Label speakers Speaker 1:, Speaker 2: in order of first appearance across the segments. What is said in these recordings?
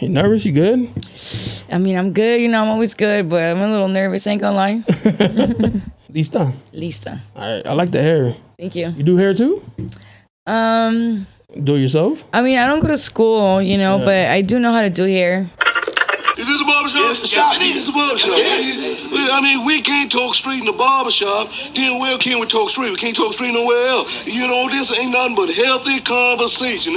Speaker 1: You nervous? You good?
Speaker 2: I mean, I'm good. You know, I'm always good, but I'm a little nervous. Ain't gonna lie.
Speaker 1: Lista.
Speaker 2: Lista,
Speaker 1: All right. I like the hair.
Speaker 2: thank you.
Speaker 1: You do hair too?
Speaker 2: Um,
Speaker 1: Do it yourself?
Speaker 2: I mean, I don't go to school, you know, but I do know how to do hair.
Speaker 3: Is this a barbershop? Yes, Shop, this is a barbershop. Well, I mean, we can't talk street in the barbershop. Then where can we talk street? We can't talk street nowhere else. You know, this ain't nothing but healthy conversation.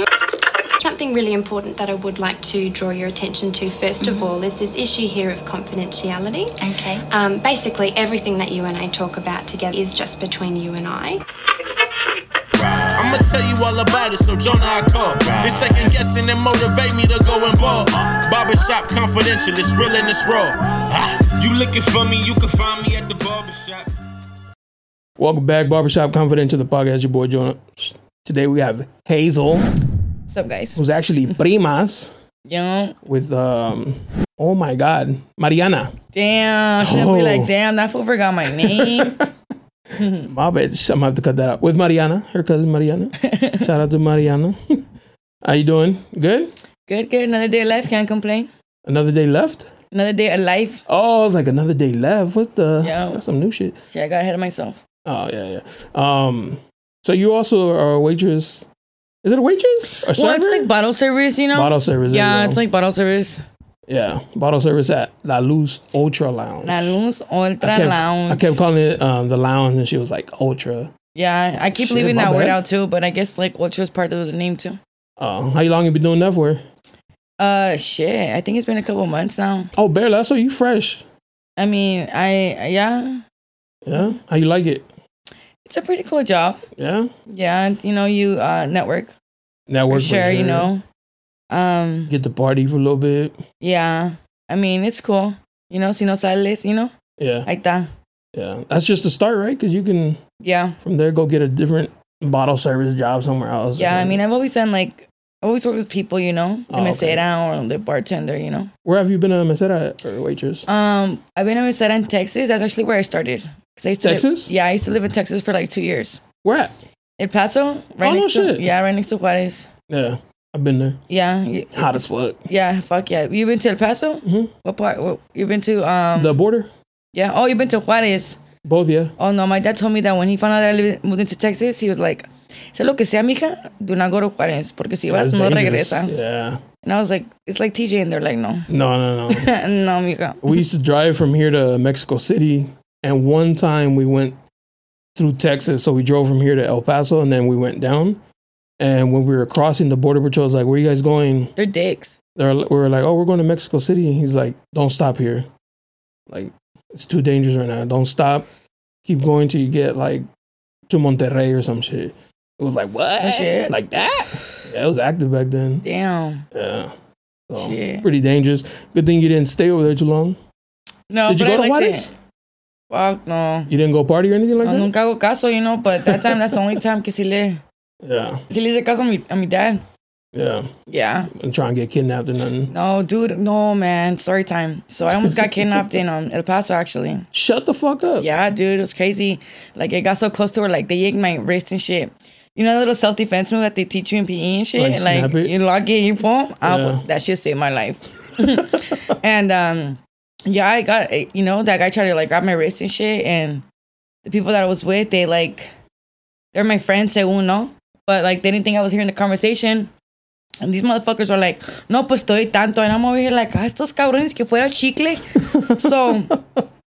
Speaker 4: Something really important that I would like to draw your attention to 1st of all is this issue here of confidentiality.
Speaker 5: Okay.
Speaker 4: Um, basically, everything that you and I talk about together is just between you and I.
Speaker 6: I'ma tell you all about it, so Jonah I call. This second guessing and motivate me to go and ball. Barbershop confidential, it's real and it's raw. Ah, You looking for me, you can find me at the barbershop.
Speaker 1: Welcome back, Barbershop Confidential, the podcast. Your boy Jonah. Today we have Hazel,
Speaker 2: What's up, guys?
Speaker 1: who's actually primas
Speaker 2: You know,
Speaker 1: with um. Oh my God, Mariana.
Speaker 2: damn. Should not be
Speaker 1: Oh.
Speaker 2: like, damn, that fool forgot my name.
Speaker 1: My bad. I'm gonna have to cut that out with Mariana, her cousin Mariana. Shout out to Mariana. How you doing? Good.
Speaker 2: good, good. Another day alive. Can't complain.
Speaker 1: Another day left.
Speaker 2: Another day alive.
Speaker 1: Oh, it's like another day left. What the?
Speaker 2: Yeah.
Speaker 1: That's some new shit.
Speaker 2: Shit, I got ahead of myself.
Speaker 1: Oh yeah, yeah. Um, so you also are a waitress. Is it a waitress? A server?
Speaker 2: Well, it's like bottle service, you know.
Speaker 1: bottle service. there you
Speaker 2: Yeah,
Speaker 1: go.
Speaker 2: it's like bottle service.
Speaker 1: yeah, bottle service at La Luz Ultra Lounge.
Speaker 2: La Luz Ultra
Speaker 1: I kept,
Speaker 2: Lounge.
Speaker 1: I kept calling it um, the lounge, and she was like Ultra.
Speaker 2: yeah, I keep
Speaker 1: Shit,
Speaker 2: leaving
Speaker 1: my
Speaker 2: that word
Speaker 1: bad.
Speaker 2: out too, but I guess like Ultra's part of the name too.
Speaker 1: Uh, how long you been doing that for?
Speaker 2: Uh, shit. I think it's been a couple months now.
Speaker 1: Oh, barely. I saw you fresh.
Speaker 2: I mean, I yeah,
Speaker 1: Yeah. How you like it?
Speaker 2: it's a pretty cool job.
Speaker 1: Yeah.
Speaker 2: Yeah, and, you know, you uh network for
Speaker 1: Network
Speaker 2: sure. You know, um,
Speaker 1: Get to party for a little bit.
Speaker 2: yeah. I mean, it's cool. You know, si no sales, you know,
Speaker 1: Yeah.
Speaker 2: like that.
Speaker 1: Yeah. That's just the start, right? Because you can
Speaker 2: Yeah,
Speaker 1: from there go get a different bottle service job somewhere else.
Speaker 2: yeah. I mean, I've always done like I always worked with people. You know, the
Speaker 1: Oh, okay.
Speaker 2: mesera or the bartender. You know,
Speaker 1: where have you been a mesera at, or waitress?
Speaker 2: um, I've been a mesera in Texas. That's actually where I started. 'Cause I used to live-
Speaker 1: Texas?
Speaker 2: yeah, I used to live in Texas for like two years.
Speaker 1: Where at?
Speaker 2: El Paso, right
Speaker 1: Oh, no
Speaker 2: next to
Speaker 1: shit.
Speaker 2: yeah, right next to Juarez.
Speaker 1: Yeah. I've been there.
Speaker 2: Yeah, y-
Speaker 1: Hot as fuck.
Speaker 2: Yeah, fuck yeah. You been to El Paso?
Speaker 1: Mhm.
Speaker 2: What part? What, you been to? Um,
Speaker 1: The border?
Speaker 2: yeah. Oh, you been to Juarez?
Speaker 1: Both, yeah.
Speaker 2: Oh no, my dad told me that when he found out that I lived, moved into Texas, he was like, "Se lo que sea, mija, do not go to Juarez porque si vas
Speaker 1: That's
Speaker 2: no
Speaker 1: dangerous.
Speaker 2: regresas."
Speaker 1: Yeah.
Speaker 2: And I was like, "It's like TJ," and they're like, "No,
Speaker 1: No, no, no.
Speaker 2: no, mija."
Speaker 1: we used to drive from here to Mexico City, and one time we went through Texas. So we drove from here to El Paso, and then we went down. And when we were crossing the border patrol, was like, "Where you guys going?"
Speaker 2: They're dicks.
Speaker 1: They're, we were like, "Oh, we're going to Mexico City." And he's like, "Don't stop here. Like, it's too dangerous right now. Don't stop. Keep going till you get like to Monterrey or some shit." It was like what?
Speaker 2: Oh, shit.
Speaker 1: Like that? Yeah, it was active back then.
Speaker 2: Damn.
Speaker 1: Yeah. So,
Speaker 2: Shit.
Speaker 1: pretty dangerous. Good thing you didn't stay over there too long.
Speaker 2: No,
Speaker 1: Did you
Speaker 2: Oh, but
Speaker 1: go
Speaker 2: I
Speaker 1: to
Speaker 2: liked
Speaker 1: Juarez?
Speaker 2: it. Fuck no.
Speaker 1: You didn't go party or anything like
Speaker 2: No,
Speaker 1: that?
Speaker 2: nunca hago caso, you know, but that time, that's the only time que si le,
Speaker 1: Yeah,
Speaker 2: si le hice caso a mi, a mi dad.
Speaker 1: yeah.
Speaker 2: Yeah.
Speaker 1: And try and get kidnapped or nothing.
Speaker 2: No, dude, no, man. Story time. So I almost got kidnapped in um, El Paso, actually.
Speaker 1: Shut the fuck up.
Speaker 2: Yeah, dude, it was crazy. Like it got so close to where like they yanked my wrist and shit. You know the little self defense move that they teach you in PE and shit.
Speaker 1: Like, snap
Speaker 2: Like,
Speaker 1: it?
Speaker 2: you lock it, you pull. I-
Speaker 1: Yeah.
Speaker 2: That shit saved my life. and um, yeah, I got eh, you know that guy tried to like grab my wrist and shit, and the people that I was with, they like they're my friends, say no, but like they didn't think I was hearing the conversation. And these motherfuckers were like, no, pues estoy tanto. And I'm over here like, ah, estos cabrones que fuera chicle. so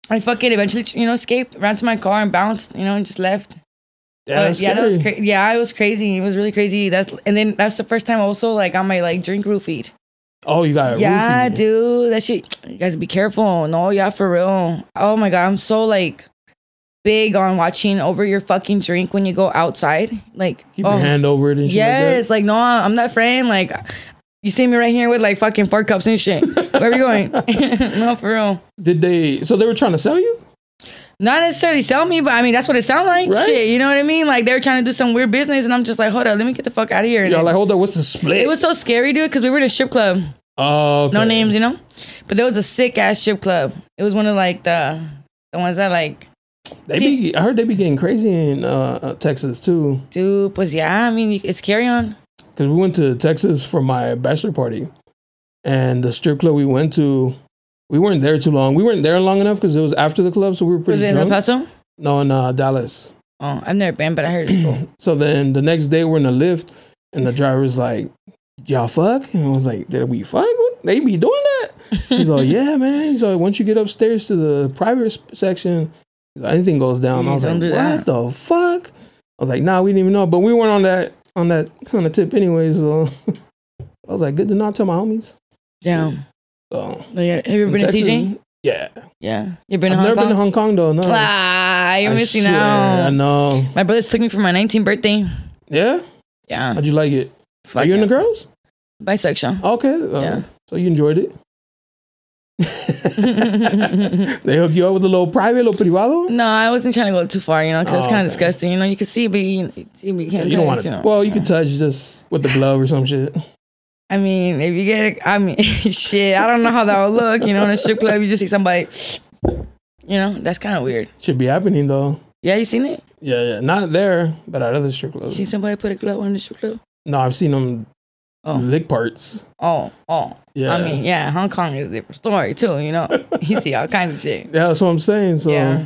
Speaker 2: I fucking eventually, you know, escaped, ran to my car and bounced, you know, and just left.
Speaker 1: yeah,
Speaker 2: But yeah, that was crazy. Yeah, it was crazy. It was really crazy. That's and then that's the first time also like on my like drink roofied.
Speaker 1: Oh, you got a
Speaker 2: Yeah,
Speaker 1: roofie.
Speaker 2: dude, that shit. You guys be careful. No, yeah, for real. Oh my god, I'm so like big on watching over your fucking drink when you go outside. Like,
Speaker 1: Keep
Speaker 2: oh,
Speaker 1: your hand over it and shit.
Speaker 2: yes, like, no, I'm that friend. Like, you see me right here with like fucking four cups and shit. Where are we going? no, for real.
Speaker 1: Like that. Did they? So they were trying to sell you?
Speaker 2: not necessarily sell me, but I mean that's what it sounded like.
Speaker 1: Right?
Speaker 2: Shit, you know what I mean? Like they were trying to do some weird business, and I'm just like, hold up, let me get the fuck out of here. And
Speaker 1: Y'all
Speaker 2: then-
Speaker 1: like, hold up, what's the split?
Speaker 2: it was so scary, dude, because we were in a strip club.
Speaker 1: Oh, okay.
Speaker 2: No names, you know. But there was a sick ass strip club. It was one of like the the ones that like,
Speaker 1: They be, I heard they be getting crazy in uh, uh, Texas too.
Speaker 2: dude, pues yeah. I mean, you- it's carry on.
Speaker 1: Because we went to Texas for my bachelor party. and the strip club we went to, we weren't there too long. We weren't there long enough because it was after the club, so we were
Speaker 2: Was
Speaker 1: pretty
Speaker 2: it in El
Speaker 1: drunk.
Speaker 2: Paso?
Speaker 1: no, in uh, Dallas.
Speaker 2: Oh, I've never been, but I heard it's cool.
Speaker 1: So then the next day we're in the lift, and the driver's like, "Y'all fuck?" And I was like, "Did we fuck? What? They be doing that?" He's like, "Yeah, man." He's like, "Once you get upstairs to the private s- section, he's like, anything goes down." I
Speaker 2: Yeah,
Speaker 1: was
Speaker 2: don't
Speaker 1: like,
Speaker 2: do
Speaker 1: "What
Speaker 2: that."
Speaker 1: the fuck?" I was like, "Nah, we didn't even know," but we weren't on that on that kind of tip anyway. So I was like, "Good to not tell my homies."
Speaker 2: Yeah.
Speaker 1: So
Speaker 2: No, you- Have you ever
Speaker 1: in
Speaker 2: been to
Speaker 1: Texas-
Speaker 2: TJ?
Speaker 1: Yeah,
Speaker 2: Yeah. You've been to
Speaker 1: I've
Speaker 2: Hong
Speaker 1: never
Speaker 2: Kong?
Speaker 1: been to Hong Kong though. No,
Speaker 2: Ah, you're
Speaker 1: I
Speaker 2: missing
Speaker 1: swear,
Speaker 2: out.
Speaker 1: I know.
Speaker 2: My brothers took me for my 19th birthday.
Speaker 1: Yeah,
Speaker 2: Yeah.
Speaker 1: how'd you like it?
Speaker 2: Fuck
Speaker 1: Are you in
Speaker 2: yeah.
Speaker 1: the girls?
Speaker 2: Bisexual.
Speaker 1: Okay. uh,
Speaker 2: Yeah.
Speaker 1: So you enjoyed it? they hook you up with a little private, little privado?
Speaker 2: No, I wasn't trying to go too far, you know, because it's
Speaker 1: Oh,
Speaker 2: kind of
Speaker 1: okay.
Speaker 2: disgusting. You know, you can see, but you, you see, but you can't.
Speaker 1: You don't want
Speaker 2: touch,
Speaker 1: to.
Speaker 2: know.
Speaker 1: Well, you could touch just with the glove or some shit.
Speaker 2: I mean, if you get it, I mean, shit, I don't know how that would look. You know, in a strip club, you just see somebody, you know, that's kind of weird.
Speaker 1: Should be happening though.
Speaker 2: Yeah, you seen it?
Speaker 1: Yeah, yeah. Not there, but at other strip
Speaker 2: You
Speaker 1: clubs.
Speaker 2: seen somebody put a glove on the strip club?
Speaker 1: No, I've seen them
Speaker 2: Oh.
Speaker 1: lick parts.
Speaker 2: Oh, oh.
Speaker 1: Yeah.
Speaker 2: I mean, yeah, Hong Kong is a different story, too, you know. you see all kinds of shit.
Speaker 1: Yeah, that's what I'm saying. So,
Speaker 2: Yeah.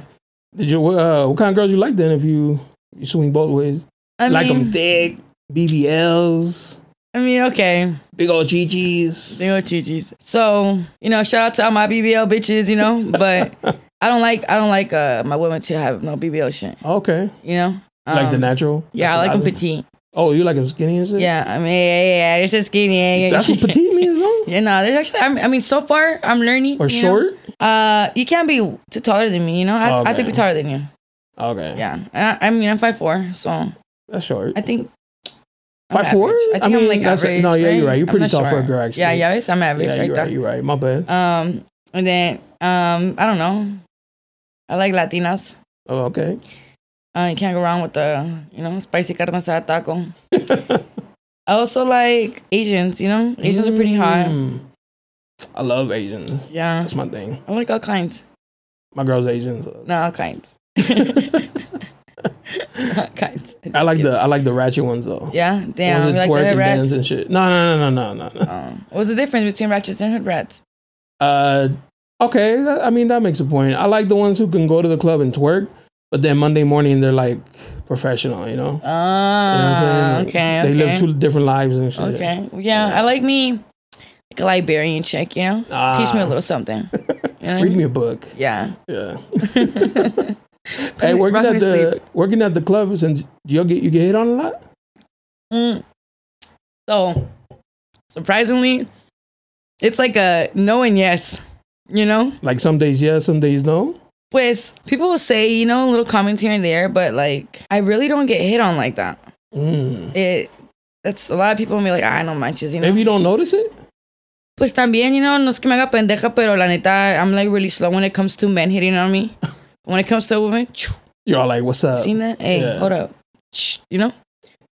Speaker 1: did you? Uh, what kind of girls you like then? If you you swing both ways,
Speaker 2: I
Speaker 1: like
Speaker 2: mean,
Speaker 1: them thick, BBLs,
Speaker 2: I mean, okay.
Speaker 1: big old chichis.
Speaker 2: They were chichis. So you know, shout out to all my BBL bitches, you know. But I don't like I don't like uh, my women to have no BBL shit,
Speaker 1: Okay,
Speaker 2: you know.
Speaker 1: like the
Speaker 2: Um,
Speaker 1: natural.
Speaker 2: Yeah, I like them
Speaker 1: the-
Speaker 2: petite.
Speaker 1: Oh, you like them skinny and shit.
Speaker 2: Yeah, I mean, yeah, yeah, yeah, they're so skinny. Yeah, yeah,
Speaker 1: That's
Speaker 2: yeah.
Speaker 1: what petite means, though.
Speaker 2: Yeah, no, there's actually. I mean, I mean, so far I'm learning.
Speaker 1: Or
Speaker 2: you know?
Speaker 1: short. Oh,
Speaker 2: Uh, you can't be too taller than me. You know, I, I
Speaker 1: Okay.
Speaker 2: think be taller than you.
Speaker 1: Okay.
Speaker 2: Yeah, And I, I mean, I'm five four, so
Speaker 1: That's short.
Speaker 2: I think. I'm
Speaker 1: Five four?
Speaker 2: average. I think I am like
Speaker 1: that's
Speaker 2: average.
Speaker 1: no, yeah, you're right. You're
Speaker 2: I'm
Speaker 1: pretty
Speaker 2: not
Speaker 1: tall for a
Speaker 2: short.
Speaker 1: girl, actually.
Speaker 2: Yeah, yeah, it's- I'm average
Speaker 1: yeah.
Speaker 2: right
Speaker 1: You're
Speaker 2: there.
Speaker 1: right. You're right. My bad.
Speaker 2: Um, and then um, I don't know. I like Latinas.
Speaker 1: Oh, okay.
Speaker 2: Uh, you can't go wrong with the you know spicy carne asada taco. I also like Asians. You know, Asians are pretty hot.
Speaker 1: Mm. I love Asians.
Speaker 2: Yeah,
Speaker 1: That's my thing.
Speaker 2: I like all kinds.
Speaker 1: My girl's Asian. so-
Speaker 2: No, all kinds. all kinds.
Speaker 1: I like the I like the ratchet ones though.
Speaker 2: Mm, Yeah,
Speaker 1: Ones
Speaker 2: damn. You
Speaker 1: that
Speaker 2: like the
Speaker 1: twerk
Speaker 2: hood
Speaker 1: and dance
Speaker 2: rats.
Speaker 1: and shit. No, no, no, no, no, no. no.
Speaker 2: Um, what's the difference between ratchets and hood rats?
Speaker 1: Uh, okay. that- I mean, that makes a point. I like the ones who can go to the club and twerk, but then Monday morning they're like professional. You know. You know what I'm
Speaker 2: Ah,
Speaker 1: saying? Like,
Speaker 2: okay, okay.
Speaker 1: They live two different lives and shit.
Speaker 2: Okay. Yeah, I like me like a Liberian chick, you know? Teach me
Speaker 1: Ah.
Speaker 2: a little something. You know what I
Speaker 1: Read
Speaker 2: mean?
Speaker 1: me a book.
Speaker 2: Yeah.
Speaker 1: Yeah. hey, working
Speaker 2: rock me
Speaker 1: at
Speaker 2: to
Speaker 1: the
Speaker 2: sleep.
Speaker 1: working at the club since you get you get hit on a lot.
Speaker 2: Mm. So, surprisingly, it's like a no and yes, you know?
Speaker 1: Like some days yes, some days no.
Speaker 2: Pues, people will say, you know, little comments here and there, but like, I really don't get hit on like that.
Speaker 1: Mm.
Speaker 2: It, that's a lot of people be like, I don't manches, you know?
Speaker 1: Maybe you don't notice it.
Speaker 2: Pues también, you know, no es que me haga pendeja, pero la neta, I'm like really slow when it comes to men hitting on me. when it comes to women,
Speaker 1: You're all like, "What's up?"
Speaker 2: seen that? Hey,
Speaker 1: Yeah.
Speaker 2: hold up. Shh, You know?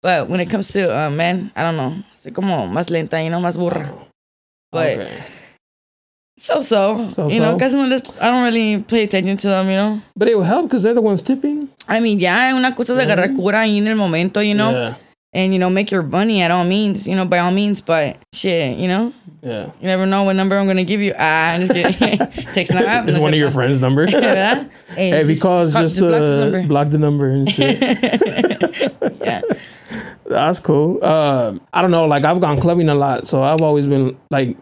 Speaker 2: But when it comes to uh, men, I don't know. Soy como más lenta, you know, más burra. But
Speaker 1: Okay.
Speaker 2: so so. You
Speaker 1: So-so.
Speaker 2: know, casi no les, I don't really pay attention to them, you know?
Speaker 1: But it will help because they're the ones tipping.
Speaker 2: I mean, yeah, una cosa es agarrar cura ahí en el momento, you know?
Speaker 1: Mm. Yeah.
Speaker 2: And, you know, make your money at all means, you know, by all means. But shit, you know?
Speaker 1: Yeah.
Speaker 2: You never know what number I'm going to give you. Ah, I'm just kidding. Text not app.
Speaker 1: it's one of your friend's number.
Speaker 2: ¿Verdad? Hey,
Speaker 1: Hey, if he calls, just,
Speaker 2: block the
Speaker 1: uh,
Speaker 2: number.
Speaker 1: block the number and shit.
Speaker 2: yeah.
Speaker 1: That's cool. Uh, I don't know. Like I've gone clubbing a lot, so I've always been like,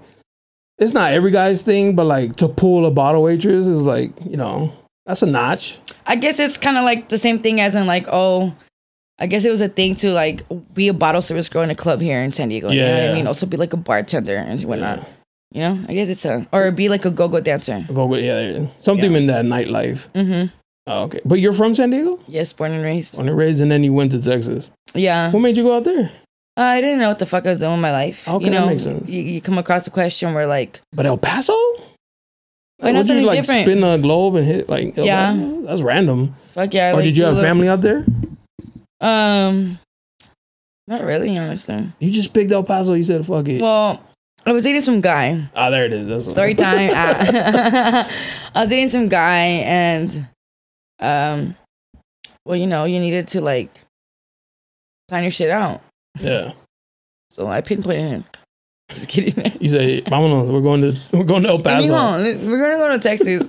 Speaker 1: it's not every guy's thing, but like to pull a bottle waitress is like, you know, that's a notch.
Speaker 2: I guess it's kind of like the same thing as in like, oh, I guess it was a thing to like be a bottle service girl in a club here in San Diego. You know what
Speaker 1: Yeah.
Speaker 2: I mean? Also be like a bartender and whatnot. You know, I guess it's a or be like a go-go dancer.
Speaker 1: Go with yeah, yeah. something in that nightlife.
Speaker 2: Mm-hmm.
Speaker 1: Oh, okay, but you're from San Diego,
Speaker 2: Yes, born and raised.
Speaker 1: on the raised, and then you went to Texas.
Speaker 2: Yeah,
Speaker 1: What made you go out there?
Speaker 2: I didn't know what the fuck I was doing with my life.
Speaker 1: Okay,
Speaker 2: you
Speaker 1: that
Speaker 2: know,
Speaker 1: makes sense.
Speaker 2: You, you come across a question where like,
Speaker 1: But El Paso?
Speaker 2: Why not
Speaker 1: would you
Speaker 2: something
Speaker 1: like
Speaker 2: different?
Speaker 1: spin a globe and hit like El
Speaker 2: Yeah.
Speaker 1: Paso? That's random.
Speaker 2: fuck yeah.
Speaker 1: or
Speaker 2: like,
Speaker 1: did you
Speaker 2: do a
Speaker 1: have
Speaker 2: little-
Speaker 1: family out there?
Speaker 2: Um, not really, honestly.
Speaker 1: You just picked El Paso. You said fuck it.
Speaker 2: Well, I was dating some guy.
Speaker 1: ah, there it is. That's what-
Speaker 2: story time. Uh, I was dating some guy, and um, well, you know, you needed to like plan your shit out.
Speaker 1: Yeah.
Speaker 2: So I pinpointed him. Just kidding.
Speaker 1: You say, "Vámonos, we're going to we're going to El
Speaker 2: Come
Speaker 1: Paso."
Speaker 2: on, let- we're gonna go to Texas.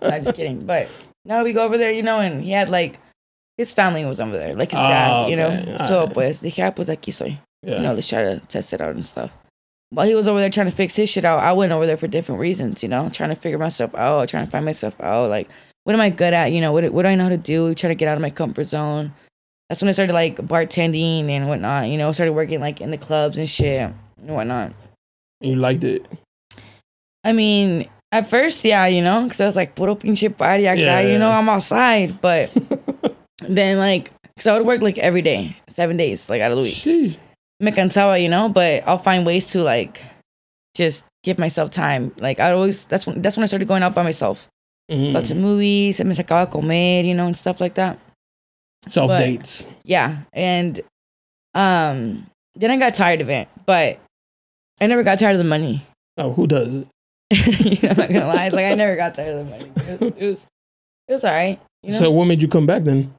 Speaker 2: I'm just kidding. But no, we go over there, you know, and he had like his family was over there, like his
Speaker 1: Ah,
Speaker 2: dad, you
Speaker 1: okay.
Speaker 2: know.
Speaker 1: All
Speaker 2: so
Speaker 1: right.
Speaker 2: pues dije, ah, pues aquí soy. You know,
Speaker 1: Yeah.
Speaker 2: let's try to test it out and stuff. While he was over there trying to fix his shit out, I went over there for different reasons, you know, trying to figure myself out, trying to find myself out. Like, what am I good at? You know, what what do I know how to do? Trying to get out of my comfort zone. That's when I started like bartending and whatnot. You know, started working like in the clubs and shit and whatnot.
Speaker 1: You liked it.
Speaker 2: I mean, at first, yeah, you know, because I was like, puro pinche party acá,
Speaker 1: Yeah,
Speaker 2: you know,
Speaker 1: yeah.
Speaker 2: I'm outside. But then, like, because I would work like every day, seven days, like out of the week.
Speaker 1: Sheesh.
Speaker 2: Me cansaba, you know, but I'll find ways to like just give myself time. Like, I always, that's when, that's when I started going out by myself.
Speaker 1: Mm.
Speaker 2: Lots of movies, se me sacaba a comer, you know, and stuff like that.
Speaker 1: Self dates.
Speaker 2: Yeah. And um then I got tired of it, but I never got tired of the money.
Speaker 1: Oh, who does it?
Speaker 2: you know, I'm not gonna lie. It's like I never got tired of the money. It was, it was, it was all right. You know,
Speaker 1: So what made you come back then?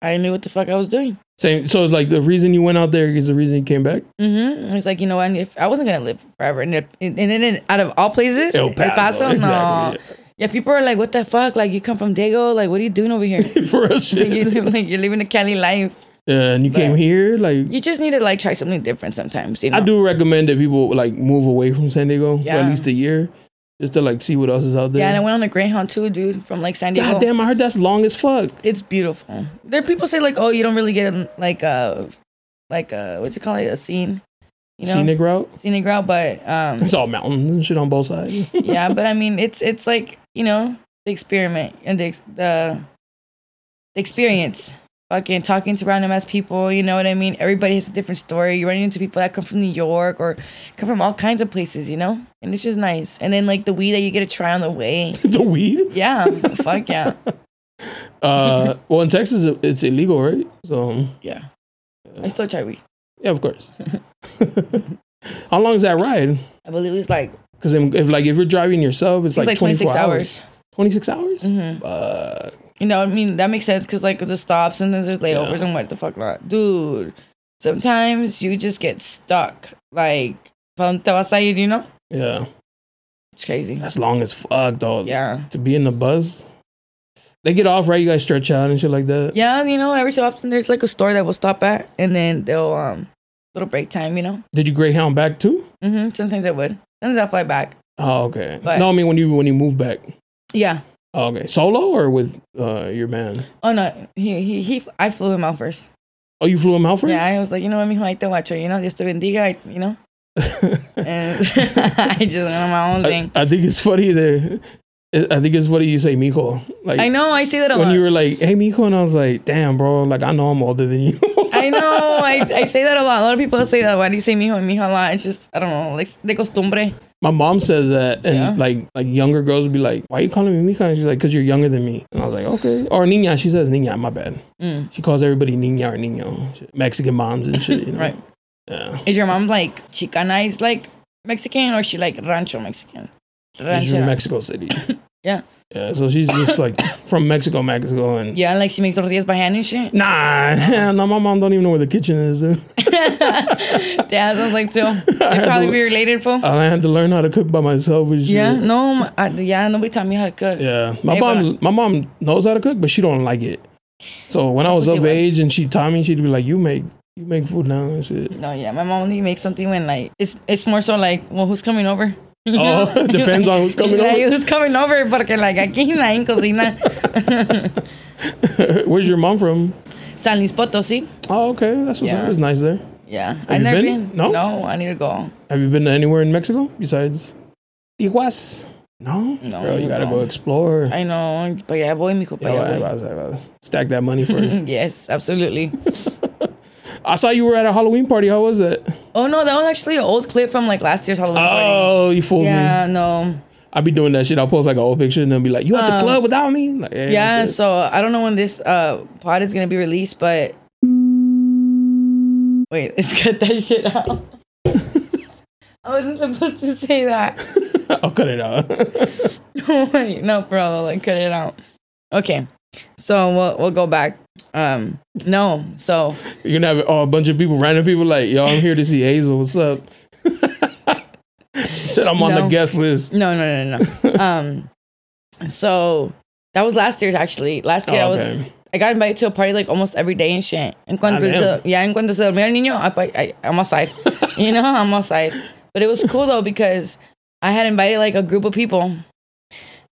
Speaker 2: I knew what the fuck I was doing.
Speaker 1: Same. So like the reason you went out there is the reason you came back.
Speaker 2: Mm-hmm. It's like you know, what, if I wasn't gonna live forever, and, if, and then in- out of all places, El Paso, no.
Speaker 1: Exactly.
Speaker 2: Yeah, people are like, "What the fuck? Like, you come from Dago? Like, what are you doing over here?
Speaker 1: yeah. For us,
Speaker 2: like, you
Speaker 1: shit.
Speaker 2: live, like, you're living a Cali life.
Speaker 1: Yeah, and you came here. Like
Speaker 2: You just need to like try something different sometimes. You know,
Speaker 1: I do recommend that people like move away from San Diego for
Speaker 2: Yeah.
Speaker 1: at least a year, just to like see what else is out there.
Speaker 2: Yeah, and I went on a Greyhound too, dude, from like San Diego.
Speaker 1: God damn, I heard that's long as fuck.
Speaker 2: It's beautiful. There, people say like, "Oh, you don't really get a, like a, like a what you call it, a scene." You know?
Speaker 1: Scenic route.
Speaker 2: scenic route, but um,
Speaker 1: It's all mountains and shit on both sides.
Speaker 2: yeah, but I mean, it's it's like you know the experiment and the ex- the, the experience. Fucking talking to random ass people, you know what I mean. Everybody has a different story. You run into people that come from New York or come from all kinds of places, you know, and it's just nice. And then like the weed that you get to try on the way,
Speaker 1: the weed.
Speaker 2: yeah, fuck yeah,
Speaker 1: Uh, well, in Texas, it- it's illegal, right? So
Speaker 2: yeah. I still try weed.
Speaker 1: yeah, of course. How long is that ride?
Speaker 2: I believe it's like
Speaker 1: Because if like if you're driving yourself, it's,
Speaker 2: it's like, twenty six hours.
Speaker 1: Twenty six hours.
Speaker 2: Mhm.
Speaker 1: Uh,
Speaker 2: You know, what I mean, that makes sense because like the stops and then there's layovers
Speaker 1: Yeah.
Speaker 2: and what the fuck not, dude. Sometimes you just get stuck. Like, pa dónde te vas a ir, you know,
Speaker 1: yeah,
Speaker 2: it's crazy.
Speaker 1: that's long as fuck, dog.
Speaker 2: Yeah,
Speaker 1: To be in the bus, they get off right. You guys stretch out and shit like that.
Speaker 2: yeah. You know, every so often there's like a store that we'll stop at, and then they'll um little break time. You know,
Speaker 1: Did you Greyhound back too?
Speaker 2: hmm sometimes I would, sometimes I fly back.
Speaker 1: Oh, okay.
Speaker 2: But-
Speaker 1: no, I mean when you when you move back.
Speaker 2: Yeah.
Speaker 1: Oh, okay, solo or with uh, your man?
Speaker 2: Oh no, he he he. I flew him out first.
Speaker 1: Oh, you flew him out first.
Speaker 2: Yeah, I was like, you know what, mijo, ahí te guacho, you know, Dios te bendiga, I- you know. And I just went on my own
Speaker 1: I,
Speaker 2: thing.
Speaker 1: I think it's funny that I think it's funny you say mijo. Like
Speaker 2: I know, I say that a
Speaker 1: when
Speaker 2: lot.
Speaker 1: you were like, "Hey, mijo," and I was like, "Damn, bro! Like I know I'm older than you."
Speaker 2: I know. I, I say that a lot. A lot of people say that. Why do you say mijo and mijo a lot? It's just I don't know. Like de costumbre.
Speaker 1: My mom says that, and
Speaker 2: Yeah.
Speaker 1: like like younger girls would be like, "Why you calling me mijo?" And she's like, "Cause you're younger than me." And I was like, "Okay." Or niña, she says niña. My bad.
Speaker 2: Mm.
Speaker 1: She calls everybody niña or niño. Shit. Mexican moms and shit. You know?
Speaker 2: Right.
Speaker 1: Yeah.
Speaker 2: Is your mom like Chicana? Is like Mexican or she like Rancho Mexican?
Speaker 1: She's
Speaker 2: Ranchera.
Speaker 1: from Mexico City.
Speaker 2: Yeah.
Speaker 1: Yeah. So she's just like from Mexico, Mexico, and
Speaker 2: Yeah, like she makes tortillas by hand and shit.
Speaker 1: nah, hell no, my mom don't even know where the kitchen is. dude.
Speaker 2: Yeah, sounds like too.
Speaker 1: I had
Speaker 2: They probably
Speaker 1: to-
Speaker 2: be related for.
Speaker 1: I had to learn how to cook by myself. And shit.
Speaker 2: yeah, no, my, I, yeah, nobody taught me how to cook.
Speaker 1: Yeah, my
Speaker 2: Hey,
Speaker 1: mom, my mom knows how to cook, but she don't like it. So when I was
Speaker 2: Pussy
Speaker 1: of
Speaker 2: one.
Speaker 1: age and she taught me, she'd be like, "You make, you make food now and shit."
Speaker 2: No, yeah, my mom only makes something when like it's it's more so like, well, who's coming over?
Speaker 1: Oh, depends on who's coming
Speaker 2: like,
Speaker 1: over.
Speaker 2: Who's coming over? Porque like aquí la en cocina
Speaker 1: Where's your mom from?
Speaker 2: San Luis Potosí.
Speaker 1: Oh, okay, that's what's up.
Speaker 2: Yeah.
Speaker 1: It's nice there.
Speaker 2: Yeah,
Speaker 1: you
Speaker 2: I've never
Speaker 1: been?
Speaker 2: been?
Speaker 1: No?
Speaker 2: no, I need to go.
Speaker 1: Have you been anywhere in Mexico besides Iguas? No,
Speaker 2: No,
Speaker 1: Bro, you gotta
Speaker 2: no.
Speaker 1: go explore.
Speaker 2: I know, but yeah, voy, mijo,
Speaker 1: Yeah,
Speaker 2: para allá
Speaker 1: I- I- I- I- Stack that money first.
Speaker 2: voy. Yes, absolutely.
Speaker 1: I saw you were at a Halloween party. How was it?
Speaker 2: oh no, that was actually an old clip from like last year's Halloween party.
Speaker 1: Oh, you fooled me.
Speaker 2: Yeah, no,
Speaker 1: I'd be doing that shit. I'll post like an old picture and then be like, "You at the
Speaker 2: Um,
Speaker 1: club without me?" Like,
Speaker 2: yeah.
Speaker 1: I'm just-
Speaker 2: So I don't know when this uh pod is gonna be released, but wait, let's cut that shit out. I wasn't supposed to say that.
Speaker 1: I'll cut it out.
Speaker 2: Wait, no, bro, like cut it out. Okay, so we'll we'll go back. Um, no, so
Speaker 1: uh, You're gonna have oh, a bunch of people, random people, like, yo, I'm here to see Hazel. What's up? she said, I'm on the
Speaker 2: No.
Speaker 1: guest list.
Speaker 2: No, no, no, no, no. um, so that was last year's actually. Last year I was
Speaker 1: Oh, okay.
Speaker 2: I got invited to a party like almost every day and shit. And cuando
Speaker 1: Ah, damn.
Speaker 2: se, yeah, and cuando se dormía el niño, I, I, I'm outside. you know, I'm outside. But it was cool though because I had invited like a group of people,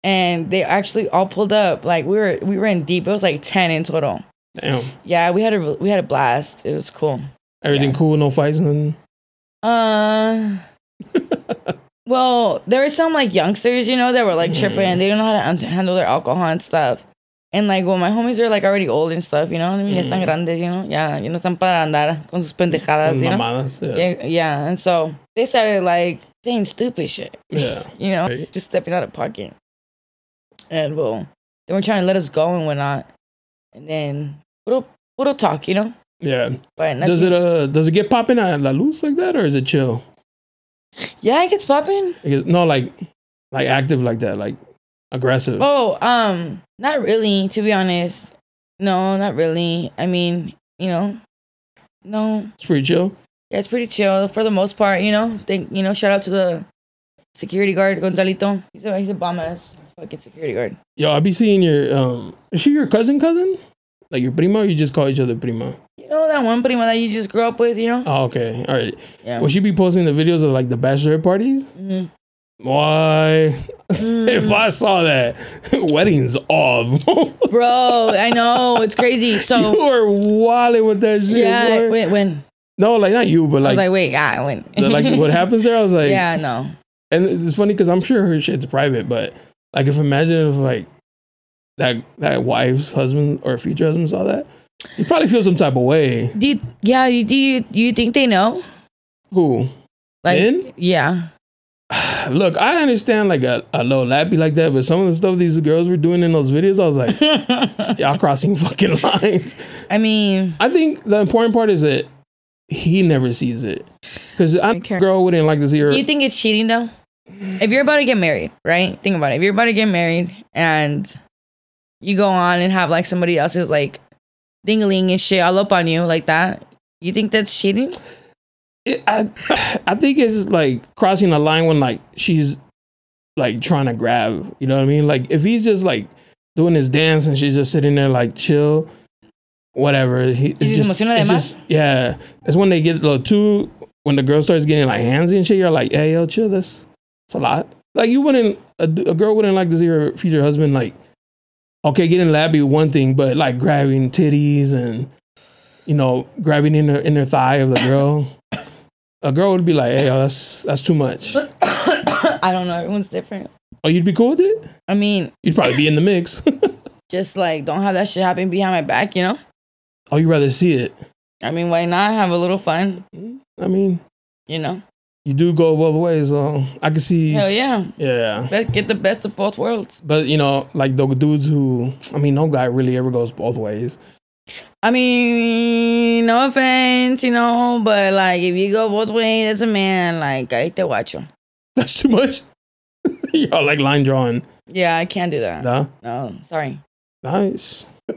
Speaker 2: and they actually all pulled up. Like we were we were in deep. It was like ten in total.
Speaker 1: Damn.
Speaker 2: Yeah, we had a we had a blast. It was cool.
Speaker 1: Everything cool, no fights, nothing.
Speaker 2: Uh, well, there were some like youngsters, you know, that were like tripping. They don't know how to un- handle their alcohol and stuff. And like, well, my homies are like already old and stuff, you know. what I mean, ya
Speaker 1: Mm-hmm.
Speaker 2: están grandes, you know. Ya, ya no están para andar con sus pendejadas, you know.
Speaker 1: Mamadas, Yeah.
Speaker 2: Uh, Yeah, yeah. And so they started like saying stupid shit,
Speaker 1: yeah.
Speaker 2: you know,
Speaker 1: Right.
Speaker 2: just stepping out of pocket. And well, they were trying to let us go and whatnot. And then little little talk, you know.
Speaker 1: Yeah.
Speaker 2: But
Speaker 1: Does it uh does it get popping at La Luz like that or is it chill?
Speaker 2: Yeah, it gets popping.
Speaker 1: It gets- no, like like active like that, like aggressive.
Speaker 2: Oh, um, not really, to be honest. No, not really. I mean, you know, no.
Speaker 1: It's pretty chill.
Speaker 2: Yeah, it's pretty chill for the most part, you know. Think you know, shout out to the security guard, Gonzalito. He's a he's a bomb ass fucking security guard.
Speaker 1: Yo, I be seeing your um is she your cousin cousin? Like your prima or you just call each other prima?
Speaker 2: You know that one prima that you just grew up with, you know?
Speaker 1: Oh, okay. All right.
Speaker 2: Yeah.
Speaker 1: Will she be posting the videos of like the bachelorette parties?
Speaker 2: Mhm.
Speaker 1: Why?
Speaker 2: Mm.
Speaker 1: if I saw that, weddings off.
Speaker 2: Bro, I know, it's crazy.
Speaker 1: you
Speaker 2: So
Speaker 1: are wilding with that shit.
Speaker 2: yeah,
Speaker 1: boy.
Speaker 2: wait, when?
Speaker 1: No, like not you, but
Speaker 2: I
Speaker 1: like,
Speaker 2: was like, wait, ah, when?
Speaker 1: the- like what happens there. I was like,
Speaker 2: yeah, no.
Speaker 1: and it's funny because I'm sure her shit's private, but like if imagine if like that that wife's husband or future husband saw that, you probably feel some type of way.
Speaker 2: Do you, yeah, you, do you do you think they know?
Speaker 1: Who?
Speaker 2: Like
Speaker 1: Men?
Speaker 2: yeah.
Speaker 1: Look, I understand like a, a little lappy like that, but some of the stuff these girls were doing in those videos, I was like, y'all crossing fucking lines.
Speaker 2: I mean,
Speaker 1: I think the important part is that he never sees it because I
Speaker 5: Okay.
Speaker 1: girl wouldn't like to see her.
Speaker 2: Do you think it's cheating though? If you're about to get married, right? Think about it. If you're about to get married and you go on and have like somebody else's like dingling and shit all up on you like that, you think that's cheating?
Speaker 1: it, I, I think it's like crossing the line when like she's like trying to grab. You know what I mean? Like if he's just like doing his dance and she's just sitting there like chill, whatever. He, it's
Speaker 2: just
Speaker 1: just,
Speaker 2: emocional
Speaker 1: it's
Speaker 2: de
Speaker 1: just yeah. It's when they get a little too when the girl starts getting like handsy and shit. You're like, hey yo, chill. That's it's a lot. Like you wouldn't a, d- a girl wouldn't like to see her future husband like okay getting labby one thing, but like grabbing titties and you know grabbing in her inner thigh of the girl a girl would be like, "Hey, yo, that's that's too much." Or
Speaker 2: I don't know. Everyone's different.
Speaker 1: you'd be cool with it.
Speaker 2: I mean,
Speaker 1: You'd probably be in the mix.
Speaker 2: just like don't have that shit happen behind my back, you know?
Speaker 1: oh, you'd rather see it.
Speaker 2: I mean, why not have a little fun,
Speaker 1: I mean,
Speaker 2: you know?
Speaker 1: you do go both ways, so I could see.
Speaker 2: Hell yeah.
Speaker 1: Yeah,
Speaker 2: Let's get the best of both worlds.
Speaker 1: but you know, like the dudes who, I mean, no guy really ever goes both ways.
Speaker 2: I mean, no offense, you know, but like if you go both ways as a man, like I te watch you.
Speaker 1: That's too much. Y'all like line drawing,
Speaker 2: Yeah, I can't do that.
Speaker 1: nah?
Speaker 2: No, sorry.
Speaker 1: Nice.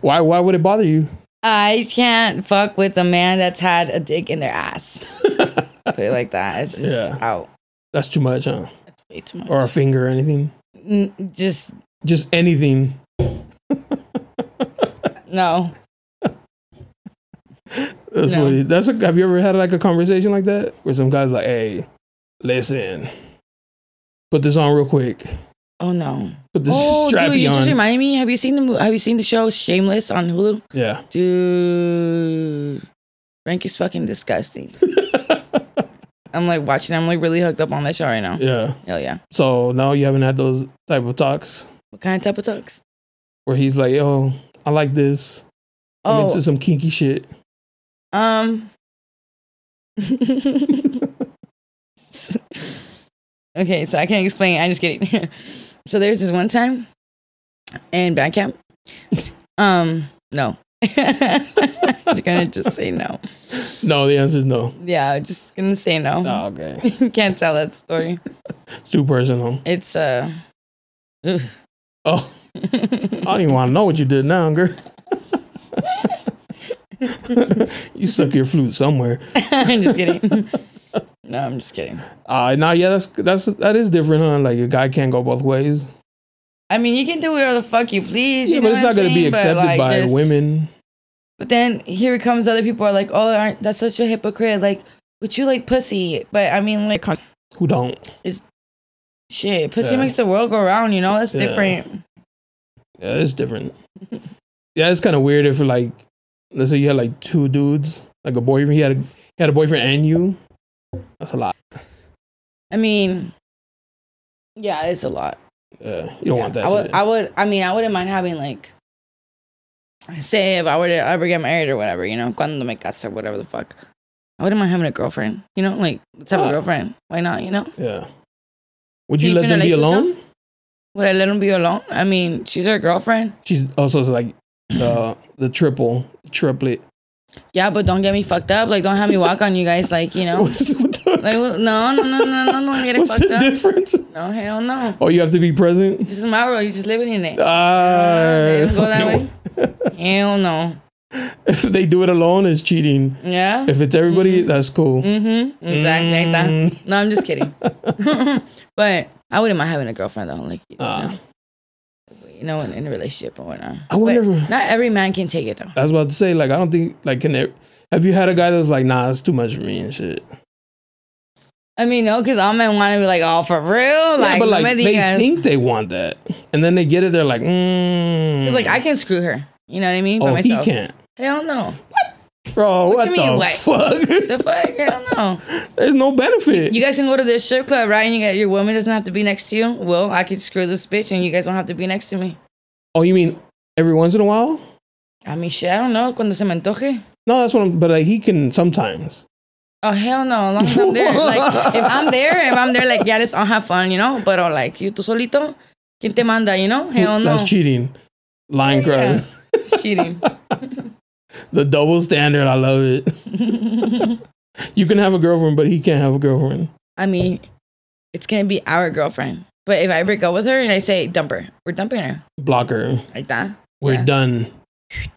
Speaker 1: why? Why would it bother you?
Speaker 2: I can't fuck with a man that's had a dick in their ass. Put it like that. It's just
Speaker 1: Yeah.
Speaker 2: out.
Speaker 1: That's too much, huh?
Speaker 2: That's way too much.
Speaker 1: Or a finger or anything.
Speaker 2: N- just
Speaker 1: Just anything.
Speaker 2: no.
Speaker 1: That's
Speaker 2: No.
Speaker 1: what he, that's a, have you ever had like a conversation like that where some guy's like, "Hey, listen, put this on real quick.
Speaker 2: Oh no.
Speaker 1: Put this
Speaker 2: oh,
Speaker 1: strappy
Speaker 2: dude, you
Speaker 1: on."
Speaker 2: just reminded me. Have you seen the mo- Have you seen the show Shameless on Hulu?
Speaker 1: yeah,
Speaker 2: Dude, Rank is fucking disgusting. I'm like watching. I'm like really hooked up on that show right now.
Speaker 1: yeah.
Speaker 2: Hell yeah.
Speaker 1: So now you haven't had those type of talks
Speaker 2: What kind of type of talks?
Speaker 1: where he's like, "Yo, I like this. I'm
Speaker 2: Oh,
Speaker 1: into some kinky shit."
Speaker 2: um. okay, so I can't explain. I just kidding. so there's this one time in band camp. Um, no. You're gonna just say no.
Speaker 1: No, the answer is no.
Speaker 2: Yeah, just gonna say no.
Speaker 1: okay,
Speaker 2: can't tell that story.
Speaker 1: it's too personal.
Speaker 2: It's uh. oof.
Speaker 1: Oh, I don't even want to know what you did now, girl. you suck your flute somewhere.
Speaker 2: I'm just kidding. No, I'm just kidding.
Speaker 1: Uh, now, yeah, that's that's that is different, huh? Like a guy can't go both ways.
Speaker 2: I mean, you can do whatever the fuck you please.
Speaker 1: Yeah,
Speaker 2: you
Speaker 1: but
Speaker 2: know
Speaker 1: it's
Speaker 2: what
Speaker 1: not
Speaker 2: I'm
Speaker 1: going to be
Speaker 2: saying? But,
Speaker 1: accepted
Speaker 2: like,
Speaker 1: by
Speaker 2: just-
Speaker 1: women.
Speaker 2: But then here comes other people are like, oh, aren't, that's such a hypocrite. Like, but you like pussy. But I mean, like,
Speaker 1: Who don't?
Speaker 2: shit, pussy
Speaker 1: Yeah.
Speaker 2: makes the world go round. You know, that's
Speaker 1: Yeah.
Speaker 2: different.
Speaker 1: Yeah, it's different. yeah, it's kind of weird if like, let's say you had like two dudes, like a boyfriend. He had a he had a boyfriend and you. That's a lot.
Speaker 2: I mean, yeah, it's a lot.
Speaker 1: Yeah, you don't want that.
Speaker 2: I would,
Speaker 1: shit.
Speaker 2: I would, I mean, I wouldn't mind having like, say if I were to ever get married or whatever, you know, cuando me casa, whatever the fuck. I wouldn't mind having a girlfriend, you know, like, let's have
Speaker 1: Yeah.
Speaker 2: a girlfriend. Why not, you know?
Speaker 1: yeah. Would you
Speaker 2: Can
Speaker 1: let
Speaker 2: you turn
Speaker 1: them
Speaker 2: the
Speaker 1: be
Speaker 2: lights switch
Speaker 1: alone?
Speaker 2: Would I let him be alone? I mean, she's her girlfriend.
Speaker 1: She's also it's like the the triple triplet.
Speaker 2: Yeah, but don't get me fucked up. Like, don't have me walk on you guys, like, you know?
Speaker 1: What's, what the,
Speaker 2: Like, well, no, no, no, no, no, don't get it
Speaker 1: what's
Speaker 2: fucked
Speaker 1: the
Speaker 2: up.
Speaker 1: difference?
Speaker 2: No, hell no.
Speaker 1: Oh, you have to be present.
Speaker 2: This is my world. You're just living in it.
Speaker 1: Ah,
Speaker 2: let's go that
Speaker 1: okay.
Speaker 2: Hell no.
Speaker 1: if they do it alone, it's cheating.
Speaker 2: Yeah?
Speaker 1: If it's everybody, that's cool.
Speaker 2: Mm-hmm. Exactly. Like
Speaker 1: Mm.
Speaker 2: that. No, I'm just kidding. but I wouldn't mind having a girlfriend though, like you know,
Speaker 1: Ah.
Speaker 2: you know in, in a relationship or whatnot.
Speaker 1: I wonder
Speaker 2: But
Speaker 1: if-
Speaker 2: not every man can take it though.
Speaker 1: I was about to say, like, I don't think, like, can it, have you had a guy that was like, nah, it's too much for me and shit?
Speaker 2: I mean, no, because all men want to be like, oh, for real,
Speaker 1: yeah,
Speaker 2: like,
Speaker 1: but
Speaker 2: no
Speaker 1: like,
Speaker 2: me
Speaker 1: they
Speaker 2: digas.
Speaker 1: think they want that, and then they get it, they're like, mm.
Speaker 2: It's like I can screw her. You know what I mean?
Speaker 1: oh,
Speaker 2: By myself.
Speaker 1: he can't,
Speaker 2: Hell no.
Speaker 1: bro. What,
Speaker 2: What you mean,
Speaker 1: the
Speaker 2: like-
Speaker 1: fuck?
Speaker 2: The fuck? Hell no.
Speaker 1: There's no benefit.
Speaker 2: You guys can go to this strip club, right? And you got your woman doesn't have to be next to you. Well, I can screw this bitch, and you guys don't have to be next to me.
Speaker 1: oh, you mean every once in a while?
Speaker 2: I mean, shit, I don't know. Cuando se me antoje.
Speaker 1: No, that's what. I'm, but like, he can sometimes.
Speaker 2: Oh hell no! As long as I'm there, like if I'm there, if I'm there, like yeah, let's all have fun, you know. But uh, like you tú solito, quien te manda, you know? Hell no,
Speaker 1: That's cheating. Line
Speaker 2: Yeah.
Speaker 1: crime.
Speaker 2: It's cheating.
Speaker 1: The double standard. I love it. you can have a girlfriend, but he can't have a girlfriend.
Speaker 2: I mean, it's gonna be our girlfriend. But if I break up with her and I say dump her, we're dumping her
Speaker 1: Block her.
Speaker 2: like that.
Speaker 1: We're
Speaker 2: Yeah.
Speaker 1: done.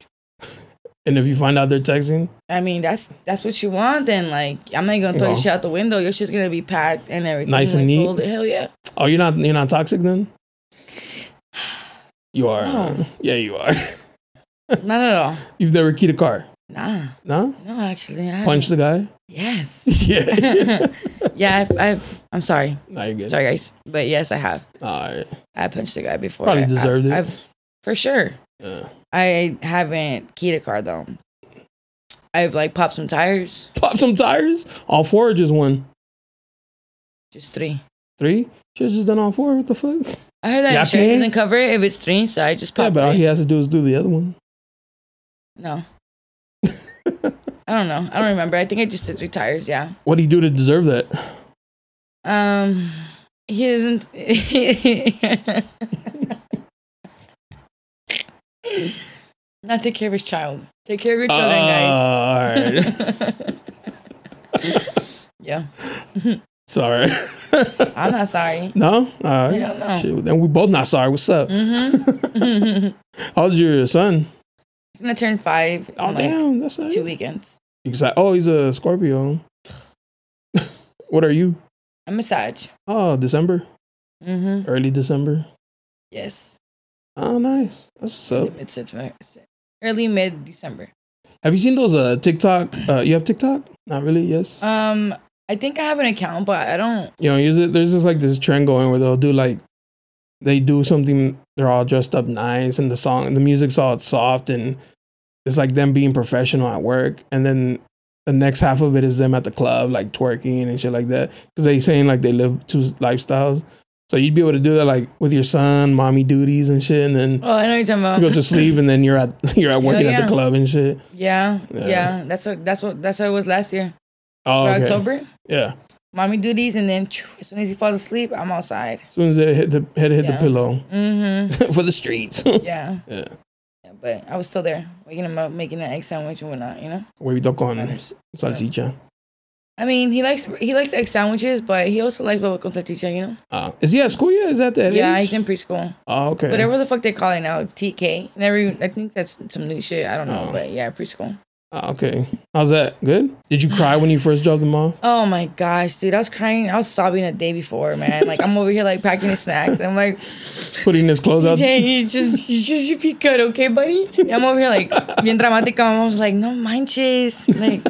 Speaker 1: and if you find out they're texting,
Speaker 2: I mean, that's that's what you want. Then like I'm not gonna throw
Speaker 1: No.
Speaker 2: your shit out the window. Your shit's gonna be packed and everything.
Speaker 1: Nice and
Speaker 2: like,
Speaker 1: neat.
Speaker 2: folded. Hell yeah.
Speaker 1: Oh, you're not you're not toxic then? You are.
Speaker 2: No.
Speaker 1: Yeah, you are.
Speaker 2: Not at all.
Speaker 1: You've never keyed a car.
Speaker 2: Nah.
Speaker 1: No?
Speaker 2: No, actually. I,
Speaker 1: Punch the guy?
Speaker 2: Yes.
Speaker 1: yeah.
Speaker 2: yeah. I've, I've. I'm sorry.
Speaker 1: no, you're good.
Speaker 2: Sorry, guys. But yes, I have.
Speaker 1: All right.
Speaker 2: I punched a guy before.
Speaker 1: Probably
Speaker 2: I-
Speaker 1: deserved
Speaker 2: I,
Speaker 1: it.
Speaker 2: I've, for sure.
Speaker 1: Yeah.
Speaker 2: I haven't keyed a car though. I've like popped some tires,
Speaker 1: Pop some tires? All four or just one?
Speaker 2: just three.
Speaker 1: Three? Should've just done all four. What the fuck?
Speaker 2: I heard that
Speaker 1: Yeah,
Speaker 2: insurance
Speaker 1: okay.
Speaker 2: doesn't cover it if it's three, so I just
Speaker 1: Yeah,
Speaker 2: popped
Speaker 1: but all
Speaker 2: three.
Speaker 1: he has to do is do the other one.
Speaker 2: No. I don't know. I don't remember. I think I just did three tires. Yeah.
Speaker 1: What'd he do to deserve that?
Speaker 2: Um, he doesn't. Not take care of his child. Take care of your children, guys.
Speaker 1: Uh, all right.
Speaker 2: Yeah,
Speaker 1: sorry.
Speaker 2: I'm not sorry.
Speaker 1: no? All right.
Speaker 2: Hell no. Mm-hmm.
Speaker 1: Shit, then we both not sorry. What's up? How's Oh, your son?
Speaker 2: He's gonna turn five. in,
Speaker 1: Oh,
Speaker 2: like,
Speaker 1: damn. That's it.
Speaker 2: Two weekends.
Speaker 1: Exact. Oh, he's a Scorpio. what are you?
Speaker 2: A massage.
Speaker 1: Oh, December,
Speaker 2: Mm-hmm.
Speaker 1: early December.
Speaker 2: Yes.
Speaker 1: Oh, nice. That's what's up.
Speaker 2: Mid early mid December.
Speaker 1: Have you seen those uh, TikTok? Uh, you have TikTok? Not really. Yes.
Speaker 2: Um, I think I have an account, but I don't.
Speaker 1: you know, use it. There's just like this trend going where they'll do like they do something. They're all dressed up nice, and the song, the music's all soft, and it's like them being professional at work, and then. The next half of it is them at the club, like twerking and shit like that, because they saying like they live two lifestyles. So you'd be able to do that like with your son, mommy duties and shit, and then
Speaker 2: Oh, I know what you're
Speaker 1: you
Speaker 2: talking
Speaker 1: go
Speaker 2: about.
Speaker 1: to sleep and then you're at you're at working at
Speaker 2: yeah.
Speaker 1: the club and shit.
Speaker 2: Yeah,
Speaker 1: Yeah.
Speaker 2: yeah, That's what. That's what. That's what it was last year
Speaker 1: Oh,
Speaker 2: for
Speaker 1: okay.
Speaker 2: October.
Speaker 1: Yeah.
Speaker 2: Mommy duties, and then phew, as soon as he falls asleep, I'm outside.
Speaker 1: As soon as they hit the head hit the
Speaker 2: Yeah.
Speaker 1: pillow
Speaker 2: Mm-hmm.
Speaker 1: for the streets.
Speaker 2: Yeah.
Speaker 1: yeah.
Speaker 2: yeah, but I was still there, waking him up, making an egg sandwich and whatnot. You know.
Speaker 1: Huevito con
Speaker 2: Matters.
Speaker 1: salchicha.
Speaker 2: I mean, he likes he likes egg sandwiches, but he also likes bubble con salchicha. You know.
Speaker 1: Ah, is he at school yet? Is that that
Speaker 2: yeah,
Speaker 1: age?
Speaker 2: he's in preschool.
Speaker 1: Oh, okay.
Speaker 2: Whatever the fuck they call it now, TK. Never. I think that's some new shit. I don't know,
Speaker 1: Oh.
Speaker 2: but yeah, preschool.
Speaker 1: Ah, Okay. How's that? Good? Did you cry when you first dropped them off?
Speaker 2: Oh my gosh, dude. I was crying. I was sobbing the day before, man. Like I'm over here like packing the snacks. I'm like,
Speaker 1: Putting his clothes out?
Speaker 2: CJ, you just you just should be good, okay, buddy? Y I'm over here like bien dramática. My mom's like, no manches. Like,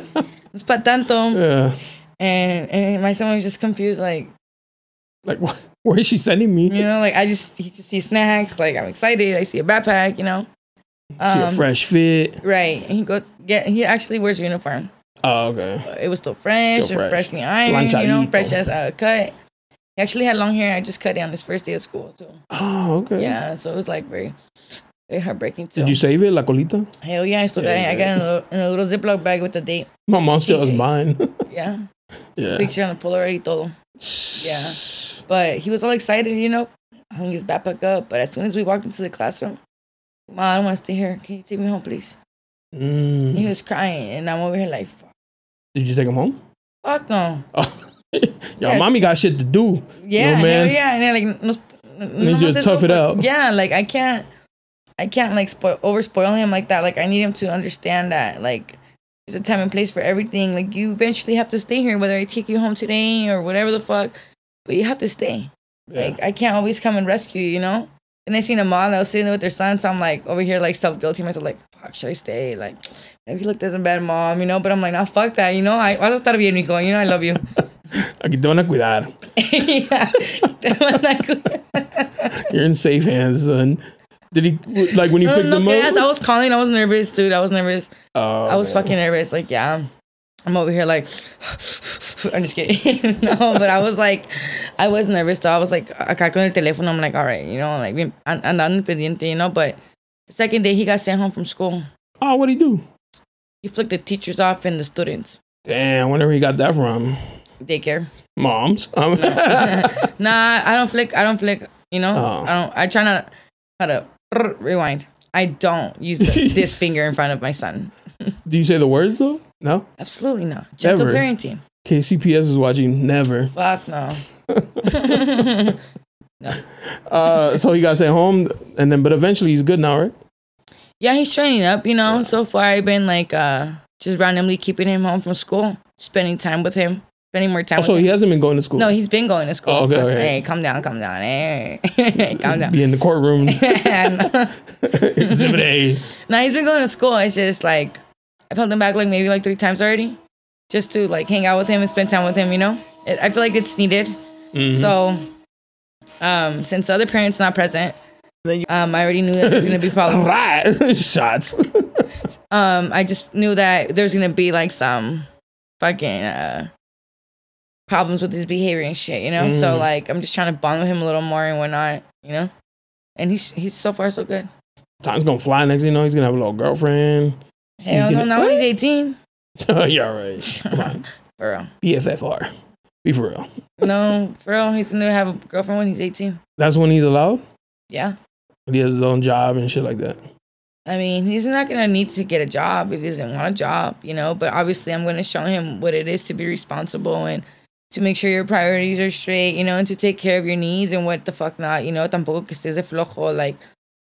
Speaker 2: it's pa tanto.
Speaker 1: Yeah.
Speaker 2: And and my son was just confused, like,
Speaker 1: Like, wh- where is she sending me?
Speaker 2: you know, like I just he just sees snacks, like I'm excited, I see a backpack, you know.
Speaker 1: See a
Speaker 2: um,
Speaker 1: fresh fit.
Speaker 2: Right. And he goes yeah, he actually wears uniform.
Speaker 1: Oh, okay.
Speaker 2: It was still fresh,
Speaker 1: Still
Speaker 2: and
Speaker 1: fresh.
Speaker 2: freshly ironed, you know,
Speaker 1: Planchadito.
Speaker 2: fresh as a cut. He actually had long hair. I just cut it on his first day of school, too.
Speaker 1: Oh, okay.
Speaker 2: Yeah, so it was like very, very heartbreaking too.
Speaker 1: Did you save it, La Colita?
Speaker 2: Hell yeah, I still got it. I got it in a, little, in a little Ziploc bag with the date.
Speaker 1: My mom still has
Speaker 2: CJ.
Speaker 1: mine.
Speaker 2: Yeah,
Speaker 1: yeah.
Speaker 2: picture on the Polaroid y todo. Yeah, but he was all excited, you know. Hung his backpack up, but as soon as we walked into the classroom, Mom, I don't want to stay here. Can you take me home, please? And
Speaker 1: Mm.
Speaker 2: He was crying, and I'm over here like, fuck,
Speaker 1: Did you take them home?
Speaker 2: fuck no.
Speaker 1: Oh. Y'all, mommy got shit to do.
Speaker 2: Yeah,
Speaker 1: No,
Speaker 2: hell
Speaker 1: man.
Speaker 2: yeah, and they're like, no,
Speaker 1: Needs you to tough it out.
Speaker 2: Yeah, like I can't, I can't like spoil over spoil him like that. Like I need him to understand that like there's a time and place for everything. Like you eventually have to stay here, whether I take you home today or whatever the fuck. But you have to stay.
Speaker 1: Yeah.
Speaker 2: Like I can't always come and rescue you, you know. And I seen a mom that was sitting there with their son, so I'm like over here like self guilty myself, like fuck, should I stay? Like maybe look doesn't bad mom, you know. But I'm like, nah, fuck that, you know. I I estar bien, Nico. You know, I love you.
Speaker 1: Aquí te van a cuidar.
Speaker 2: yeah. Te van a cuidar.
Speaker 1: You're in safe hands, son. Did he like when you
Speaker 2: No,
Speaker 1: picked
Speaker 2: Uh,
Speaker 1: them
Speaker 2: no, creas, I
Speaker 1: up?
Speaker 2: was calling. I was nervous, dude. I was nervous.
Speaker 1: Oh,
Speaker 2: I was
Speaker 1: man.
Speaker 2: fucking nervous. Like, yeah, I'm, I'm over here like, I'm just kidding. no, but I was like, I was nervous. So I was like, acá con el teléfono. I'm like, all right, you know, like, bien- an- andando pendiente, you know. But the second day he got sent home from school,
Speaker 1: Oh, what'd he do?
Speaker 2: he flicked the teachers off and the students.
Speaker 1: Damn, whenever he got that from
Speaker 2: Daycare.
Speaker 1: moms. Um,
Speaker 2: Nah, I don't flick. I don't flick. You know,
Speaker 1: Oh.
Speaker 2: I don't. I try not how to rewind. I don't use the, this finger in front of my son.
Speaker 1: do you say the words though? No.
Speaker 2: Absolutely not. Gentle
Speaker 1: Never.
Speaker 2: parenting.
Speaker 1: KCPS is watching. Never.
Speaker 2: Fuck no.
Speaker 1: Uh, so he got sent home, and then but eventually he's good now, right?
Speaker 2: Yeah, he's training up, you know. So far I've been like uh just randomly keeping him home from school, spending time with him, spending more time
Speaker 1: Oh, so
Speaker 2: with
Speaker 1: he
Speaker 2: him.
Speaker 1: hasn't been going to school.
Speaker 2: no, he's been going to school.
Speaker 1: Oh, okay, okay.
Speaker 2: Hey, calm down, calm down. Hey, calm down.
Speaker 1: be in the courtroom. Exhibit A.
Speaker 2: now he's been going to school. It's just like I've held him back like maybe like three times already, just to like hang out with him and spend time with him. You know, it, I feel like it's needed.
Speaker 1: Mm-hmm.
Speaker 2: So, um, since the other parents not present, um, I already knew that there's gonna be problems.
Speaker 1: Right. Shots.
Speaker 2: um i just knew that there's gonna be like some fucking uh problems with his behavior and shit you know so like i'm just trying to bond with him a little more and whatnot you know and he's he's so far so good
Speaker 1: Time's gonna fly. Next, thing you know, he's gonna have a little girlfriend.
Speaker 2: hell no
Speaker 1: Sneaking-
Speaker 2: now he's 18
Speaker 1: Oh, yeah, right. Come on.
Speaker 2: for real
Speaker 1: BFFR. Be for real.
Speaker 2: no for real he's gonna have a girlfriend when he's 18
Speaker 1: That's when he's allowed.
Speaker 2: yeah
Speaker 1: He has his own job and shit like that.
Speaker 2: i mean he's not gonna need to get a job if he doesn't want a job you know but obviously i'm gonna show him what it is to be responsible and to make sure your priorities are straight, you know, and to take care of your needs and what the fuck not, you know, tampoco que estés de flojo, like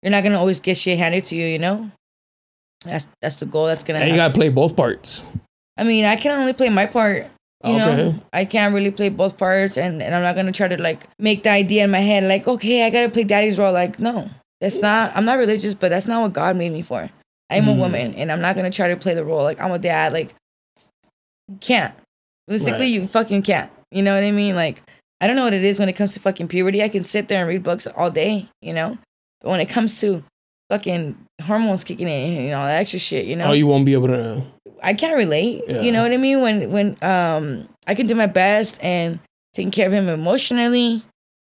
Speaker 2: you're not gonna always get shit handed to you, you know. That's that's the goal. That's gonna.
Speaker 1: And you
Speaker 2: happen.
Speaker 1: gotta play both parts.
Speaker 2: I mean, I can only play my part. You
Speaker 1: Okay.
Speaker 2: know, I can't really play both parts, and, and I'm not gonna try to like make the idea in my head like, okay, I gotta play daddy's role. Like, no, that's not. I'm not religious, but that's not what God made me for. I'm
Speaker 1: Mm-hmm.
Speaker 2: a woman, and I'm not gonna try to play the role like I'm a dad. Like, you can't. Realistically,
Speaker 1: Right.
Speaker 2: you fucking can't. You know what I mean? Like, I don't know what it is when it comes to fucking puberty. I can sit there and read books all day, you know, but when it comes to fucking hormones kicking in and all that extra shit, you know,
Speaker 1: Oh, you won't be able to.
Speaker 2: I can't relate.
Speaker 1: Yeah.
Speaker 2: You know what I mean? When when um I can do my best and taking care of him emotionally,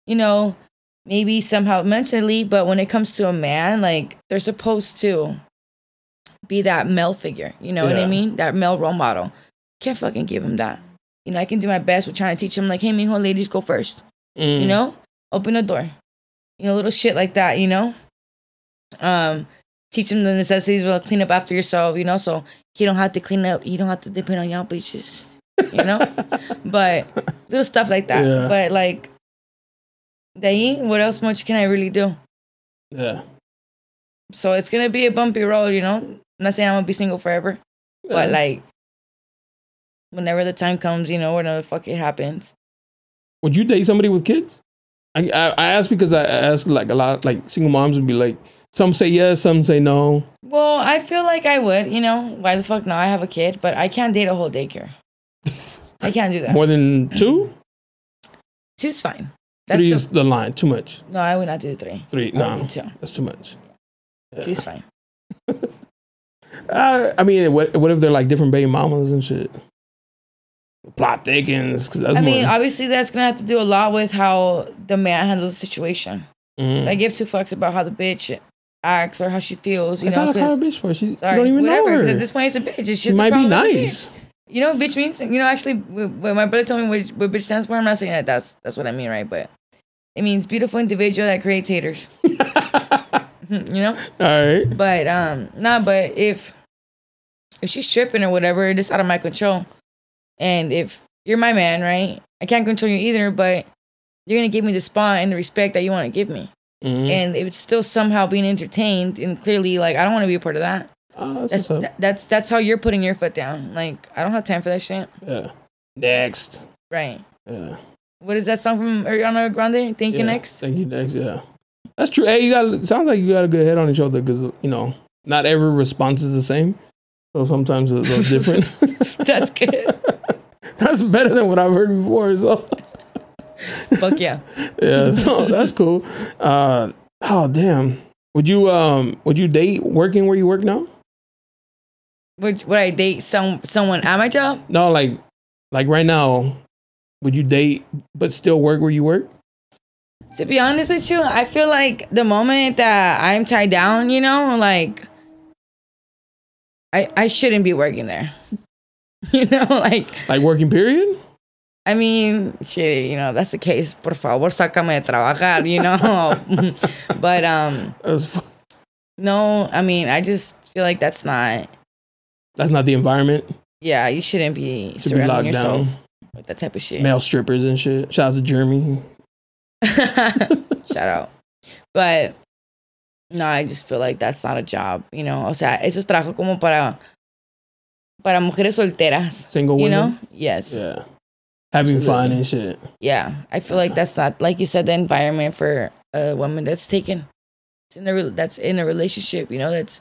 Speaker 2: you know, maybe somehow mentally, but when it comes to a man, like they're supposed to be that male figure, you know what I
Speaker 1: Yeah.
Speaker 2: mean? That male role model. Can't fucking give him that. You know, I can do my best with trying to teach him like, hey mijo, ladies go first
Speaker 1: Mm.
Speaker 2: you know open the door you know little shit like that you know um teach them the necessities well clean up after yourself you know so you don't have to clean up you don't have to depend on y'all bitches you know but little stuff like that
Speaker 1: Yeah.
Speaker 2: but like they what else much can i really do
Speaker 1: Yeah.
Speaker 2: so it's gonna be a bumpy road you know I'm not saying i'm gonna be single forever But like, whenever the time comes, you know, whenever the fuck it happens.
Speaker 1: Would you date somebody with kids? I I, I ask because I I ask like a lot like single moms would be like some say yes, some say no.
Speaker 2: Well, I feel like I would, you know, why the fuck not? I have a kid, but I can't date a whole daycare. I can't do that.
Speaker 1: More than two,
Speaker 2: Two's fine. That's
Speaker 1: three
Speaker 2: the- Oh,
Speaker 1: is the line. Too much.
Speaker 2: no, I would not do three.
Speaker 1: Three,
Speaker 2: I
Speaker 1: no,
Speaker 2: would do two.
Speaker 1: that's too much.
Speaker 2: Two's fine.
Speaker 1: Uh, I mean, what, what if they're like different baby mamas and shit? Plot thickens. 'cause that's
Speaker 2: I mean, uh,
Speaker 1: more,
Speaker 2: obviously, that's gonna have to do a lot with how the man handles the situation.
Speaker 1: Mm.
Speaker 2: I give two fucks about how the bitch acts or how she feels,
Speaker 1: I
Speaker 2: you know.
Speaker 1: gotta call
Speaker 2: 'cause-
Speaker 1: her bitch for it. She you
Speaker 2: sorry,
Speaker 1: don't even
Speaker 2: whatever.
Speaker 1: know
Speaker 2: 'cause
Speaker 1: her.
Speaker 2: At this point, it's a bitch. It's
Speaker 1: she
Speaker 2: just a
Speaker 1: might be
Speaker 2: problem with the bitch.
Speaker 1: nice.
Speaker 2: You know, what bitch means you know. Actually, wh- when my brother told me what, what bitch stands for, I'm not saying that. That's that's what I mean, right? But it means beautiful individual that creates haters. you know.
Speaker 1: All right.
Speaker 2: But um, nah. But if if she's tripping or whatever, it's out of my control. And if you're my man, right? I can't control you either, but you're gonna give me the spot and the respect that you want to give me.
Speaker 1: Mhm.
Speaker 2: And it's still somehow being entertained, and clearly, like I don't want to be a part of that.
Speaker 1: Ah, that's
Speaker 2: That's
Speaker 1: what's up.
Speaker 2: that- that's that's how you're putting your foot down. Like I don't have time for that shit.
Speaker 1: yeah. Next.
Speaker 2: Right.
Speaker 1: Yeah.
Speaker 2: What is that song from Ariana Grande? Thank
Speaker 1: Yeah.
Speaker 2: you next.
Speaker 1: Thank you next. Yeah. That's true. Hey, you got. Sounds like you got a good head on your shoulder because you know not every response is the same. So sometimes it's a little different.
Speaker 2: That's good.
Speaker 1: that's better than what I've heard before. So.
Speaker 2: Fuck yeah.
Speaker 1: yeah, so that's cool. Uh, oh damn. Would you um would you date working where you work now?
Speaker 2: Would, would I date some someone at my job?
Speaker 1: No, like like right now, would you date but still work where you work?
Speaker 2: To be honest with you, I feel like the moment that I'm tied down, you know, like I I shouldn't be working there. You know, like
Speaker 1: Like working period?
Speaker 2: I mean, shit, you know, that's the case. Por favor, sácame de trabajar, you know. but um
Speaker 1: That's f-
Speaker 2: no, I mean, I just feel like that's not
Speaker 1: that's not the environment
Speaker 2: yeah, you shouldn't be
Speaker 1: to be
Speaker 2: surrounding
Speaker 1: locked
Speaker 2: yourself
Speaker 1: down.
Speaker 2: with that type of shit.
Speaker 1: Male strippers and shit. Shout out to Jeremy.
Speaker 2: Shout out. But no, I just feel like that's not a job, you know. O sea, eso es trabajo como para para mujeres solteras,
Speaker 1: Single
Speaker 2: you
Speaker 1: women.
Speaker 2: know? Yes. Yeah.
Speaker 1: Yeah. Having fun
Speaker 2: Absolutely.
Speaker 1: and shit.
Speaker 2: I feel like that's not like you said the environment for a woman that's taken it's in a re- that's in a relationship, you know, that's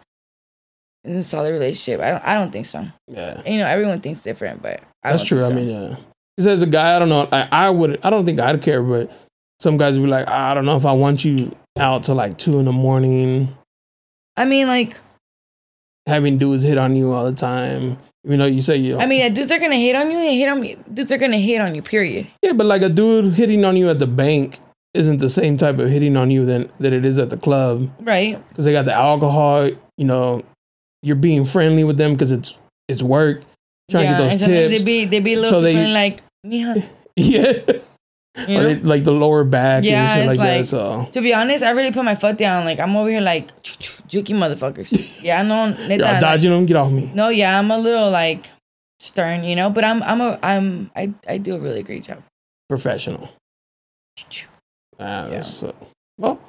Speaker 2: in a solid relationship. I don't I don't think so.
Speaker 1: Yeah.
Speaker 2: You know, everyone thinks different, but I
Speaker 1: That's true.
Speaker 2: don't think
Speaker 1: I
Speaker 2: so.
Speaker 1: mean, yeah. Because as a guy, I don't know. I, I would. I don't think I'd care, but some guys would be like, I don't know if I want you out till like two in the morning,
Speaker 2: I mean like
Speaker 1: having dudes hit on you all the time. You know, you say you.
Speaker 2: I mean if dudes are gonna hate on you, they hate on me dudes are gonna hate on you, period.
Speaker 1: yeah, but like a dude hitting on you at the bank isn't the same type of hitting on you than that it is at the club
Speaker 2: Right.
Speaker 1: because they got the alcohol. You know, you're being friendly with them because it's it's work. Trying to get
Speaker 2: and
Speaker 1: those
Speaker 2: sometimes
Speaker 1: tips.
Speaker 2: They be they be a
Speaker 1: So
Speaker 2: little
Speaker 1: they-
Speaker 2: different, like mija.
Speaker 1: yeah.
Speaker 2: You
Speaker 1: Or
Speaker 2: know?
Speaker 1: they- like the lower back
Speaker 2: Yeah,
Speaker 1: and shit
Speaker 2: it's
Speaker 1: like, that.
Speaker 2: like-
Speaker 1: So
Speaker 2: To be honest, I really put my foot down. Like I'm over here like juking motherfuckers. yeah, I know. neta,
Speaker 1: y'all
Speaker 2: like-
Speaker 1: dodging them, get off me.
Speaker 2: no, yeah, I'm a little like stern, you know. But I'm I'm a I'm I I do a really great job.
Speaker 1: professional. Ah, that's what's up. Well,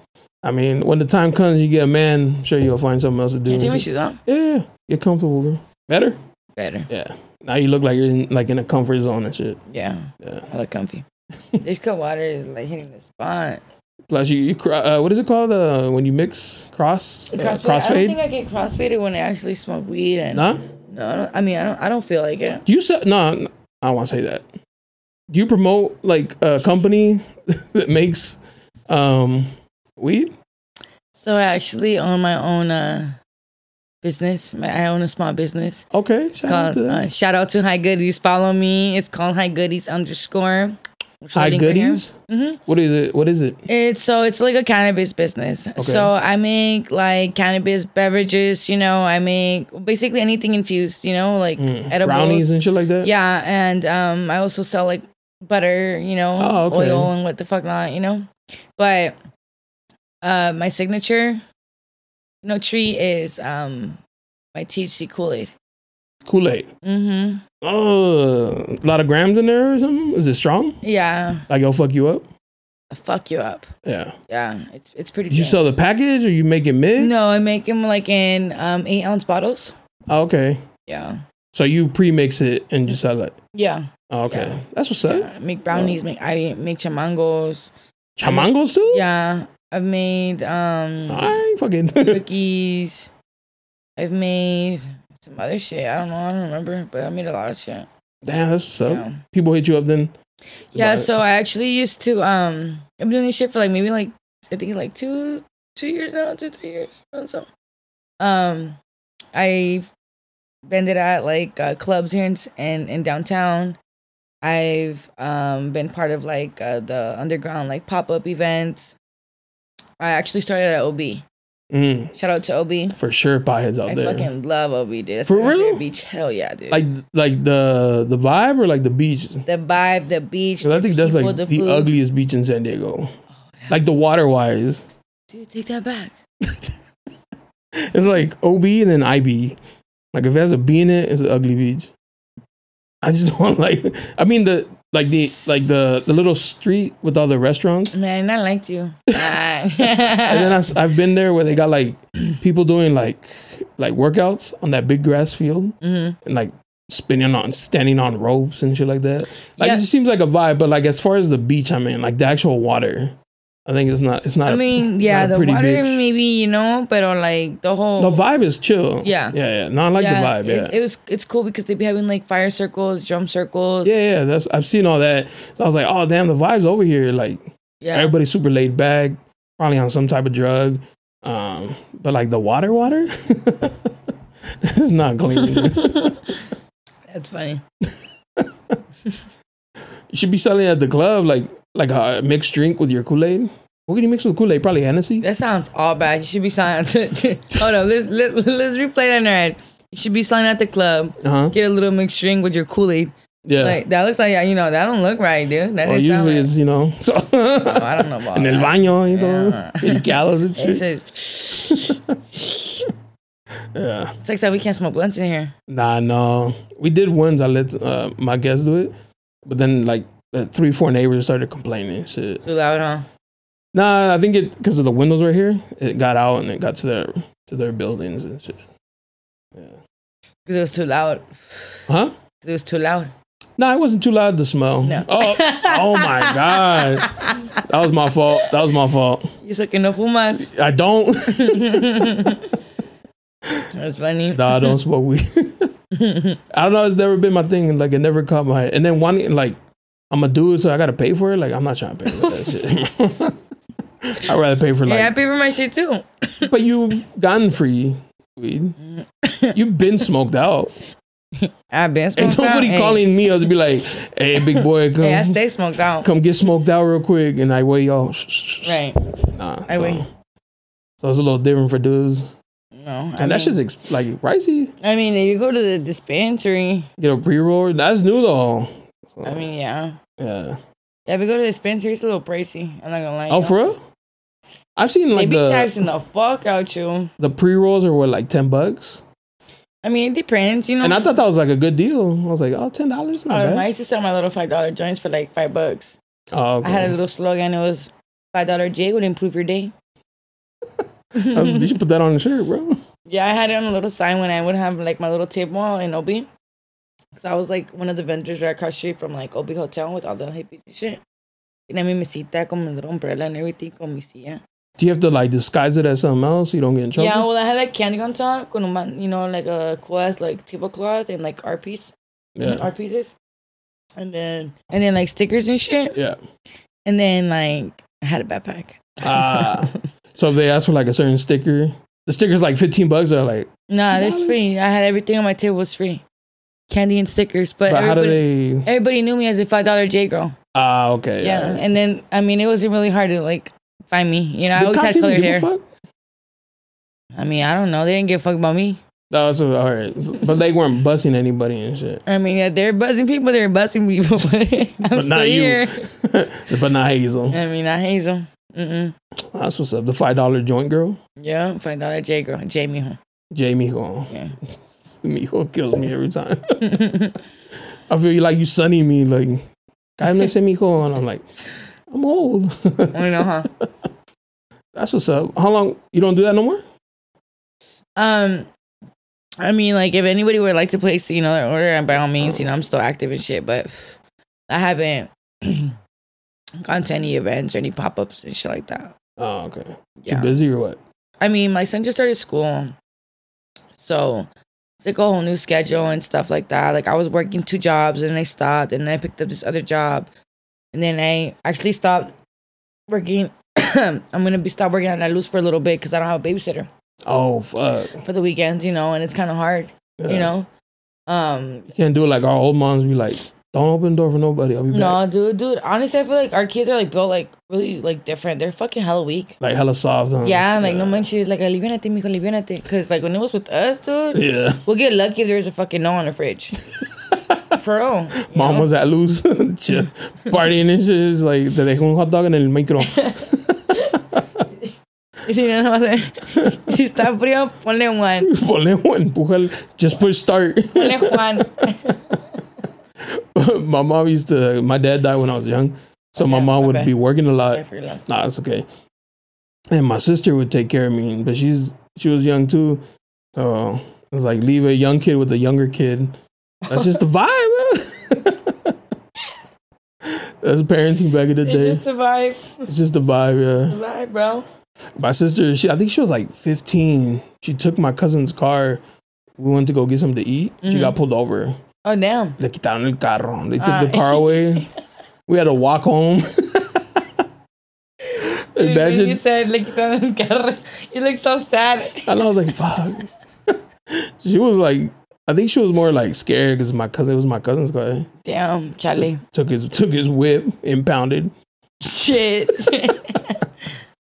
Speaker 1: I mean, when the time comes, you get a man. I'm sure you'll find something else to do.
Speaker 2: Can you take my shoes off?
Speaker 1: yeah, you're comfortable, girl. Better.
Speaker 2: Better.
Speaker 1: Yeah. Now you look like you're in, like in a comfort zone and shit.
Speaker 2: Yeah.
Speaker 1: Yeah.
Speaker 2: I look comfy. this cold water is like hitting the spot.
Speaker 1: Plus, you, you cro- uh, what is it called uh, when you mix cross uh,
Speaker 2: Crossfade. I don't think
Speaker 1: crossfade?
Speaker 2: I get crossfaded when I actually smoke weed. And
Speaker 1: Nah.
Speaker 2: no, I, don't, I mean I don't I don't feel like it.
Speaker 1: Do you sell? No, I don't want to say that. Do you promote like a company that makes um weed?
Speaker 2: So I actually own my own uh, business. My, I own a small business.
Speaker 1: Okay,
Speaker 2: It's
Speaker 1: shout out
Speaker 2: called
Speaker 1: to
Speaker 2: uh,
Speaker 1: that.
Speaker 2: shout out to High Goodies. Follow me. It's called High Goodies underscore. which is Mm-hmm. the
Speaker 1: High
Speaker 2: link right here.
Speaker 1: goodies. What is it? What is it?
Speaker 2: It's so it's like a cannabis business. So I make like cannabis beverages. You know, I make basically anything infused. You know, like edibles.
Speaker 1: Mm. brownies and shit like that.
Speaker 2: yeah, and um, I also sell like butter. You know,
Speaker 1: Oh, okay.
Speaker 2: oil and what the fuck not. You know, but uh, my signature, you know, tree is um my THC Kool Aid.
Speaker 1: Kool Aid.
Speaker 2: Mm-hmm.
Speaker 1: Oh, a lot of grams in there or something. Is it strong?
Speaker 2: Yeah,
Speaker 1: Like it'll fuck you up.
Speaker 2: I'll fuck you up.
Speaker 1: Yeah.
Speaker 2: Yeah, it's it's pretty.
Speaker 1: You
Speaker 2: good.
Speaker 1: sell the package or you make it mixed?
Speaker 2: No, I make them like in um eight ounce bottles.
Speaker 1: Oh, okay.
Speaker 2: Yeah.
Speaker 1: So you pre-mix it and just sell it.
Speaker 2: Yeah.
Speaker 1: Oh, okay, that's what's up.
Speaker 2: I make brownies, make I make chamangos.
Speaker 1: Chamangos too.
Speaker 2: Yeah. I've made
Speaker 1: All
Speaker 2: um
Speaker 1: right, fucking.
Speaker 2: cookies. I've made some other shit. I don't know, I don't remember, but I made a lot of shit.
Speaker 1: Damn, that's what's up.
Speaker 2: Yeah.
Speaker 1: People hit you up then.
Speaker 2: Yeah,
Speaker 1: About it.
Speaker 2: so I actually used to um I've been doing this shit for like maybe like I think like two two years now, two, three years or something. Um I've been it at like uh, clubs here in, s- in in downtown. I've um been part of like uh, the underground like pop up events. I actually started at OB.
Speaker 1: Mm,
Speaker 2: Shout out to OB.
Speaker 1: for sure, pieheads out
Speaker 2: I
Speaker 1: there.
Speaker 2: fucking love OB, dude. That's
Speaker 1: For
Speaker 2: my favorite
Speaker 1: real?
Speaker 2: Beach, hell yeah, dude.
Speaker 1: like like the the vibe or like the beach.
Speaker 2: the vibe, the beach.
Speaker 1: 'Cause I
Speaker 2: the
Speaker 1: think that's
Speaker 2: people,
Speaker 1: like the,
Speaker 2: food.
Speaker 1: ugliest beach in San Diego. Like the water wise,
Speaker 2: Dude, take that back.
Speaker 1: it's like OB and then IB. Like if it has a B in it, it's an ugly beach. I just don't like. I mean the like the like the the little street with all the restaurants.
Speaker 2: Man, I liked you.
Speaker 1: And then I, have been there where they got like people doing like like workouts on that big grass field
Speaker 2: Mhm.
Speaker 1: and like spinning on standing on ropes and shit like that. Like
Speaker 2: Yeah.
Speaker 1: it just seems like a vibe, but like as far as the beach, I mean, like the actual water, I think it's not. It's not.
Speaker 2: I
Speaker 1: a-
Speaker 2: mean,
Speaker 1: it's
Speaker 2: yeah,
Speaker 1: not a
Speaker 2: the
Speaker 1: pretty
Speaker 2: water
Speaker 1: beach.
Speaker 2: maybe you know, but on like the whole
Speaker 1: the vibe is chill.
Speaker 2: Yeah.
Speaker 1: yeah, yeah. No, I like the vibe.
Speaker 2: it-
Speaker 1: Yeah.
Speaker 2: It, was it's cool because they be having like fire circles, drum circles.
Speaker 1: yeah, yeah, that's I've seen all that. So I was like, oh damn, the vibes over here. Like
Speaker 2: yeah.
Speaker 1: everybody's super laid back, probably on some type of drug. Um, but like the water, water, it's not clean.
Speaker 2: That's funny.
Speaker 1: You should be selling at the club like like a mixed drink with your Kool Aid. What can you mix with Kool Aid? Probably Hennessy.
Speaker 2: That sounds all bad. You should be selling. At the, hold on, let's let, let's replay that in our head. You should be selling at the club.
Speaker 1: Uh huh.
Speaker 2: Get a little mixed drink with your Kool Aid.
Speaker 1: Yeah.
Speaker 2: Uh-huh. Like that looks like you know that don't look right, dude. That
Speaker 1: or
Speaker 2: doesn't sound
Speaker 1: usually
Speaker 2: right.
Speaker 1: it's you know so.
Speaker 2: Oh, I don't know about
Speaker 1: In el
Speaker 2: that.
Speaker 1: baño, you know,
Speaker 2: Yeah.
Speaker 1: pericados and
Speaker 2: It's
Speaker 1: shit.
Speaker 2: like,
Speaker 1: Yeah.
Speaker 2: it's like that we can't smoke blunts in here.
Speaker 1: Nah, no. We did ones. I let uh, my guests do it, but then like the three, four neighbors started complaining. and Shit.
Speaker 2: Too loud, huh?
Speaker 1: Nah, I think it because of the windows right here. It got out and it got to their to their buildings and shit.
Speaker 2: Because it was too loud.
Speaker 1: Huh?
Speaker 2: It was too loud.
Speaker 1: No, it wasn't too loud to smell.
Speaker 2: No.
Speaker 1: Oh, oh my god, that was my fault. That was my fault.
Speaker 2: You said que no fumas.
Speaker 1: I don't.
Speaker 2: That's funny.
Speaker 1: no, I don't smoke weed. I don't know. It's never been my thing. Like it never caught my. And then one like I'm a dude, so I gotta pay for it. Like I'm not trying to pay for that shit. I'd rather pay for like.
Speaker 2: yeah, I pay for my shit too.
Speaker 1: But you've gotten free weed. You've been smoked out,
Speaker 2: I've been smoked
Speaker 1: and nobody
Speaker 2: out. Hey,
Speaker 1: calling me up to be like, "Hey, big boy, come,
Speaker 2: Hey, I stay smoked out.
Speaker 1: come get smoked out real quick." And I wait, y'all.
Speaker 2: Right.
Speaker 1: Nah,
Speaker 2: I
Speaker 1: so.
Speaker 2: wait.
Speaker 1: So it's a little different for dudes,
Speaker 2: No. I
Speaker 1: and that
Speaker 2: mean-
Speaker 1: shit's ex- like pricey.
Speaker 2: I mean, if you go to the dispensary,
Speaker 1: Get a pre roll. That's new though. So,
Speaker 2: I mean, yeah.
Speaker 1: yeah.
Speaker 2: Yeah, if you go to the dispensary, it's a little pricey. I'm not gonna lie.
Speaker 1: Oh, for real? I've seen
Speaker 2: They
Speaker 1: like
Speaker 2: be
Speaker 1: the,
Speaker 2: taxing the fuck out you.
Speaker 1: the pre rolls are what like ten bucks,
Speaker 2: I mean, it depends, you know.
Speaker 1: and I thought that was like a good deal. I was like, oh, ten dollars,
Speaker 2: I,
Speaker 1: not
Speaker 2: don't know, I
Speaker 1: bad.
Speaker 2: used to sell my little five dollar joints for like five bucks.
Speaker 1: Oh,
Speaker 2: I had a
Speaker 1: okay.
Speaker 2: little slogan. It was five dollar J would improve your day.
Speaker 1: I was- you should put that on the shirt, bro.
Speaker 2: Yeah, I had it on a little sign when I would have like my little table in OB. Cause I was like one of the vendors right across the street from like OB Hotel with all the hippies and shit. Tenía mi mesita con mi little umbrella and everything con mi silla.
Speaker 1: Do you have to like disguise it as something else so you don't get in trouble?
Speaker 2: Yeah, well, I had like candy on top, con un, man- you know, like a cloth, like tablecloth and like art piece,
Speaker 1: yeah.
Speaker 2: art pieces. And then, and then like stickers and shit.
Speaker 1: yeah.
Speaker 2: And then like I had a backpack.
Speaker 1: Ah. so if they ask for like a certain sticker, the sticker's like fifteen bucks. They're like,
Speaker 2: Nah, this
Speaker 1: $10?
Speaker 2: free. I had everything on my table was free, candy and stickers. But,
Speaker 1: but how do
Speaker 2: everybody,
Speaker 1: they?
Speaker 2: everybody knew me as a five dollar J girl.
Speaker 1: Ah, okay.
Speaker 2: yeah. And then I mean, it was really hard to like find me. You know, I
Speaker 1: The
Speaker 2: always
Speaker 1: cops
Speaker 2: had
Speaker 1: even
Speaker 2: colored
Speaker 1: give a
Speaker 2: hair.
Speaker 1: fuck?
Speaker 2: I mean, I don't know. They didn't give a fuck about me.
Speaker 1: Oh, so all right, So- but they weren't busting anybody and shit.
Speaker 2: I mean, yeah, they're buzzing people. They're buzzing people. But I'm
Speaker 1: but
Speaker 2: still
Speaker 1: not
Speaker 2: here.
Speaker 1: you. but not Hazel.
Speaker 2: I mean, I hate them. Mm-mm.
Speaker 1: That's what's up. The five dollar joint girl,
Speaker 2: Yeah, five dollar J girl, Jamie. Huh?
Speaker 1: Jamie Ho.
Speaker 2: Yeah.
Speaker 1: Mijo kills me every time. I feel like you sunny me like. Cállame ese mijo, and I'm like, I'm old.
Speaker 2: I know, huh?
Speaker 1: That's what's up. How long you don't do that no more?
Speaker 2: Um, I mean, like if anybody would like to place, you know, their order, and by all means, you know, I'm still active and shit, but I haven't gone to any events or any pop ups and shit like that.
Speaker 1: Oh, okay.
Speaker 2: Yeah.
Speaker 1: Too busy or what?
Speaker 2: I mean, my son just started school. So it's like a whole new schedule and stuff like that. Like I was working two jobs and then I stopped and then I picked up this other job. And then I actually stopped working. I'm gonna be stop working on that loose for a little bit because I don't have a babysitter
Speaker 1: Oh fuck.
Speaker 2: for the weekends, you know, and it's kinda hard, you
Speaker 1: Yeah.
Speaker 2: know. Um
Speaker 1: You can't do it like our old moms be like, don't open the door for nobody. I'll be back.
Speaker 2: no, dude, dude. Honestly, I feel like our kids are like built like really like different. They're fucking hella weak.
Speaker 1: Like hella soft. Huh?
Speaker 2: Yeah, I'm like no manches, like alivianate, mijo, alivianate. Cause like when it was with us, dude,
Speaker 1: Yeah.
Speaker 2: We'll get lucky if there's a fucking no on the fridge. For real.
Speaker 1: Mom was at loose chill, partying and shit. It's like te dejo un hot dog en el micro.
Speaker 2: Si no, no sé. Si está frío, ponle Juan.
Speaker 1: Ponle one, empújale. Just push start.
Speaker 2: Ponle Juan.
Speaker 1: my mom used to. My dad died when I was young, so my
Speaker 2: Okay,
Speaker 1: mom would
Speaker 2: okay.
Speaker 1: be working a lot.
Speaker 2: I forgot.
Speaker 1: Nah, it's okay. And my sister would take care of me, but she's she was young too. So it's like leave a young kid with a younger kid. That's just the vibe. man. That's parenting back in the
Speaker 2: It's
Speaker 1: day.
Speaker 2: just a vibe.
Speaker 1: it's just the vibe, yeah.
Speaker 2: Vibe, bro.
Speaker 1: My sister, she I think she was like 15. She took my cousin's car. We went to go get something to eat. She got pulled over.
Speaker 2: Oh, damn.
Speaker 1: Le quitaron el carro. They took the car away. We had to walk home.
Speaker 2: Imagine.
Speaker 1: Imagine.
Speaker 2: You said, like, quitaron el carro. You look so sad.
Speaker 1: And I was like, fuck. she was like, I think she was more like scared because my cousin, it was my cousin's car.
Speaker 2: Damn, Charlie.
Speaker 1: Took his took his whip, impounded.
Speaker 2: Shit.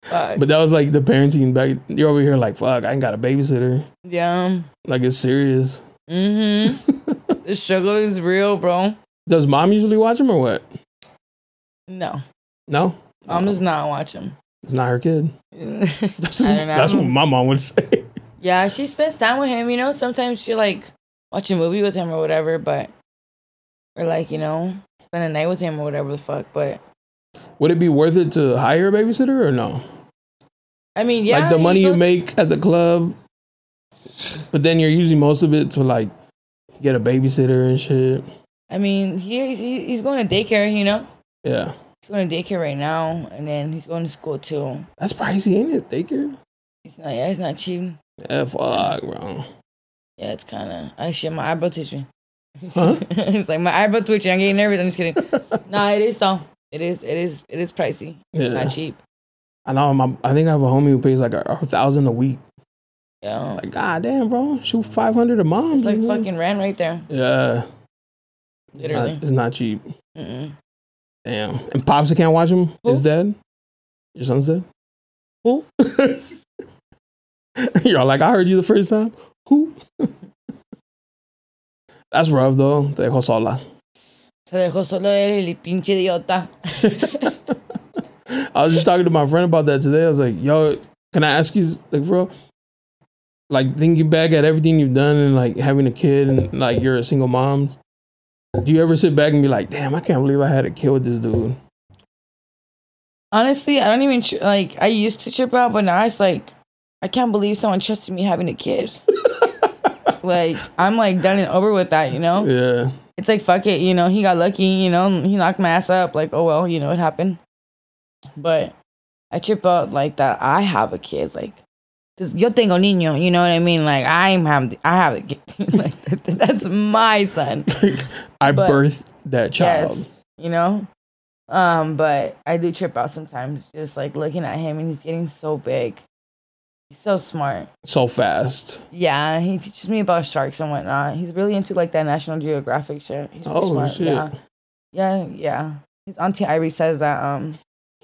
Speaker 2: Fuck.
Speaker 1: But that was like the parenting back. You're over here like, fuck, I ain't got a babysitter.
Speaker 2: Damn.
Speaker 1: Like it's serious.
Speaker 2: Mm-hmm. the struggle is real, bro.
Speaker 1: Does mom usually watch him or what?
Speaker 2: No.
Speaker 1: No,
Speaker 2: I'm just not watching.
Speaker 1: it's not her kid. That's,
Speaker 2: I don't know.
Speaker 1: that's what my mom would say.
Speaker 2: Yeah, she spends time with him. You know, sometimes she like watch a movie with him or whatever, but or like you know spend a night with him or whatever the fuck. But
Speaker 1: Would it be worth it to hire a babysitter or no?
Speaker 2: I mean, yeah,
Speaker 1: like the
Speaker 2: he
Speaker 1: money you
Speaker 2: goes-
Speaker 1: make at the club, but then you're using most of it to like get a babysitter and shit.
Speaker 2: I mean, he, he he's going to daycare. You know,
Speaker 1: Yeah.
Speaker 2: he's going to daycare right now, and then he's going to school too.
Speaker 1: That's pricey, ain't it? Daycare?
Speaker 2: It's not. Yeah, it's not cheap.
Speaker 1: Yeah, fuck, bro.
Speaker 2: Yeah, it's kind of. I shit. My eyebrow twitching.
Speaker 1: Huh?
Speaker 2: it's like my eyebrow twitching. I'm getting nervous. I'm just kidding. nah, it is though. It is. It is. It is pricey. It's
Speaker 1: Yeah.
Speaker 2: Not cheap.
Speaker 1: I know. My, I think I have a homie who pays like a, a thousand a week.
Speaker 2: Yeah.
Speaker 1: Like, god damn, bro. Shoot, five hundred a mom.
Speaker 2: it's like
Speaker 1: dude.
Speaker 2: fucking rent right there.
Speaker 1: Yeah. It's not,
Speaker 2: Literally.
Speaker 1: it's not cheap.
Speaker 2: Mm-mm.
Speaker 1: Damn. And pops, you can't watch him.
Speaker 2: Who?
Speaker 1: His dad. Your son's dead.
Speaker 2: Who?
Speaker 1: You're all like, I heard you the first time. Who? That's rough though. Te dejo sola.
Speaker 2: Se dejó solo él, el pinche idiota.
Speaker 1: I was just talking to my friend about that today. I was like, yo, can I ask you, like, bro, like thinking back at everything you've done and like having a kid and like you're a single mom, do you ever sit back and be like, damn, I can't believe I had a kid with this dude?
Speaker 2: Honestly, I don't even tr- like. I used to trip out, but now it's like, I can't believe someone trusted me having a kid. like I'm like done and over with that, you know.
Speaker 1: Yeah.
Speaker 2: It's like fuck it, you know. He got lucky, you know. and He knocked my ass up. Like oh well, you know it happened. But I trip out like that. I have a kid, like. Cause yo tengo niño, you know what I mean? Like I'm have I have a kid. like, that's my son.
Speaker 1: I
Speaker 2: But-
Speaker 1: birthed that child.
Speaker 2: Yes, you know. Um, but I do trip out sometimes, just like looking at him, and he's getting so big. He's so smart.
Speaker 1: so fast.
Speaker 2: Yeah, he teaches me about sharks and whatnot. He's really into like that National Geographic shit. He's really
Speaker 1: Oh,
Speaker 2: smart.
Speaker 1: shit.
Speaker 2: Yeah, yeah, yeah. His auntie Irie says that. Um,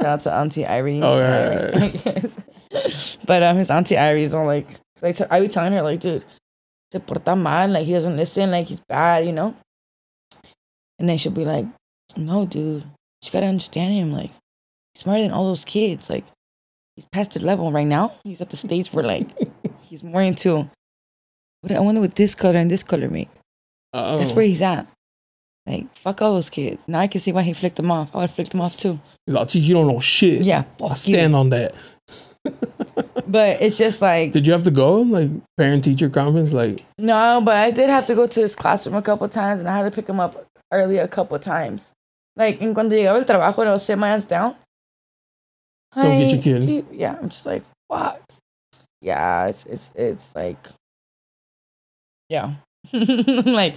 Speaker 2: shout out to auntie Irie.
Speaker 1: Oh, yeah, yeah,
Speaker 2: but um, his auntie Irie's all like, like I be telling her like, dude, se porta mal. Like he doesn't listen. Like he's bad, you know. And then she'll be like, no, dude, you gotta understand him. Like he's smarter than all those kids. Like he's past their level right now. He's at the stage where like he's more into. What I wonder what this color and this color make.
Speaker 1: Oh.
Speaker 2: That's where he's at. Like, fuck all those kids. Now I can see why he flicked them off. I would flick them off too.
Speaker 1: Oh, He's like, "Teach, you don't know shit.
Speaker 2: Yeah,
Speaker 1: I
Speaker 2: fuck you.
Speaker 1: stand on that.
Speaker 2: but it's just like
Speaker 1: Did you have to go like parent teacher conference? Like
Speaker 2: no. But I did have to go to his classroom a couple times, and I had to pick him up early a couple times. Like, en cuando llegaba el trabajo, and I would sit my ass down.
Speaker 1: Go get your
Speaker 2: Like,
Speaker 1: kid.
Speaker 2: you- Yeah, I'm just like fuck. Yeah, it's it's it's like yeah, like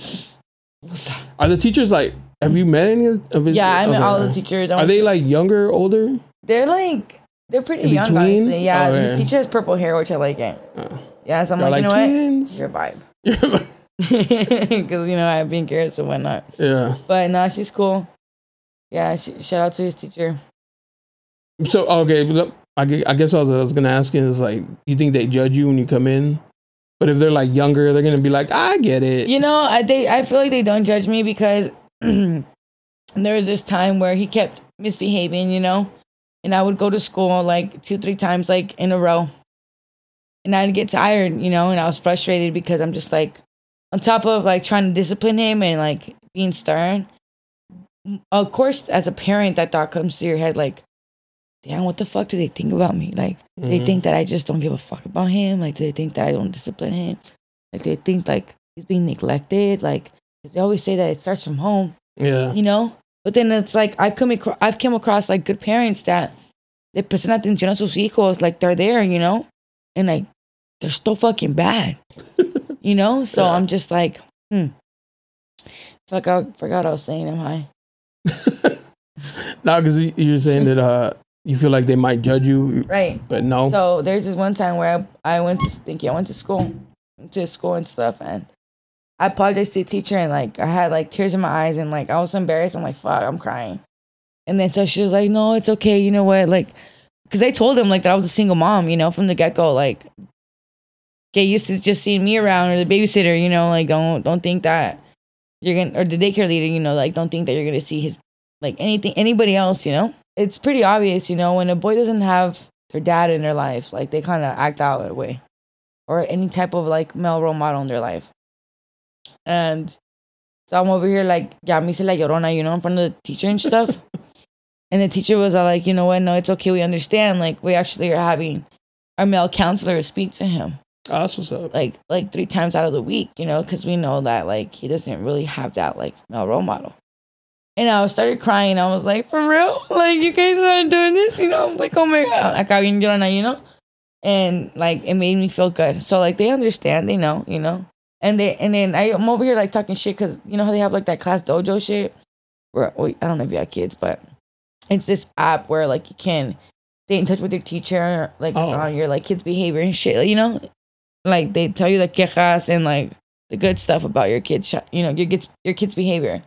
Speaker 2: what's up?
Speaker 1: are the teachers like? Have you met any of his?
Speaker 2: Yeah, I mean
Speaker 1: okay,
Speaker 2: all the
Speaker 1: alright.
Speaker 2: teachers.
Speaker 1: Are they like younger, older?
Speaker 2: They're like they're pretty
Speaker 1: In
Speaker 2: young,
Speaker 1: between?
Speaker 2: honestly. Yeah,
Speaker 1: Oh,
Speaker 2: this
Speaker 1: yeah.
Speaker 2: teacher has purple hair, which I like it. yeah, so I'm
Speaker 1: They're
Speaker 2: like,
Speaker 1: like,
Speaker 2: you know what?
Speaker 1: twins.
Speaker 2: You're a vibe.
Speaker 1: yeah.
Speaker 2: Because you know I've been curious and whatnot. But nah, she's cool. Yeah, she, shout out to his teacher.
Speaker 1: So okay, but look, I gue- I guess I was, I was gonna ask you is like, you think they judge you when you come in? But if they're like younger, they're gonna be like, I get it.
Speaker 2: You know, I they I feel like they don't judge me because there was this time where he kept misbehaving, you know, and I would go to school like two three times like in a row, and I'd get tired, you know, and I was frustrated because I'm just like, on top of like trying to discipline him and like being stern. Of course, as a parent, that thought comes to your head like, damn, what the fuck do they think about me? Like, do they think that I just don't give a fuck about him? Like, do they think that I don't discipline him? Like, do they think like he's being neglected? Like, 'cause they always say that it starts from home,
Speaker 1: Yeah.
Speaker 2: you know? But then it's like I've come across, I've come across like good parents that they present atención a sus hijos, like they're there, you know, and like they're still fucking bad, you know. So
Speaker 1: Yeah.
Speaker 2: I'm just like, hmm. Fuck, I forgot I was saying I'm high.
Speaker 1: Now, because you're saying that uh, you feel like they might judge you,
Speaker 2: Right.
Speaker 1: but no.
Speaker 2: So there's this one time where I, I went to thank you, I went to school, went to school and stuff, and I apologized to the teacher and like I had like tears in my eyes and like I was embarrassed. I'm like fuck, I'm crying, and then so she was like, no, it's okay. You know what? Like, because I told him like that I was a single mom, you know, from the get go. Like, get used to just seeing me around or the babysitter, you know. Like, don't don't think that you're gonna or the daycare leader, you know. Like, don't think that you're gonna see his like anything anybody else, you know. It's pretty obvious, you know, when a boy doesn't have their dad in their life. Like they kind of act out in a way, or any type of like male role model in their life. And so I'm over here like, yeah, me se la llorona, you know, in front of the teacher and stuff. and the teacher was all like, you know what? No, it's okay. We understand. Like we actually are having our male counselor speak to him
Speaker 1: Ah, that's what's up.
Speaker 2: like like three times out of the week, you know, because we know that like he doesn't really have that like male role model. And I started crying. I was like, for real? Like you guys are doing this, you know? I'm like, oh my god, acá bien llorona, you know? And like it made me feel good. So like they understand, they know, you know. And they and then I, I'm over here like talking shit because you know how they have like that class dojo shit. Where wait, I don't know if you have kids, but it's this app where like you can stay in touch with your teacher, like
Speaker 1: Oh.
Speaker 2: on your like kids' behavior and shit, you know like they tell you the quejas and like the good stuff about your kids, sh- you know, your kids, your kids' behavior.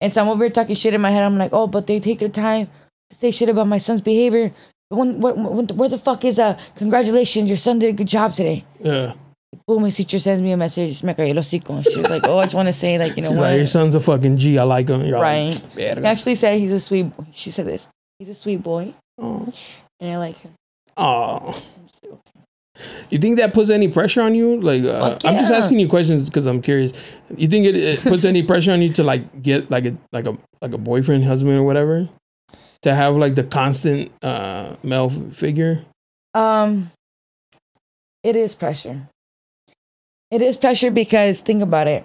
Speaker 2: And so I'm over here talking shit in my head. I'm like, oh, but they take their time to say shit about my son's behavior. But when, what, what, where the fuck is uh? Congratulations, your son did a good job today.
Speaker 1: Yeah.
Speaker 2: Boom, my teacher sends me a message. Me cayó el hocico. And she's like, oh, I just want to say like, you know
Speaker 1: She's
Speaker 2: what?
Speaker 1: like, your son's a fucking G. I like him. You're
Speaker 2: right.
Speaker 1: Like, "Vergas."
Speaker 2: She actually said he's a sweet. Boy. She said this. He's a sweet boy,
Speaker 1: Oh.
Speaker 2: and I like him.
Speaker 1: Oh.
Speaker 2: So I'm just like, okay.
Speaker 1: You think that puts any pressure on you? Like, uh,
Speaker 2: Fuck
Speaker 1: I'm just
Speaker 2: yeah.
Speaker 1: asking you questions because I'm curious. You think it, it puts any pressure on you to like get like a like a like a boyfriend, husband, or whatever? To have like the constant uh, male f- figure.
Speaker 2: Um, it is pressure. It is pressure because think about it.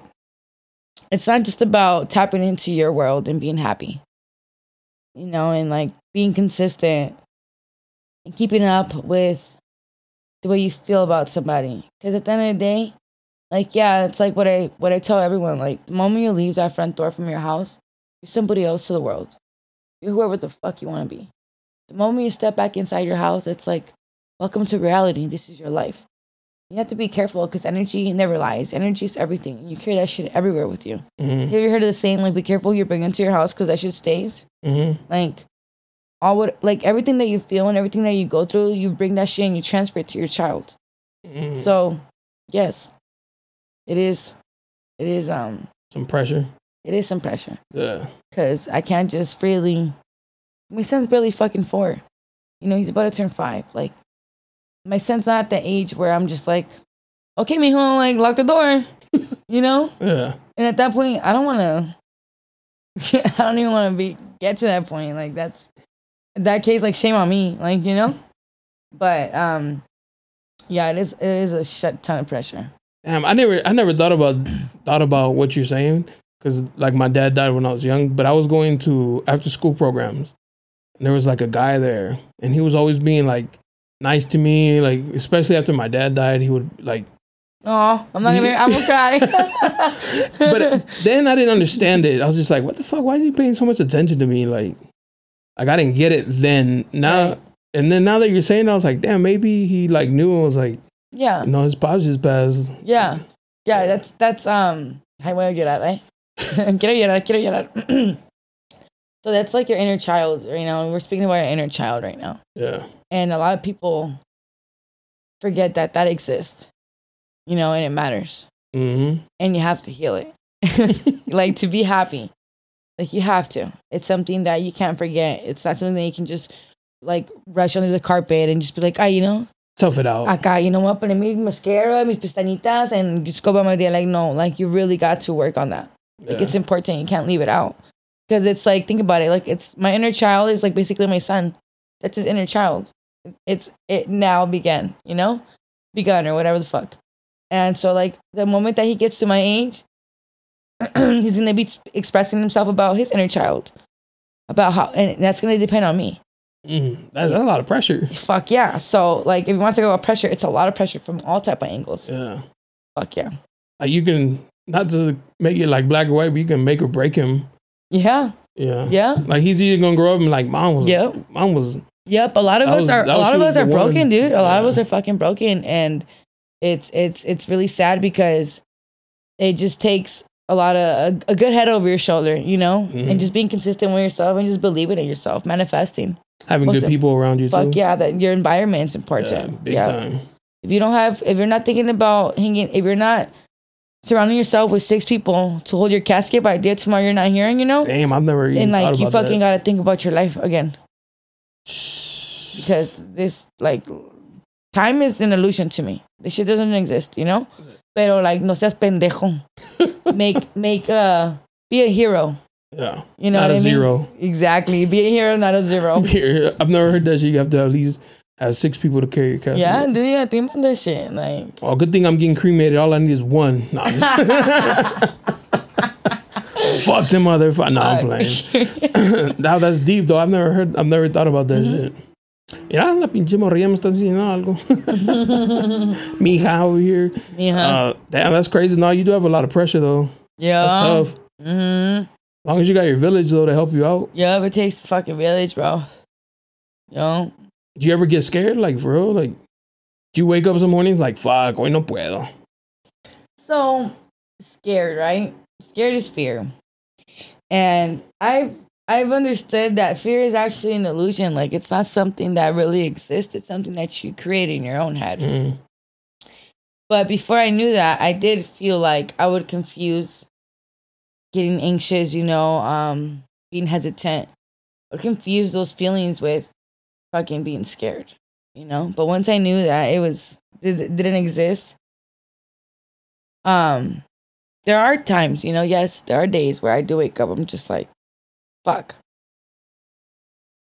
Speaker 2: It's not just about tapping into your world and being happy, you know, and like being consistent and keeping up with the way you feel about somebody. Because at the end of the day, like yeah, it's like what I what I tell everyone. Like the moment you leave that front door from your house, you're somebody else to the world. You're whoever the fuck you want to be. The moment you step back inside your house, it's like welcome to reality. This is your life. You have to be careful because energy never lies. Energy is everything. and You carry that shit everywhere with you.
Speaker 1: Mhm.
Speaker 2: Have you heard of the saying like, "Be careful you bring into your house because that shit stays."
Speaker 1: Mhm.
Speaker 2: Like, all what like everything that you feel and everything that you go through, you bring that shit and you transfer it to your child.
Speaker 1: Mhm.
Speaker 2: So, yes, it is. It is. Um,
Speaker 1: Some pressure.
Speaker 2: it is some pressure
Speaker 1: Yeah.
Speaker 2: because I can't just freely. My son's barely fucking four. You know, he's about to turn five. Like, my son's not at the age where I'm just like, okay, mijo, like, lock the door. you know?
Speaker 1: Yeah.
Speaker 2: And at that point, I don't want to. I don't even want to be get to that point. Like, that's. in That case, like, shame on me. Like, you know? But, um, Yeah, it is. It is a shit ton of pressure.
Speaker 1: Damn, I never, I never thought about thought about what you're saying because like my dad died when I was young, but I was going to after school programs, and there was like a guy there, and he was always being like nice to me, like especially after my dad died, he would like.
Speaker 2: Oh, I'm not gonna. I'm gonna cry.
Speaker 1: But then I didn't understand it. I was just like, what the fuck? Why is he paying so much attention to me? Like, like I didn't get it then. Now
Speaker 2: Right.
Speaker 1: and then now that you're saying, it, I was like, damn, maybe he like knew and was like,
Speaker 2: yeah,
Speaker 1: no, his pops just passed.
Speaker 2: yeah, yeah. That's that's um. I voy a llorar, eh? quiero llorar, quiero llorar. so that's like your inner child, you know. We're speaking about our inner child right now.
Speaker 1: Yeah,
Speaker 2: and a lot of people forget that that exists you know and it matters
Speaker 1: hmm
Speaker 2: and you have to heal it like to be happy like you have to it's something that you can't forget it's not something that you can just like rush under the carpet and just be like ah you know
Speaker 1: tough it out.
Speaker 2: I got you know what poner mi mascara mis pestañitas and just go by my day like no like you really got to work on that like
Speaker 1: Yeah.
Speaker 2: it's important. You can't leave it out because it's like think about it. Like it's my inner child is like basically my son. That's his inner child. It's it now began. You know, begun or whatever the fuck. And so like the moment that he gets to my age, he's gonna be expressing himself about his inner child, about how, and that's gonna depend on me.
Speaker 1: Mm, that, that's a lot of pressure.
Speaker 2: Fuck yeah. So like if you want to go about pressure, it's a lot of pressure from all type of angles.
Speaker 1: Yeah,
Speaker 2: Fuck yeah.
Speaker 1: like you can not to make it like black or white, but you can make or break him.
Speaker 2: Yeah.
Speaker 1: Yeah,
Speaker 2: Yeah.
Speaker 1: Like he's either gonna grow up and like mom was,
Speaker 2: Yep.
Speaker 1: mom was,
Speaker 2: Yep, a lot of
Speaker 1: That
Speaker 2: us
Speaker 1: was-
Speaker 2: are a
Speaker 1: that
Speaker 2: lot
Speaker 1: she
Speaker 2: of
Speaker 1: was
Speaker 2: us are
Speaker 1: the one.
Speaker 2: broken, dude. A lot of
Speaker 1: Yeah.
Speaker 2: us are fucking broken and it's it's it's really sad because it just takes a lot of a, a good head over your shoulder, you know?
Speaker 1: Mhm.
Speaker 2: And just being consistent with yourself and just believing in yourself, manifesting.
Speaker 1: having
Speaker 2: What's
Speaker 1: good
Speaker 2: the-
Speaker 1: people around you
Speaker 2: Fuck
Speaker 1: too.
Speaker 2: yeah, that your environment's
Speaker 1: yeah,
Speaker 2: important. Yeah,
Speaker 1: big time.
Speaker 2: If you don't have if you're not thinking about hanging if you're not surrounding yourself with six people to hold your casket by dear tomorrow you're not hearing, you know?
Speaker 1: Damn, I've never even
Speaker 2: And
Speaker 1: thought
Speaker 2: like you
Speaker 1: about
Speaker 2: fucking
Speaker 1: that.
Speaker 2: gotta think about your life again. because this like time is an illusion to me. This shit doesn't exist, you know. Pero like no seas pendejo. make make uh be a hero.
Speaker 1: yeah,
Speaker 2: You know
Speaker 1: Not
Speaker 2: what
Speaker 1: a
Speaker 2: I mean?
Speaker 1: zero.
Speaker 2: Exactly. Be a hero, not a zero.
Speaker 1: Here, I've never heard that shit. You have to at least have six people to carry your casket.
Speaker 2: yeah, dude. Yeah, think about that shit. Like
Speaker 1: Oh, good thing I'm getting cremated. All I need is one. Nah, I'm just- Fuck them motherfucker. Nah, I'm playing. now that's deep though. I've never heard. I've never thought about that
Speaker 2: Mm-hmm.
Speaker 1: shit. Mira, la pinche morrilla me está enseñando algo. Mija over here.
Speaker 2: Mija.
Speaker 1: Uh, damn, that's crazy. No, you do have a lot of pressure though.
Speaker 2: yeah,
Speaker 1: That's tough.
Speaker 2: Mm-hmm.
Speaker 1: As long as you got your village though to help you out.
Speaker 2: Yeah, it takes a fucking village, bro. You know?
Speaker 1: Do you ever get scared? Like for real? Like, do you wake up some mornings like fuck? Hoy no puedo.
Speaker 2: so scared, right? Scared is fear. And I've I've understood that fear is actually an illusion. Like it's not something that really exists. It's something that you create in your own head.
Speaker 1: Mm.
Speaker 2: But before I knew that, I did feel like I would confuse getting anxious, you know, um, being hesitant, or confuse those feelings with fucking being scared, you know. But once I knew that it was it didn't exist, um, there are times, you know, yes, there are days where I do wake up, I'm just like, fuck,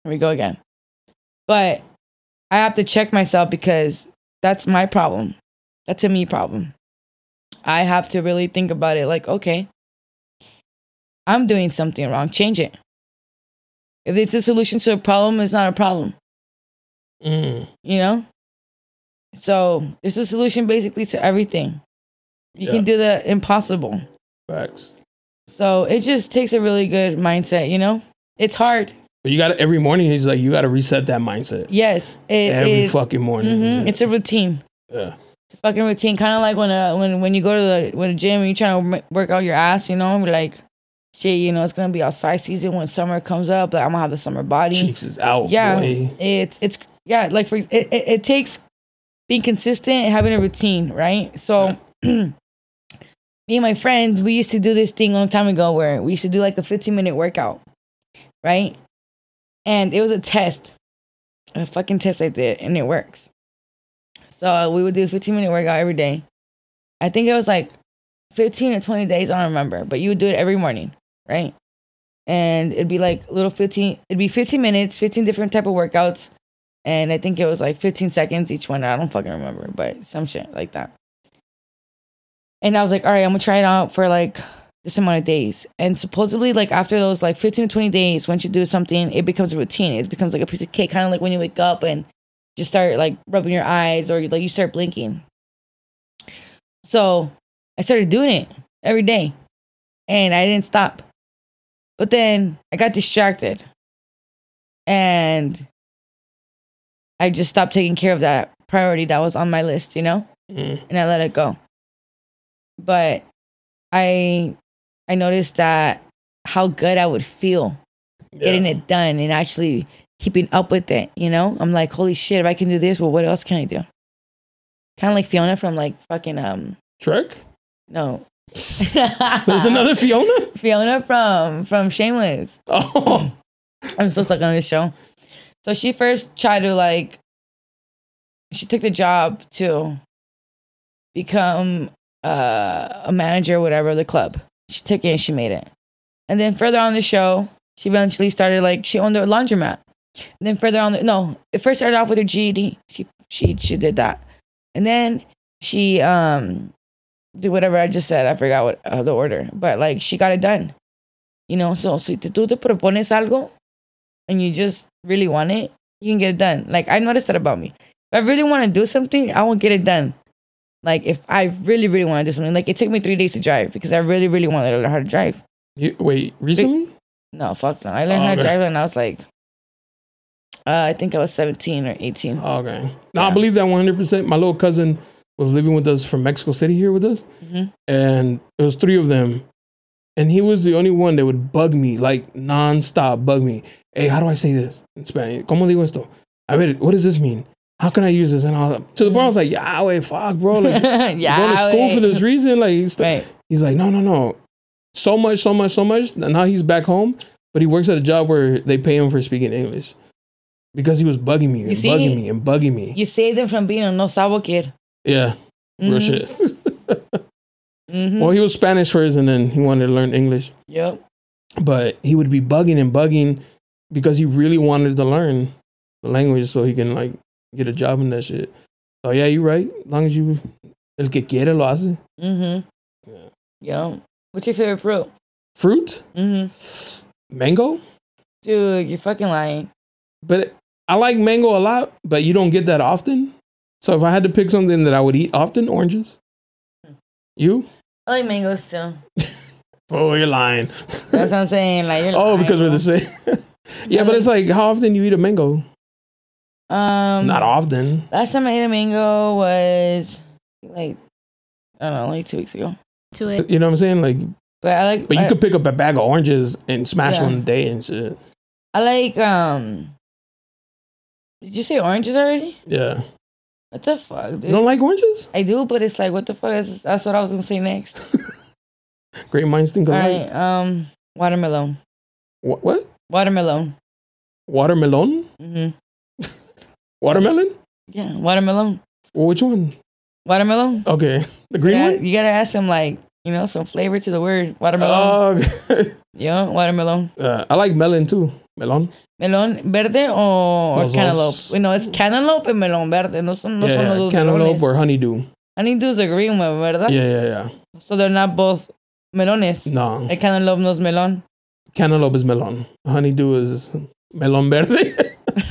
Speaker 2: here we go again. But I have to check myself because that's my problem that's a me problem. I have to really think about it like, okay, I'm doing something wrong, change it. If it's a solution to a problem, it's not a problem,
Speaker 1: Mm.
Speaker 2: you know? So there's a solution basically to everything. You
Speaker 1: Yeah.
Speaker 2: can do the impossible.
Speaker 1: Facts.
Speaker 2: So it just takes a really good mindset, you know? It's hard.
Speaker 1: But you got to every morning. He's like, you got to reset that mindset.
Speaker 2: Yes. It,
Speaker 1: every
Speaker 2: it-
Speaker 1: fucking morning.
Speaker 2: mhm, it's a routine.
Speaker 1: yeah.
Speaker 2: It's a fucking routine, kind of like when uh when when you go to the when the gym and you're trying to work out your ass, you know, and be like, shit, you know, it's gonna be outside season when summer comes up. Like I'm gonna have the summer body.
Speaker 1: cheeks is out.
Speaker 2: yeah,
Speaker 1: boy.
Speaker 2: it's it's yeah, like for ex- it, it, it takes being consistent and having a routine, right? So. Me and my friends, we used to do this thing a long time ago where we used to do like a 15 minute workout, right? And it was a test, a fucking test I did, and it works. So we would do a 15 minute workout every day. I think it was like 15 or 20 days, I don't remember, but you would do it every morning, right? And it'd be like little 15, it'd be 15 minutes, 15 different type of workouts. and I think it was like 15 seconds each one. I don't fucking remember, but some shit like that. And I was like, all right, I'm gonna try it out for like this amount of days. And supposedly, like after those like 15 to 20 days, once you do something, it becomes a routine. It becomes like a piece of cake, kind of like when you wake up and just start like rubbing your eyes or like you start blinking. So I started doing it every day and I didn't stop. But then I got distracted and I just stopped taking care of that priority that was on my list, you know?
Speaker 1: Mm.
Speaker 2: and I let it go. But I I noticed that how good I would feel getting it done and actually keeping up with it, you know? I'm like, holy shit, if I can do this, well what else can I do? Kind of like Fiona from like fucking um
Speaker 1: Trek?
Speaker 2: no.
Speaker 1: There's another Fiona?
Speaker 2: Fiona from from Shameless.
Speaker 1: Oh.
Speaker 2: I'm still stuck on this show. So she first tried to like, she took the job to become uh, a manager, or whatever, of the club. She took it and she made it. And then further on the show, she eventually started like she owned a laundromat. And then further on, the, no, it first started off with her GED. She she she did that, and then she um did whatever I just said. I forgot what uh, the order, but like she got it done. You know, so si te- tú te propones algo, and you just really want it, you can get it done. Like I noticed that about me. If I really want to do something, I will get it done. Like if I really, really want to do something, like it took me three days to drive because I really, really wanted to learn how to drive.
Speaker 1: You, wait, recently?
Speaker 2: No, fuck no. I learned how to
Speaker 1: Oh, Okay.
Speaker 2: drive when I was like, uh, I think I was seventeen or eighteen.
Speaker 1: Oh, Okay. No, I believe that 100%. My little cousin was living with us from Mexico City here with us.
Speaker 2: Mhm.
Speaker 1: And it was three of them. And he was the only one that would bug me, like nonstop bug me. Hey, how do I say this in Spanish? ¿Cómo digo esto? I read it. What does this mean? How can I use this? And all that. To the point, I was like, yeah, wait, fuck, bro. Like,
Speaker 2: yeah,
Speaker 1: going to school
Speaker 2: wait.
Speaker 1: for this reason. Like, he's,
Speaker 2: Right.
Speaker 1: he's like, no, no, no. So much, so much, so much. Now he's back home, but he works at a job where they pay him for speaking English because he was bugging me and
Speaker 2: see?
Speaker 1: bugging me and bugging me.
Speaker 2: You saved them from being a no sabo kid.
Speaker 1: Yeah, real
Speaker 2: Mhm,
Speaker 1: shit.
Speaker 2: mhm.
Speaker 1: well, he was Spanish first, and then he wanted to learn English.
Speaker 2: Yep.
Speaker 1: But he would be bugging and bugging because he really wanted to learn the language so he can like get a job in that shit. So yeah, you're right. As long as you el que quiere lo hace.
Speaker 2: Mhm. Yep. What's your favorite fruit?
Speaker 1: Fruit,
Speaker 2: Mhm.
Speaker 1: mango,
Speaker 2: Dude, you're fucking lying.
Speaker 1: but I like mango a lot, but you don't get that often. So if I had to pick something that I would eat often, oranges. Hmm. You?
Speaker 2: I like mangoes too.
Speaker 1: Oh, you're lying.
Speaker 2: That's what I'm saying. Like, you're
Speaker 1: oh,
Speaker 2: lying,
Speaker 1: because we're
Speaker 2: bro.
Speaker 1: the same. yeah, but it's like how often you eat a mango?
Speaker 2: um.
Speaker 1: Not often.
Speaker 2: Last time I ate a mango was like I don't know, like two weeks ago.
Speaker 5: to it.
Speaker 1: You know what I'm saying? Like,
Speaker 2: But I like.
Speaker 1: but you
Speaker 2: I,
Speaker 1: could pick up a bag of oranges and smash
Speaker 2: Yeah.
Speaker 1: one a day and shit.
Speaker 2: I like. Um. Did you say oranges already?
Speaker 1: Yeah.
Speaker 2: What the fuck, dude?
Speaker 1: You don't like oranges?
Speaker 2: I do, but it's like, what the fuck? Is, that's what I was gonna say next.
Speaker 1: Great minds think
Speaker 2: All
Speaker 1: alike.
Speaker 2: right. Um. Watermelon.
Speaker 1: Wha- what?
Speaker 2: Watermelon.
Speaker 1: Watermelon?
Speaker 2: hmm
Speaker 1: Watermelon?
Speaker 2: Yeah. Watermelon.
Speaker 1: Well, which one?
Speaker 2: Watermelon.
Speaker 1: Okay, the green
Speaker 2: yeah,
Speaker 1: one.
Speaker 2: You gotta add some like you know some flavor to the word watermelon.
Speaker 1: Oh, okay.
Speaker 2: yeah, watermelon.
Speaker 1: Uh, I like melon too. Melon.
Speaker 2: Melón verde o, or
Speaker 1: Los dos.
Speaker 2: cantaloupe? No, it's cantaloupe and melón verde. No son, no son los
Speaker 1: yeah,
Speaker 2: dos
Speaker 1: cantaloupe
Speaker 2: melones.
Speaker 1: or honeydew.
Speaker 2: Honeydew is a green one, ¿verdad?
Speaker 1: Yeah, yeah, yeah.
Speaker 2: So they're not both melones.
Speaker 1: No,
Speaker 2: El cantaloupe no es melón.
Speaker 1: cantaloupe is melon. Honeydew is melon verde.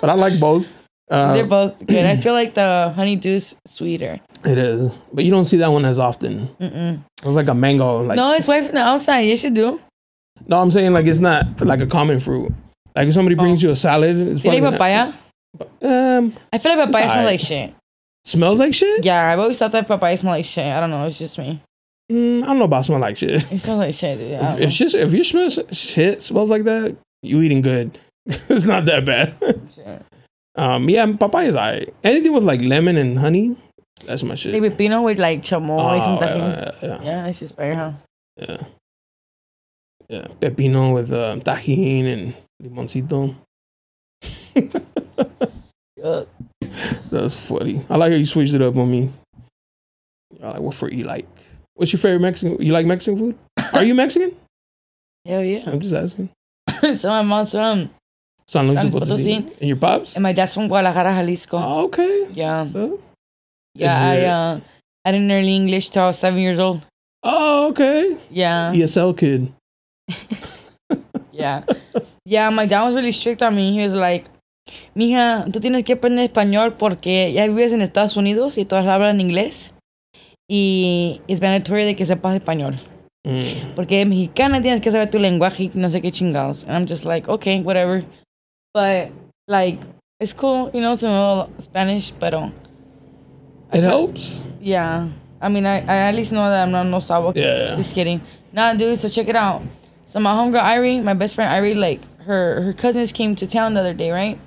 Speaker 1: but I like both.
Speaker 2: They're
Speaker 1: Uh,
Speaker 2: both good. I feel like the honeydew's sweeter.
Speaker 1: it is, but you don't see that one as often.
Speaker 2: Mm-mm.
Speaker 1: It's like a mango. Like
Speaker 2: no, it's white from the outside. Yes, you do.
Speaker 1: No, I'm saying like it's not like a common fruit. Like if somebody
Speaker 2: Oh.
Speaker 1: brings you a salad, it's
Speaker 2: Do you
Speaker 1: probably
Speaker 2: like
Speaker 1: not-
Speaker 2: papaya?
Speaker 1: Um,
Speaker 2: I feel like papaya smells
Speaker 1: alright.
Speaker 2: like shit.
Speaker 1: smells like shit.
Speaker 2: Yeah, I've always thought that papaya smelled like shit. I don't know. It's just me.
Speaker 1: Mm, I don't know about smell like shit.
Speaker 2: It smells like shit, dude. I don't
Speaker 1: If, if shit, if your smell shit smells like that, you eating good. it's not that bad.
Speaker 2: know. Shit.
Speaker 1: um, yeah, papaya's alright. Anything with like lemon and honey, that's my shit.
Speaker 2: Like pepino with like chamoy
Speaker 1: Oh,
Speaker 2: or something.
Speaker 1: yeah, yeah, yeah,
Speaker 2: Yeah, it's just better, huh?
Speaker 1: yeah, yeah. Pepino with um, tajin and limoncito.
Speaker 2: Ugh.
Speaker 1: That's funny. I like how you switched it up on me. Y'all like, what for you like? What's your favorite Mexican? You like Mexican food? Are you Mexican?
Speaker 2: Hell yeah.
Speaker 1: I'm just asking.
Speaker 2: so my mom's from
Speaker 1: San Luis
Speaker 2: San Luis
Speaker 1: Potosí.
Speaker 2: Potosí.
Speaker 1: And your pops?
Speaker 2: And my dad's from Guadalajara, Jalisco.
Speaker 1: Oh, okay.
Speaker 2: yeah.
Speaker 1: So,
Speaker 2: yeah, I,
Speaker 1: there-
Speaker 2: uh, I didn't learn English till I was seven years old.
Speaker 1: oh, okay.
Speaker 2: Yeah.
Speaker 1: ESL kid.
Speaker 2: Yeah. Yeah, my dad was really strict on me. He was like, mija, tú tienes que aprender español porque ya vives en Estados Unidos y todas hablan inglés. Y es mandatory de que sepas español.
Speaker 1: Mm.
Speaker 2: Porque eres mexicana tienes que saber tu lenguaje y no sé qué chingados. And I'm just like, okay, whatever. But, like, it's cool, you know, to know Spanish, pero,
Speaker 1: It helps.
Speaker 2: yeah. I mean, I, I at least know that I'm not no sabo.
Speaker 1: Yeah.
Speaker 2: Just kidding. Nah, dude, so check it out. So my homegirl Irie, my best friend Irie, like, her, her cousins came to town the other day, right?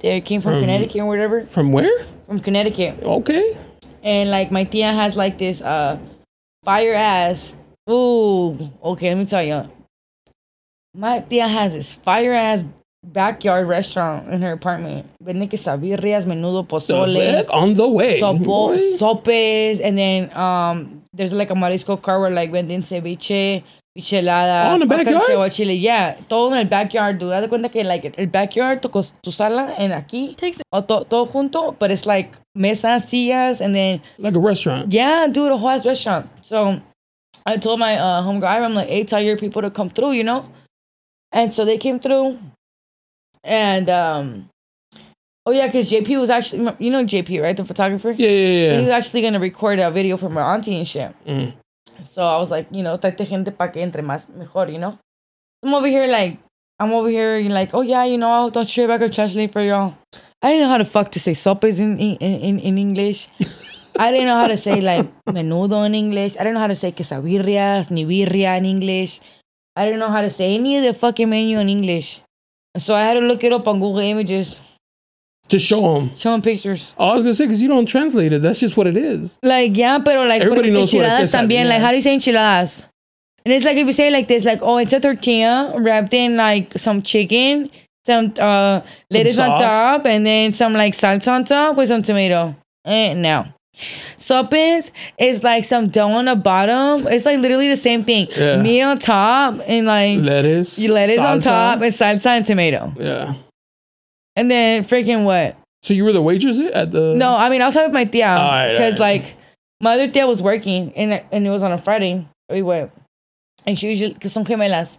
Speaker 2: They came from Connecticut or whatever.
Speaker 1: From where?
Speaker 2: From Connecticut.
Speaker 1: Okay.
Speaker 2: And, like, my tia has, like, this uh fire ass. Ooh, okay, let me tell you. My tia has this fire ass backyard restaurant in her apartment. Vende quesadillas, menudo
Speaker 1: The
Speaker 2: pozole.
Speaker 1: fuck? On the way.
Speaker 2: Sopo,
Speaker 1: boy.
Speaker 2: sopes, and then um, there's like a marisco car where like venden ceviche, michelada,
Speaker 1: Oh, in the backyard?
Speaker 2: chile. Yeah, todo en el backyard, dude. Haz de cuenta que like el backyard, tu, cos- tu sala, and aquí,
Speaker 5: Takes-
Speaker 2: o to- todo junto, but it's like mesas, sillas, and then
Speaker 1: like a restaurant.
Speaker 2: yeah, dude, a whole ass restaurant. So I told my uh, homegirl, Ira, I'm like, hey, tell your people to come through, you know? And so they came through. And, um, oh, yeah, because JP was actually, you know JP, right? The photographer?
Speaker 1: Yeah, yeah,
Speaker 2: So
Speaker 1: yeah.
Speaker 2: he was actually going to record a video for my auntie and shit.
Speaker 1: Mm.
Speaker 2: So I was like, you know, trate gente pa' que entre más mejor, you know? I'm over here like, I'm over here you're like, oh yeah, you know, don't share back or translate for y'all. I didn't know how the fuck to say sopes in in, in, in English. I didn't know how to say like menudo in English. I didn't know how to say quesabirrias, ni birria in English. I didn't know how to say any of the fucking menu in English. So I had to look it up on Google Images,
Speaker 1: To show them.
Speaker 2: show 'em pictures.
Speaker 1: I was gonna say because you don't translate it. That's just what it is.
Speaker 2: Like, yeah, pero like,
Speaker 1: Everybody
Speaker 2: por-
Speaker 1: knows what a
Speaker 2: enchiladas también.
Speaker 1: quesadilla
Speaker 2: Like, how do you
Speaker 1: is.
Speaker 2: say enchiladas? And it's like if you say it like this, like, oh, it's a tortilla wrapped in like some chicken, some uh, lettuce on
Speaker 1: sauce.
Speaker 2: top, and then some like salsa on top with some tomato. Eh, no. Sopes is like some dough on the bottom. It's like literally the same thing.
Speaker 1: Yeah.
Speaker 2: Meat on top and like
Speaker 1: Lettuce.
Speaker 2: you lettuce on
Speaker 1: salsa.
Speaker 2: top and salsa and tomato.
Speaker 1: Yeah.
Speaker 2: And then freaking what?
Speaker 1: So you were the waitress at the.
Speaker 2: No, I mean I was talking with my tia
Speaker 1: right,
Speaker 2: because
Speaker 1: all right.
Speaker 2: like my other tia was working and and it was on a Friday. We went and she usually because some gemelas,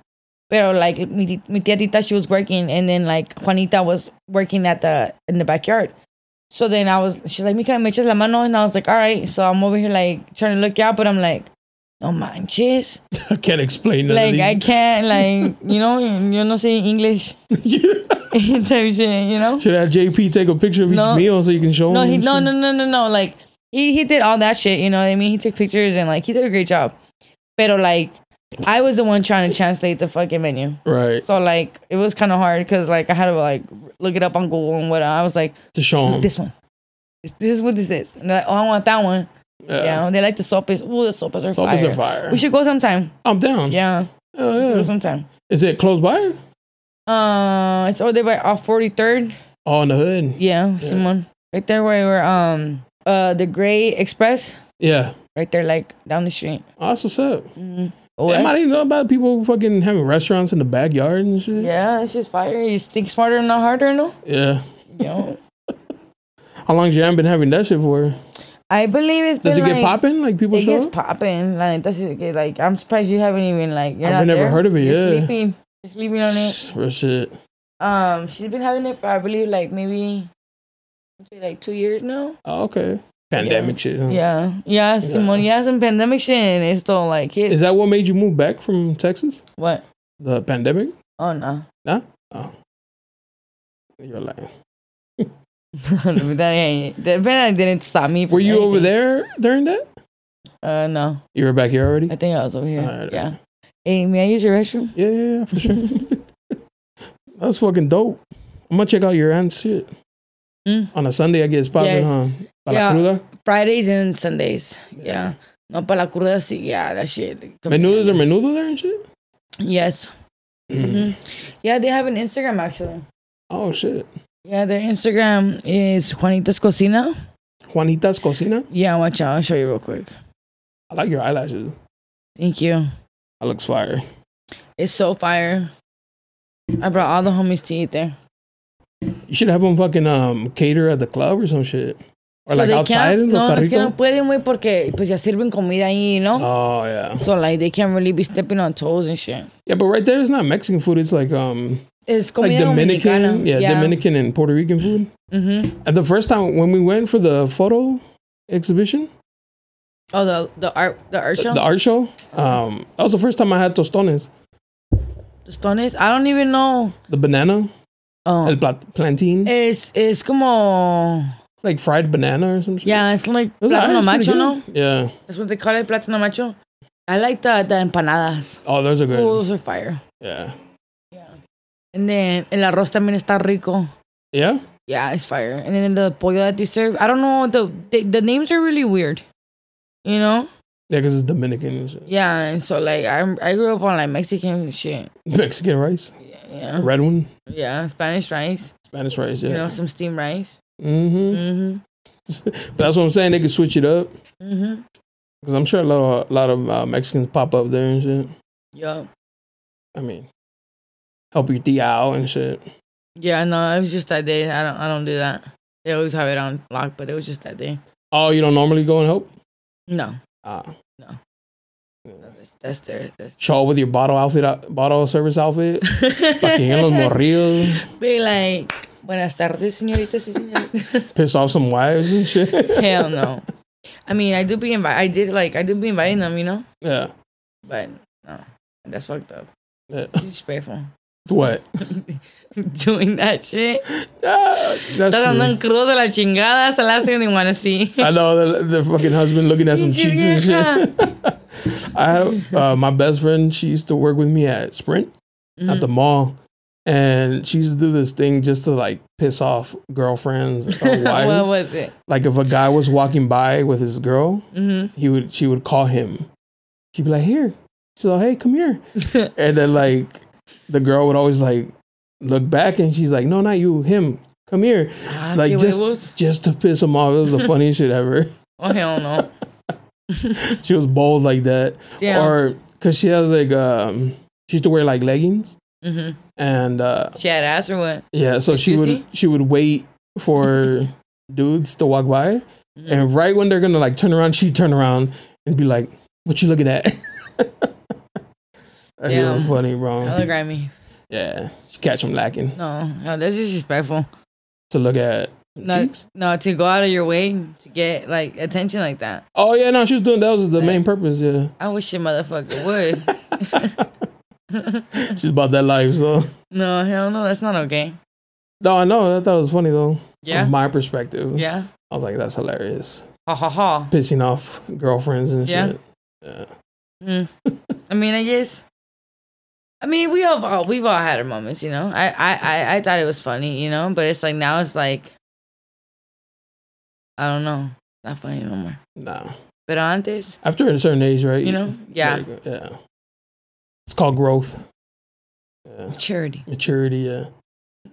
Speaker 2: pero like mi, ti- mi tia tita she was working and then like Juanita was working at the in the backyard. So then I was she's like Mica me echas la mano and I was like all right. So I'm over here like trying to look out, but I'm like. No manches.
Speaker 1: I can't explain. None
Speaker 2: Like, I
Speaker 1: of
Speaker 2: can't, like, you know, yo no sé English
Speaker 1: these.
Speaker 2: type shit, you know?
Speaker 1: Should have JP take a picture of each
Speaker 2: No.
Speaker 1: meal so you can show
Speaker 2: No,
Speaker 1: him.
Speaker 2: he no no no no no. Like he he did all that shit. You know what I mean? He took pictures and like he did a great job. Pero like I was the one trying to translate the fucking menu.
Speaker 1: Right.
Speaker 2: So like it was kind of hard because like I had to like look it up on Google and what I was like
Speaker 1: To show him.
Speaker 2: this one. This, this is what this is. And they're like, oh, I want that one.
Speaker 1: Yeah.
Speaker 2: Yeah, they like the sopes. Ooh, the sopes are
Speaker 1: Sopes
Speaker 2: fire.
Speaker 1: are fire.
Speaker 2: We should go sometime.
Speaker 1: I'm down.
Speaker 2: Yeah,
Speaker 1: Oh,
Speaker 2: go
Speaker 1: yeah.
Speaker 2: sometime.
Speaker 1: Is it close by?
Speaker 2: Uh, it's over there by off forty third.
Speaker 1: Oh, in the hood.
Speaker 2: Yeah, Simon, right there where we're um uh the Gray Express.
Speaker 1: Yeah.
Speaker 2: right there, like down the street.
Speaker 1: Oh, that's what's up.
Speaker 2: Oh,
Speaker 1: Damn, I
Speaker 2: that's-
Speaker 1: didn't know about people fucking having restaurants in the backyard and shit.
Speaker 2: yeah, it's just fire. You think smarter, not harder, no?
Speaker 1: Yeah.
Speaker 2: You know?
Speaker 1: How long you been having that shit for?
Speaker 2: I believe it's
Speaker 1: Does
Speaker 2: been
Speaker 1: it get
Speaker 2: like,
Speaker 1: popping? Like people
Speaker 2: It
Speaker 1: show
Speaker 2: gets
Speaker 1: up?
Speaker 2: popping. Like that's just, get, like I'm surprised you haven't even like. You're
Speaker 1: I've
Speaker 2: not
Speaker 1: never
Speaker 2: there.
Speaker 1: heard of it,
Speaker 2: You're
Speaker 1: yeah.
Speaker 2: Sleeping, You're sleeping on it.
Speaker 1: Real shit.
Speaker 2: Um, she's been having it for I believe like maybe, I'd say, like two years now.
Speaker 1: Oh, okay. Pandemic shit. Huh?
Speaker 2: Yeah, yeah, Simone, yeah, some pandemic shit, and it's still like hit.
Speaker 1: Is that what made you move back from Texas?
Speaker 2: what?
Speaker 1: The pandemic?
Speaker 2: Oh no,
Speaker 1: Nah? Oh. You're like,
Speaker 2: that ain't. That that didn't stop me. From
Speaker 1: were you over
Speaker 2: anything.
Speaker 1: there during that?
Speaker 2: Uh, no,
Speaker 1: You were back here already?
Speaker 2: I think I was over here.
Speaker 1: Alright,
Speaker 2: yeah.
Speaker 1: alright.
Speaker 2: Hey, may I use your restroom?
Speaker 1: Yeah, yeah, yeah, for sure. That's fucking dope. I'm gonna check out your aunt's shit.
Speaker 2: Mm.
Speaker 1: On a Sunday, I guess popping,
Speaker 2: Yes.
Speaker 1: huh? Para
Speaker 2: Yeah.
Speaker 1: cruda?
Speaker 2: Fridays and Sundays. Yeah. No, para la cruda, sí. Yeah, that shit.
Speaker 1: Menudas or menudo there and shit?
Speaker 2: Yes.
Speaker 1: Hmm.
Speaker 2: Mhm. Yeah, they have an Instagram actually.
Speaker 1: Oh, shit.
Speaker 2: Yeah, their Instagram is Juanita's Cocina.
Speaker 1: Juanita's Cocina?
Speaker 2: Yeah, watch out. I'll show you real quick.
Speaker 1: I like your eyelashes.
Speaker 2: Thank you.
Speaker 1: That looks fire.
Speaker 2: It's so fire. I brought all the homies to eat there.
Speaker 1: You should have them fucking um, cater at the club or some shit. Or
Speaker 2: So
Speaker 1: like
Speaker 2: they
Speaker 1: outside
Speaker 2: can't-
Speaker 1: in the
Speaker 2: No, es que
Speaker 1: carrito.
Speaker 2: no pueden, güey, porque pues ya sirven comida ahí, ¿no?
Speaker 1: Oh, yeah.
Speaker 2: So like they can't really be stepping on toes and shit.
Speaker 1: Yeah, but right there, it's not Mexican food. It's like um,
Speaker 2: Es
Speaker 1: like
Speaker 2: comida
Speaker 1: Dominican,
Speaker 2: dominicana.
Speaker 1: yeah, Dominican and Puerto Rican food.
Speaker 2: Mhm.
Speaker 1: And the first time when we went for the photo exhibition,
Speaker 2: Oh, the the art the art show.
Speaker 1: the art show, um, that was the first time I had tostones,
Speaker 2: Tostones. I don't even know.
Speaker 1: the banana,
Speaker 2: Oh.
Speaker 1: el plat- plantain, it's
Speaker 2: es es como
Speaker 1: like fried banana or some shit.
Speaker 2: yeah, it's like
Speaker 1: It was like,
Speaker 2: plátano
Speaker 1: "Ah, it's
Speaker 2: macho,
Speaker 1: pretty
Speaker 2: no?
Speaker 1: good." Yeah.
Speaker 2: That's what they call it, plátano macho. I like the the empanadas.
Speaker 1: Oh, those are good.
Speaker 2: Oh, those are fire.
Speaker 1: Yeah.
Speaker 2: And then el arroz también está rico.
Speaker 1: Yeah.
Speaker 2: Yeah, it's fire. And then the pollo that they serve. I don't know the the, the names are really weird. You know?
Speaker 1: Yeah, because it's Dominican and shit.
Speaker 2: Yeah, and so like I I grew up on like Mexican shit.
Speaker 1: Mexican rice,
Speaker 2: Yeah,
Speaker 1: red one,
Speaker 2: yeah, Spanish rice.
Speaker 1: Spanish rice.
Speaker 2: You know,
Speaker 1: Yeah.
Speaker 2: some steamed rice.
Speaker 1: hmm
Speaker 2: Mm-hmm.
Speaker 1: That's what I'm saying. They could switch it up
Speaker 2: Mm-hmm.
Speaker 1: because I'm sure a lot of, a lot of uh, Mexicans pop up there and shit.
Speaker 2: Yeah.
Speaker 1: I mean, help your tia out and shit.
Speaker 2: Yeah. No, it was just that day. I don't. I don't do that. They always have it on lock, but it was just that day.
Speaker 1: Oh, you don't normally go and help?
Speaker 2: No,
Speaker 1: Ah.
Speaker 2: No. that's that's their. That's
Speaker 1: Show up with your bottle outfit, out- bottle service outfit. Fucking en los morrillos.
Speaker 2: be like. Buenas tardes, señoritas y señoritas.
Speaker 1: Piss off some wives and shit.
Speaker 2: Hell no. I mean, I do be invite. I did like. I do be inviting them, you know.
Speaker 1: yeah.
Speaker 2: But no, that's fucked up.
Speaker 1: yeah.
Speaker 2: It's disrespectful.
Speaker 1: What?
Speaker 2: Doing that shit.
Speaker 1: Ah, that's
Speaker 2: Todas
Speaker 1: true.
Speaker 2: andan crudos a la chingada. It's the last thing they want to see.
Speaker 1: I know the, the fucking husband looking at some cheeks and shit. I have uh, my best friend. She used to work with me at Sprint at the mall, and she used to do this thing just to like piss off girlfriends or wives.
Speaker 2: what was it?
Speaker 1: like if a guy was walking by with his girl,
Speaker 2: Mm-hmm.
Speaker 1: he would she would call him. She'd be like, "Here," she's like, "Hey, come here," and then like the girl would always like look back, and she's like, "No, not you, him, come here,"
Speaker 2: Ah,
Speaker 1: like
Speaker 2: qué
Speaker 1: just
Speaker 2: huevos.
Speaker 1: just to piss him off. It was the funniest shit ever.
Speaker 2: Oh hell no.
Speaker 1: She was bold like that,
Speaker 2: Damn.
Speaker 1: or because she has like um she used to wear like leggings,
Speaker 2: Mhm.
Speaker 1: and uh
Speaker 2: She had ass or what?
Speaker 1: Yeah, so she would
Speaker 2: Excuse
Speaker 1: she would wait for dudes to walk by,
Speaker 2: Mm-hmm.
Speaker 1: and right when they're gonna like turn around, she'd turn around and be like, "What you looking at?" That's
Speaker 2: Yeah.
Speaker 1: was funny,
Speaker 2: Hella
Speaker 1: bro.
Speaker 2: grimy.
Speaker 1: Yeah, she catch them lacking
Speaker 2: No, no, that's disrespectful.
Speaker 1: to look at.
Speaker 2: No,
Speaker 1: cheeks.
Speaker 2: no, to go out of your way to get like attention like that.
Speaker 1: Oh yeah, no, she was doing that was the main purpose. Yeah,
Speaker 2: I wish your motherfucker would.
Speaker 1: she's about that life. So
Speaker 2: no, hell no, that's not okay.
Speaker 1: no, I know. I thought it was funny though.
Speaker 2: Yeah.
Speaker 1: from my perspective.
Speaker 2: Yeah.
Speaker 1: I was like, that's hilarious.
Speaker 2: Ha ha ha.
Speaker 1: Pissing off girlfriends and
Speaker 2: Yeah.
Speaker 1: shit. Yeah.
Speaker 2: Mm. I mean, I guess. I mean, we all, all we've all had our moments, you know. I, I I I thought it was funny, you know, but it's like now it's like. I don't know. Not funny no more.
Speaker 1: Nah.
Speaker 2: But antes,
Speaker 1: After a certain age, right?
Speaker 2: you know, yeah,
Speaker 1: There you go. Yeah. It's called growth,
Speaker 2: charity.
Speaker 1: maturity. Yeah.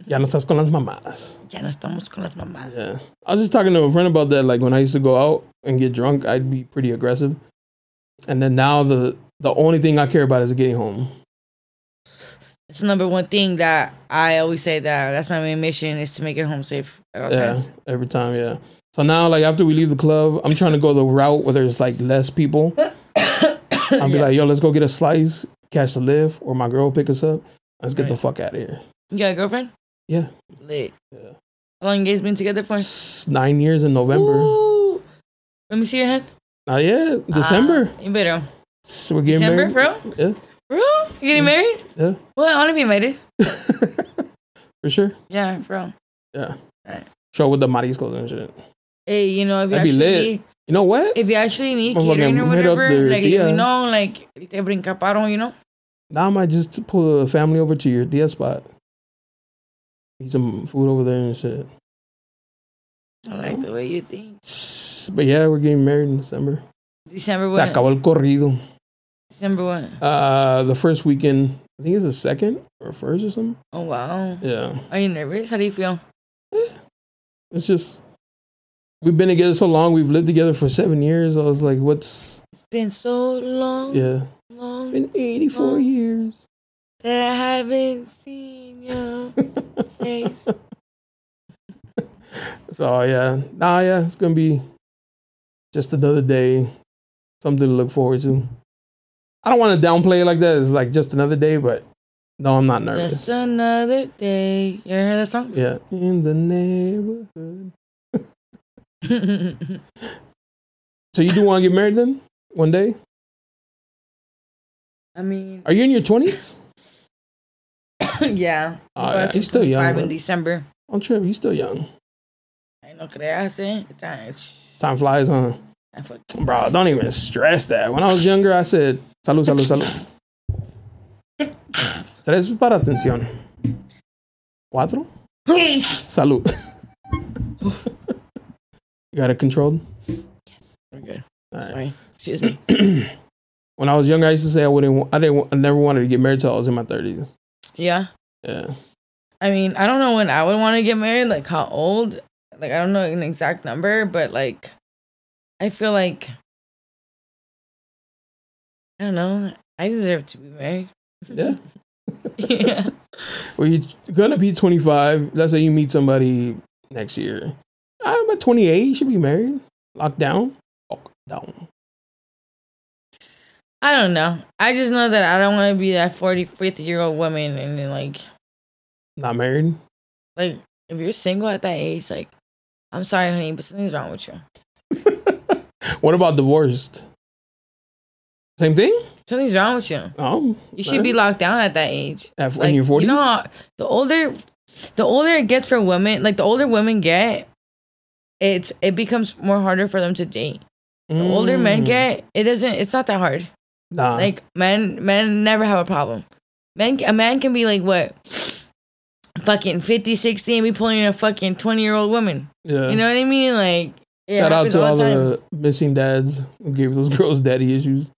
Speaker 1: Ya no estás con las mamadas.
Speaker 2: Ya no estamos con las mamadas.
Speaker 1: Yeah. I was just talking to a friend about that. Like when I used to go out and get drunk, I'd be pretty aggressive. And then now the the only thing I care about is getting home.
Speaker 2: It's the number one thing that I always say that that's my main mission is to make it home safe at all
Speaker 1: Yeah.
Speaker 2: times.
Speaker 1: Every time. Yeah. So now, like after we leave the club, I'm trying to go the route where there's like less people. I'll be like, yo, let's go get a slice, catch the lift, or my girl will pick us up. Let's get the
Speaker 2: Right.
Speaker 1: fuck out of here.
Speaker 2: You got a girlfriend?
Speaker 1: Yeah.
Speaker 2: Lit.
Speaker 1: Yeah.
Speaker 2: How long you guys been together for?
Speaker 1: It's nine years in November.
Speaker 2: Ooh. Let me see your hand.
Speaker 1: Not yet. December.
Speaker 2: You better.
Speaker 1: So we're getting
Speaker 2: Ah. December,
Speaker 1: married.
Speaker 2: bro?
Speaker 1: Yeah,
Speaker 2: Bro? You getting married?
Speaker 1: yeah,
Speaker 2: Well, I want to be married.
Speaker 1: for sure.
Speaker 2: Yeah, bro.
Speaker 1: Yeah.
Speaker 2: Right.
Speaker 1: Show with the mariscos and shit.
Speaker 2: Hey, you know, if you
Speaker 1: That'd be
Speaker 2: actually
Speaker 1: lit.
Speaker 2: need,
Speaker 1: You know what?
Speaker 2: if you actually need
Speaker 1: Motherfucking
Speaker 2: catering or
Speaker 1: hit up
Speaker 2: whatever,
Speaker 1: their
Speaker 2: like let
Speaker 1: tía.
Speaker 2: me know, like te brincaparon, you know.
Speaker 1: Now I might just pull the family over to your DS spot. Eat some food over there and shit.
Speaker 2: I like the way you think.
Speaker 1: But yeah, we're getting married in December.
Speaker 2: December
Speaker 1: Se
Speaker 2: what?
Speaker 1: acabó el corrido.
Speaker 2: December what?
Speaker 1: Uh, the first weekend, I think it's the second or first or something.
Speaker 2: Oh wow.
Speaker 1: Yeah.
Speaker 2: Are you nervous? How do you feel?
Speaker 1: It's just, we've been together so long. We've lived together for seven years. I was like, what's,
Speaker 2: It's been so long,
Speaker 1: yeah.
Speaker 2: long
Speaker 1: Been 84 years.
Speaker 2: that I haven't seen your face.
Speaker 1: So yeah, nah, yeah, it's gonna be just another day, something to look forward to. I don't want to downplay it like that. It's like just another day, but no, I'm not nervous.
Speaker 2: Just another day. You ever heard that song?
Speaker 1: yeah, in the neighborhood. So you do want to get married then one day?
Speaker 2: I mean,
Speaker 1: Are you in your twenties?
Speaker 2: yeah.
Speaker 1: Ah,
Speaker 2: About
Speaker 1: yeah,
Speaker 2: to
Speaker 1: he's still young,
Speaker 2: 25
Speaker 1: bro.
Speaker 2: in December.
Speaker 1: Don't trip. You still young.
Speaker 2: I know creas, eh? It's time.
Speaker 1: Time flies, huh?
Speaker 2: I fuck-
Speaker 1: Bro, don't even stress that. When I was younger, I said salud, salud, salud. Tres para atención. Cuatro. Salud. you got it controlled.
Speaker 2: We're good.
Speaker 1: All right.
Speaker 2: Sorry. Excuse me.
Speaker 1: When I was younger, I used to say I wouldn't. wa- I didn't. wa- I never wanted to get married till I was in my thirties.
Speaker 2: Yeah.
Speaker 1: Yeah.
Speaker 2: I mean, I don't know when I would want to get married, like how old. Like, I don't know an exact number, but like, I feel like, I don't know. I deserve to be married.
Speaker 1: Yeah.
Speaker 2: yeah.
Speaker 1: Well, you're gonna be 25. Let's say you meet somebody next year. I'm about 28. You should be married. Locked down. Locked down.
Speaker 2: I don't know. I just know that I don't want to be that 40, 50 year old woman. And then, like,
Speaker 1: Not married.
Speaker 2: like if you're single at that age, like, I'm sorry, honey, but something's wrong with you.
Speaker 1: What about divorced? Same thing.
Speaker 2: Something's wrong with you.
Speaker 1: Oh,
Speaker 2: You should be locked down at that age.
Speaker 1: At- in
Speaker 2: Like,
Speaker 1: your 40s?
Speaker 2: You know, how the older, the older it gets for women, like the older women get, it's it becomes more harder for them to date. The older men get, it doesn't. It's not that hard.
Speaker 1: Mm, Nah.
Speaker 2: Like men, men never have a problem. Men, a man can be like what, fucking 50, 60 and be pulling a fucking twenty year old woman.
Speaker 1: yeah.
Speaker 2: You know what I mean? Like it
Speaker 1: Shout out
Speaker 2: happens
Speaker 1: to all
Speaker 2: the time.
Speaker 1: the missing dads who gave those girls daddy issues,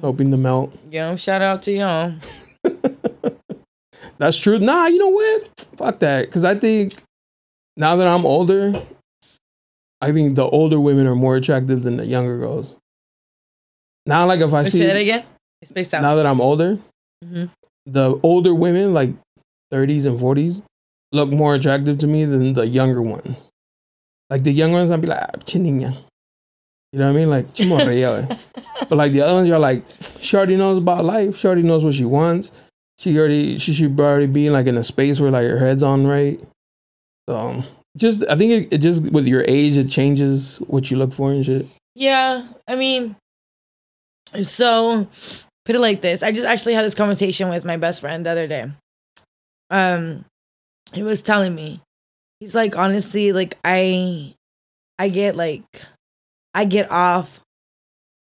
Speaker 1: helping them out.
Speaker 2: You know, shout out to y'all.
Speaker 1: That's true. Nah, you know what? Fuck that. Because I think now that I'm older, I think the older women are more attractive than the younger girls. Now, like if I
Speaker 2: Say
Speaker 1: see
Speaker 2: that again. It's spaced out.
Speaker 1: now that I'm older,
Speaker 2: Mhm.
Speaker 1: the older women, like 30s and 40s, look more attractive to me than the younger ones. Like the young ones, I'd be like, ah, chinina. You know what I mean? Like, chimorreo. but like the other ones, you're like, she already knows about life. She already knows what she wants. She already, she should already be like in a space where like her head's on right. So just, I think it, it just, with your age, it changes what you look for and shit.
Speaker 2: Yeah, I mean, so put it like this. I just actually had this conversation with my best friend the other day. Um, he was telling me, he's like, honestly, like I, I get like, I get off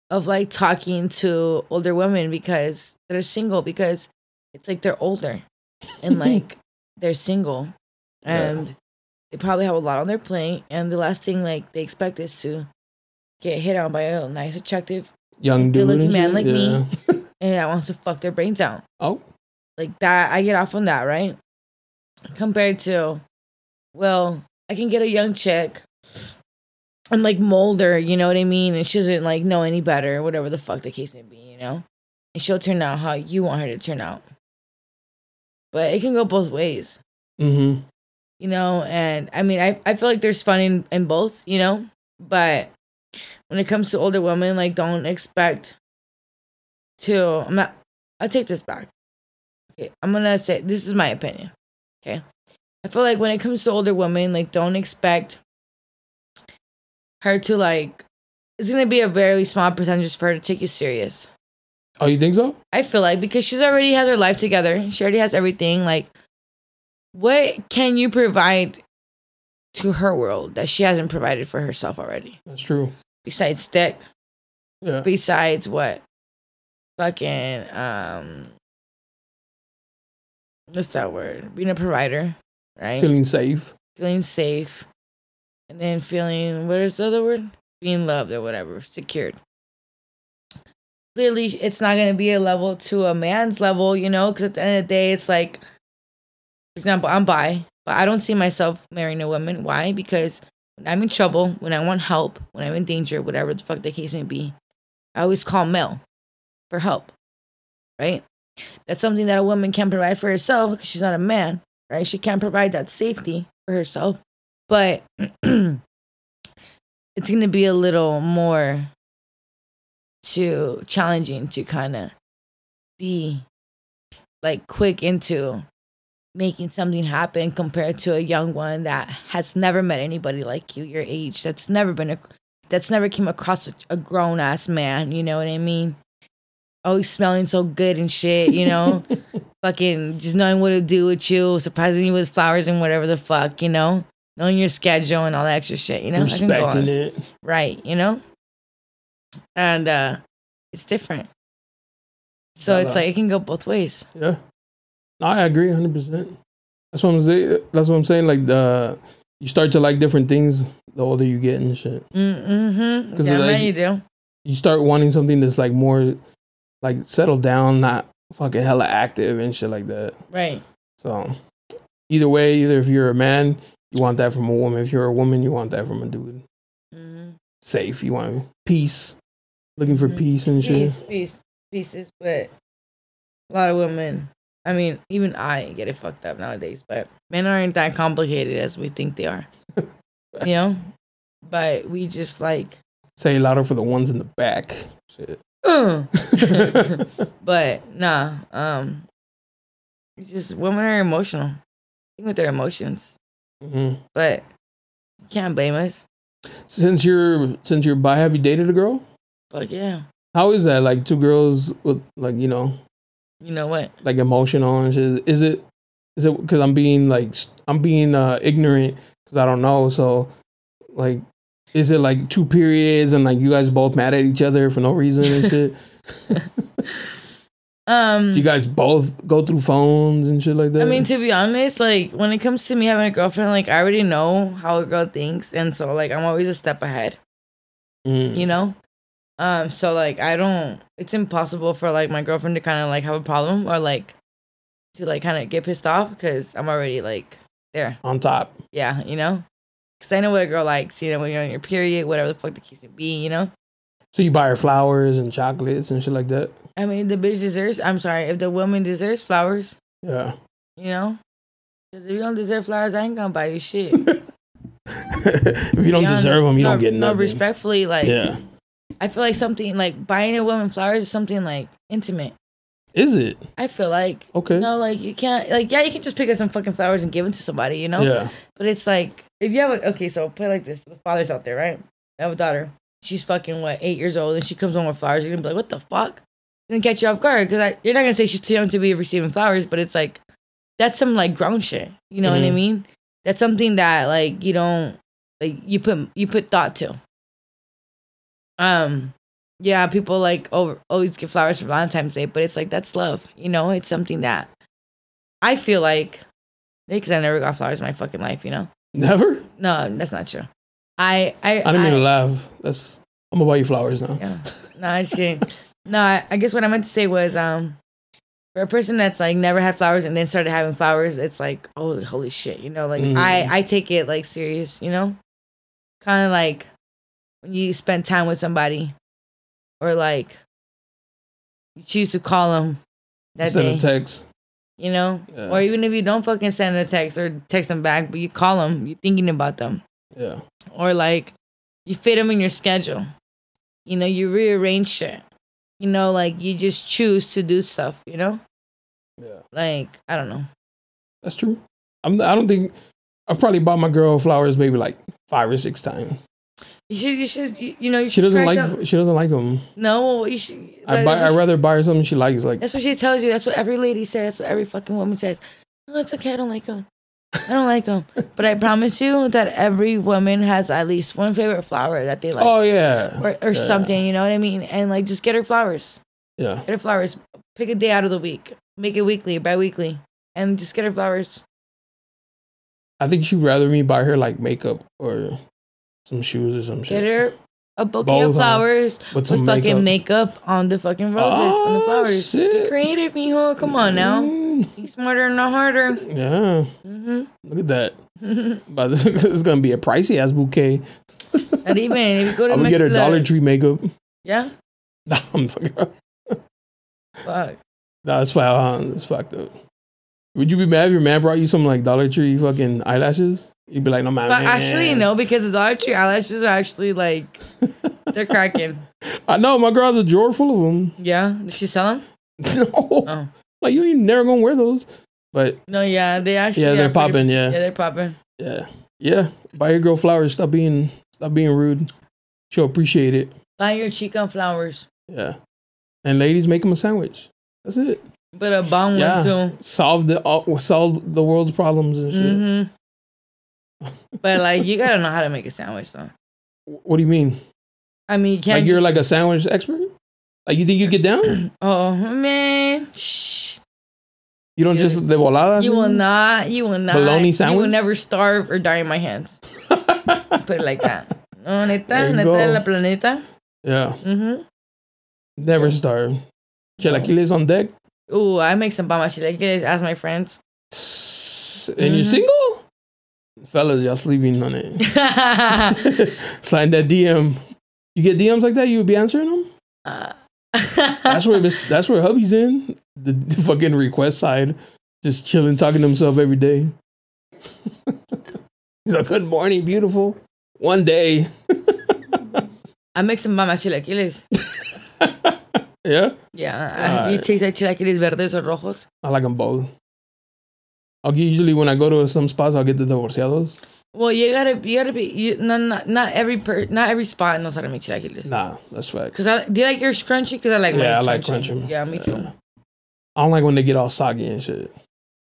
Speaker 2: of like talking to older women because they're single because it's like they're older and like they're single
Speaker 1: Yeah.
Speaker 2: and they probably have a lot on their plate and the last thing like they expect is to get hit on by a nice, attractive,
Speaker 1: Young dude.
Speaker 2: Good-looking
Speaker 1: and
Speaker 2: man
Speaker 1: shit.
Speaker 2: like me.
Speaker 1: Yeah.
Speaker 2: and that wants to fuck their brains out.
Speaker 1: Oh,
Speaker 2: Like that, I get off on that, right? Compared to, well, I can get a young chick and like mold her, you know what I mean? And she doesn't like know any better, or whatever the fuck the case may be, you know? And she'll turn out how you want her to turn out. But it can go both ways,
Speaker 1: mm-hmm.
Speaker 2: you know? And I mean, I, I feel like there's fun in, in both, you know? But when it comes to older women, like don't expect to. I'm not. I take this back. Okay, I'm gonna say this is my opinion. Okay, I feel like when it comes to older women, like don't expect her to like. It's gonna be a very small percentage for her to take you serious.
Speaker 1: Oh, you think so?
Speaker 2: I feel like because she's already has her life together. She already has everything. Like, what can you provide to her world that she hasn't provided for herself already?
Speaker 1: That's true.
Speaker 2: Besides dick,
Speaker 1: Yeah.
Speaker 2: besides what fucking um what's that word being a provider right
Speaker 1: Feeling safe.
Speaker 2: feeling safe and then feeling what is the other word being loved or whatever secured clearly it's not going to be a level to a man's level you know because at the end of the day it's like for example i'm bi but i don't see myself marrying a woman why because when i'm in trouble when i want help when i'm in danger whatever the fuck the case may be i always call mel for help right that's something that a woman can provide for herself because she's not a man right? She can't provide that safety for herself, but it's gonna be a little more to challenging to kind of be like quick into making something happen compared to a young one that has never met anybody like you your age that's never been a that's never came across a, a grown ass man you know what i mean always smelling so good and shit you know fucking just knowing what to do with you surprising you with flowers and whatever the fuck you know knowing your schedule and all that extra shit you know I can go on.
Speaker 1: respecting it.
Speaker 2: right you know and uh it's different so
Speaker 1: Shout
Speaker 2: it's
Speaker 1: out.
Speaker 2: like it can go both ways
Speaker 1: Yeah, no, I agree, hundred percent. That's what I'm saying. That's what I'm saying. Like the you start to like different things the older you get and shit.
Speaker 2: mm-hmm
Speaker 1: 'Cause
Speaker 2: yeah
Speaker 1: it's
Speaker 2: man,
Speaker 1: like-
Speaker 2: you do
Speaker 1: You start wanting something that's like more like settled down, not fucking hella active and shit like that.
Speaker 2: right
Speaker 1: So either way, either if you're a man, you want that from a woman. If you're a woman, you want that from a dude.
Speaker 2: mm-hmm.
Speaker 1: Safe. You want peace. Looking for
Speaker 2: Mhm.
Speaker 1: peace and shit.
Speaker 2: piece, piece, pieces but a lot of women i mean even i get it fucked up nowadays but men aren't that complicated as we think they are you know but we just like
Speaker 1: Say it louder for the ones in the back. Shit.
Speaker 2: "Ugh." But nah, um, it's just women are emotional, think with their emotions.
Speaker 1: Mhm.
Speaker 2: But you can't blame us.
Speaker 1: Since you're since you're bi, have you dated a girl?
Speaker 2: But yeah,
Speaker 1: How is that? Like two girls with like you know
Speaker 2: you know what?
Speaker 1: like emotional and shit. Is it is it because I'm being like st- I'm being uh, ignorant because I don't know. So like, is it like two periods and like you guys both mad at each other for no reason and shit?
Speaker 2: Um,
Speaker 1: Do you guys both go through phones and shit like that?
Speaker 2: I mean, to be honest, like when it comes to me having a girlfriend, like I already know how a girl thinks, and so like I'm always a step ahead.
Speaker 1: Mm.
Speaker 2: you know um so like i don't it's impossible for like my girlfriend to kind of like have a problem or like to like kind of get pissed off because i'm already like there
Speaker 1: on top.
Speaker 2: yeah you know because i know what a girl likes you know when you're on your period whatever the fuck the case may be you know
Speaker 1: So you buy her flowers and chocolates and shit like that.
Speaker 2: i mean the bitch deserves i'm sorry if the woman deserves flowers
Speaker 1: Yeah,
Speaker 2: you know because if you don't deserve flowers i ain't gonna buy you shit
Speaker 1: if you don't deserve them, you don't get nothing.
Speaker 2: no respectfully like
Speaker 1: Yeah,
Speaker 2: i feel like something like buying a woman flowers is something like intimate
Speaker 1: is it
Speaker 2: i feel like
Speaker 1: okay?
Speaker 2: No, like you can't. Like yeah, you can just pick up some fucking flowers and give them to somebody, you know.
Speaker 1: Yeah,
Speaker 2: But it's like if you have a okay, so put it like this for the fathers out there, right? I have a daughter. She's fucking what eight years old, and she comes home with flowers. You're gonna be like, what the fuck? And then catch you off guard because you're not gonna say she's too young to be receiving flowers, but it's like that's some like grown shit. You know what I
Speaker 1: Mhm.
Speaker 2: mean? That's something that like you don't like you put you put thought to. Um, yeah, people like over, always get flowers for Valentine's Day, but it's like that's love. You know, it's something that I feel like because I never got flowers in my fucking life. You know.
Speaker 1: never.
Speaker 2: No, that's not true. I I
Speaker 1: I didn't mean to laugh. That's I'm gonna buy you flowers now.
Speaker 2: Yeah. No, I'm just kidding. no, I, I guess what I meant to say was um for a person that's like never had flowers and then started having flowers, it's like, oh holy shit, you know, like
Speaker 1: Mhm.
Speaker 2: I I take it like serious, you know? Kinda like when you spend time with somebody or like you choose to call them that
Speaker 1: Instead
Speaker 2: day
Speaker 1: of text.
Speaker 2: you know
Speaker 1: Yeah.
Speaker 2: or even if you don't fucking send a text or text them back but you call them you're thinking about them
Speaker 1: Yeah.
Speaker 2: or like you fit them in your schedule. You know, you rearrange shit. You know, like you just choose to do stuff. You know,
Speaker 1: Yeah.
Speaker 2: like I don't know.
Speaker 1: That's true. I'm. I don't think I've probably bought my girl flowers maybe like five or six times.
Speaker 2: You should, you should, you, you know, you
Speaker 1: She
Speaker 2: should
Speaker 1: doesn't
Speaker 2: try
Speaker 1: like.
Speaker 2: some-
Speaker 1: She doesn't like them.
Speaker 2: no, you should.
Speaker 1: I
Speaker 2: like,
Speaker 1: buy. I
Speaker 2: that's, what she,
Speaker 1: rather buy her something she likes. Like
Speaker 2: that's what she tells you. That's what every lady says. That's what every fucking woman says. No, it's okay. I don't like them. I don't like them. But I promise you that every woman has at least one favorite flower that they like,
Speaker 1: oh yeah,
Speaker 2: or, or
Speaker 1: yeah.
Speaker 2: something. You know what I mean? And like, just get her flowers.
Speaker 1: yeah.
Speaker 2: get her flowers. Pick a day out of the week. Make it weekly, bi-weekly, and just get her flowers.
Speaker 1: I think she'd rather me buy her like makeup or some shoes or some
Speaker 2: Get
Speaker 1: shit.
Speaker 2: her a bouquet
Speaker 1: Bows on.
Speaker 2: of flowers
Speaker 1: With
Speaker 2: with
Speaker 1: some
Speaker 2: fucking makeup on the fucking roses on the
Speaker 1: Oh,
Speaker 2: flowers.
Speaker 1: shit.
Speaker 2: Be creative, mijo. Come on now.
Speaker 1: Mm,
Speaker 2: Be smarter, not harder.
Speaker 1: yeah.
Speaker 2: hmm
Speaker 1: Look at that. but this is gonna be a pricey ass bouquet.
Speaker 2: Not even if you go to
Speaker 1: I'm gonna get her
Speaker 2: Mexico-
Speaker 1: Dollar Tree makeup.
Speaker 2: Yeah,
Speaker 1: Nah, I'm fucking.
Speaker 2: fuck.
Speaker 1: Nah, that's fucked. Huh? That's fucked up. Would you be mad if your man brought you some like Dollar Tree fucking eyelashes? You'd be like, no man.
Speaker 2: But
Speaker 1: man.
Speaker 2: actually, no, because the Dollar Tree eyelashes are actually like they're cracking.
Speaker 1: I know my girl has a drawer full of them.
Speaker 2: Yeah, did she sell them?
Speaker 1: no,
Speaker 2: Oh.
Speaker 1: like you ain't never gonna wear those. But
Speaker 2: No, yeah, they actually.
Speaker 1: Yeah, they're
Speaker 2: are pretty-
Speaker 1: popping, yeah.
Speaker 2: yeah, they're popping.
Speaker 1: yeah, yeah. Buy your girl flowers. Stop being stop being rude. She'll appreciate it.
Speaker 2: Buy your cheek on flowers,
Speaker 1: Yeah. And ladies, make them a sandwich. That's it.
Speaker 2: but a bomb
Speaker 1: Yeah.
Speaker 2: one too.
Speaker 1: Solve the all, solve the world's problems and shit.
Speaker 2: hmm but like, you gotta know how to make a sandwich, though.
Speaker 1: What do you mean?
Speaker 2: I mean, you can't.
Speaker 1: like you're
Speaker 2: just-
Speaker 1: like a sandwich expert? Like you think you get down?
Speaker 2: oh man, shh.
Speaker 1: You don't just de voladas?
Speaker 2: You will not. You will not.
Speaker 1: Bologna
Speaker 2: You will
Speaker 1: sandwich?
Speaker 2: never starve or die in my hands. Put it like that.
Speaker 1: There
Speaker 2: No, neta,
Speaker 1: you
Speaker 2: neta
Speaker 1: go.
Speaker 2: de la planeta.
Speaker 1: Yeah.
Speaker 2: Mm-hmm.
Speaker 1: Never starve. Chilaquiles on deck.
Speaker 2: Ooh, I make some bomba chilaquiles. Ask my friends.
Speaker 1: And
Speaker 2: Mm-hmm.
Speaker 1: you're single? Fellas, y'all sleeping on it. Sign that DM. You get DMs like that, you would be answering them? That's where this, that's where hubby's in. The, the fucking request side. Just chilling, talking to himself every day. He's like, good morning, beautiful. One day.
Speaker 2: I make some bomba chilaquiles.
Speaker 1: Yeah.
Speaker 2: Yeah,
Speaker 1: Alright.
Speaker 2: have you tasted chilaquiles verdes or rojos?
Speaker 1: I like them both. I'll get, usually when I go to some spots, I'll get the divorciados.
Speaker 2: Well, you gotta, you gotta be. You, no, not not every per, not every spot knows how to make chilaquiles.
Speaker 1: Nah, that's facts.
Speaker 2: Cause I do you like your crunchy? Cause I like mine
Speaker 1: Yeah, I like crunchy.
Speaker 2: Yeah, me too.
Speaker 1: I don't like when they get all soggy and shit.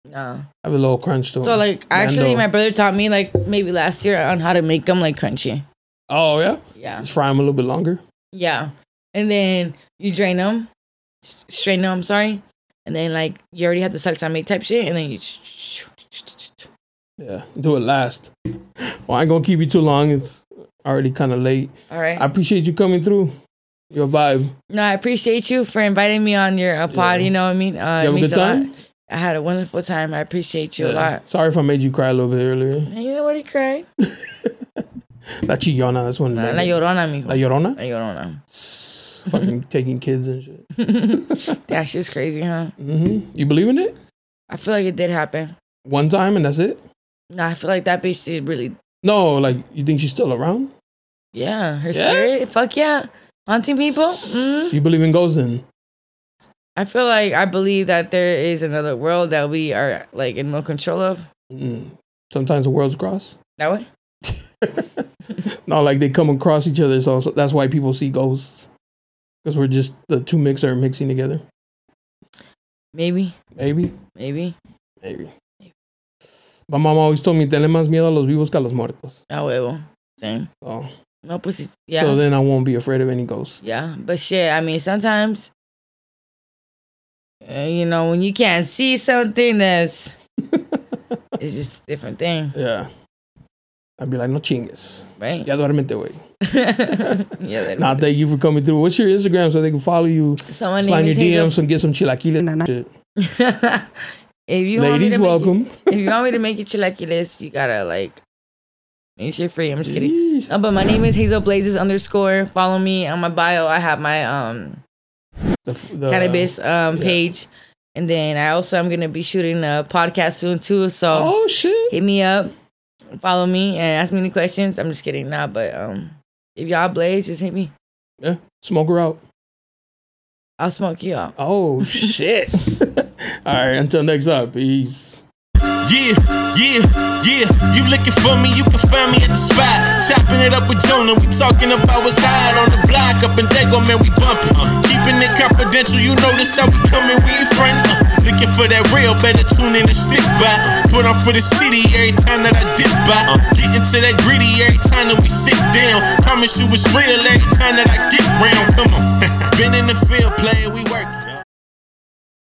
Speaker 2: No.
Speaker 1: I have a little crunch to them.
Speaker 2: So like, actually,
Speaker 1: Mando.
Speaker 2: my brother taught me like maybe last year on how to make them like crunchy.
Speaker 1: oh yeah,
Speaker 2: Yeah,
Speaker 1: just fry them a little bit longer.
Speaker 2: yeah. And then you drain them, strain them. I'm sorry. And then like you already have the salsa made type shit, and then you.
Speaker 1: Yeah, do it last. Well, I ain't gonna keep you too long. It's already kind of late.
Speaker 2: All right.
Speaker 1: I appreciate you coming through. Your vibe.
Speaker 2: No, I appreciate you for inviting me on your uh, pod.
Speaker 1: Yeah.
Speaker 2: You know what I mean? Uh,
Speaker 1: You have a
Speaker 2: it means
Speaker 1: good
Speaker 2: lot.
Speaker 1: time.
Speaker 2: I had a wonderful time. I appreciate you a
Speaker 1: Yeah.
Speaker 2: lot.
Speaker 1: Sorry if I made you cry a little bit earlier.
Speaker 2: And you know what he cried?
Speaker 1: La chillona. That's one. of
Speaker 2: La
Speaker 1: them.
Speaker 2: la llorona, amigo.
Speaker 1: La llorona.
Speaker 2: La llorona.
Speaker 1: Fucking taking kids and shit.
Speaker 2: That shit's crazy, huh?
Speaker 1: hmm You believe in it?
Speaker 2: I feel like it did happen.
Speaker 1: One time and that's it.
Speaker 2: No, I feel like that bitch did really.
Speaker 1: No, like you think she's still around?
Speaker 2: Yeah, her
Speaker 1: Yeah?
Speaker 2: spirit. Fuck yeah, haunting people. Mm.
Speaker 1: You believe in ghosts then?
Speaker 2: I feel like I believe that there is another world that we are like in no control of.
Speaker 1: Mm. Sometimes the worlds cross.
Speaker 2: That way.
Speaker 1: No, like they come across each other, so, so that's why people see ghosts. Because we're just the two mix are mixing together.
Speaker 2: Maybe.
Speaker 1: Maybe,
Speaker 2: Maybe.
Speaker 1: maybe. My mom always told me, "Tenle más miedo a los vivos que a los muertos."
Speaker 2: Ah, huevo. Same.
Speaker 1: So,
Speaker 2: No pussy. Yeah.
Speaker 1: so then I won't be afraid of any ghosts.
Speaker 2: Yeah, but shit, I mean, sometimes, uh, you know, when you can't see something, that's it's just a different thing,
Speaker 1: Yeah. I'd be like, "No chingues."
Speaker 2: right?
Speaker 1: Ya duérmete, güey.
Speaker 2: yeah. that-
Speaker 1: Nah, thank you for coming through. What's your Instagram so they can follow you,
Speaker 2: Someone
Speaker 1: slide your
Speaker 2: named me
Speaker 1: DMs, and get some chilaquiles. and shit.
Speaker 2: Hazel. if you want me
Speaker 1: Ladies,
Speaker 2: to make you-
Speaker 1: welcome.
Speaker 2: if you want me to make you chilaquiles, you gotta like make sure free. I'm just kidding.
Speaker 1: Jeez.
Speaker 2: Uh, but my name is Hazel Blazes underscore. Follow me on my bio. I have my um
Speaker 1: The f- the-
Speaker 2: cannabis um
Speaker 1: Uh, yeah.
Speaker 2: page. And then I also am gonna be shooting a podcast soon too. So
Speaker 1: Oh shit!
Speaker 2: hit me up, follow me, and ask me any questions. I'm just kidding, nah. But um, if y'all blaze, just hit me.
Speaker 1: Yeah, smoke her out.
Speaker 2: I'll smoke you out.
Speaker 1: Oh shit! All right, until next up, peace.
Speaker 6: Yeah, yeah, yeah. You looking for me, you can find me at the spot. Chopping it up with Jonah, we talking about what's hot on the block. Up in Dago, man, we bumping. Keeping it confidential, you know this how we coming, we ain't friend. Uh, looking for that real, better tune in and stick by. Put on for the city every time that I dip by. Getting to that gritty every time that we sit down. Promise you it's real every time that I get round. Come on. Been in the field playing, we working.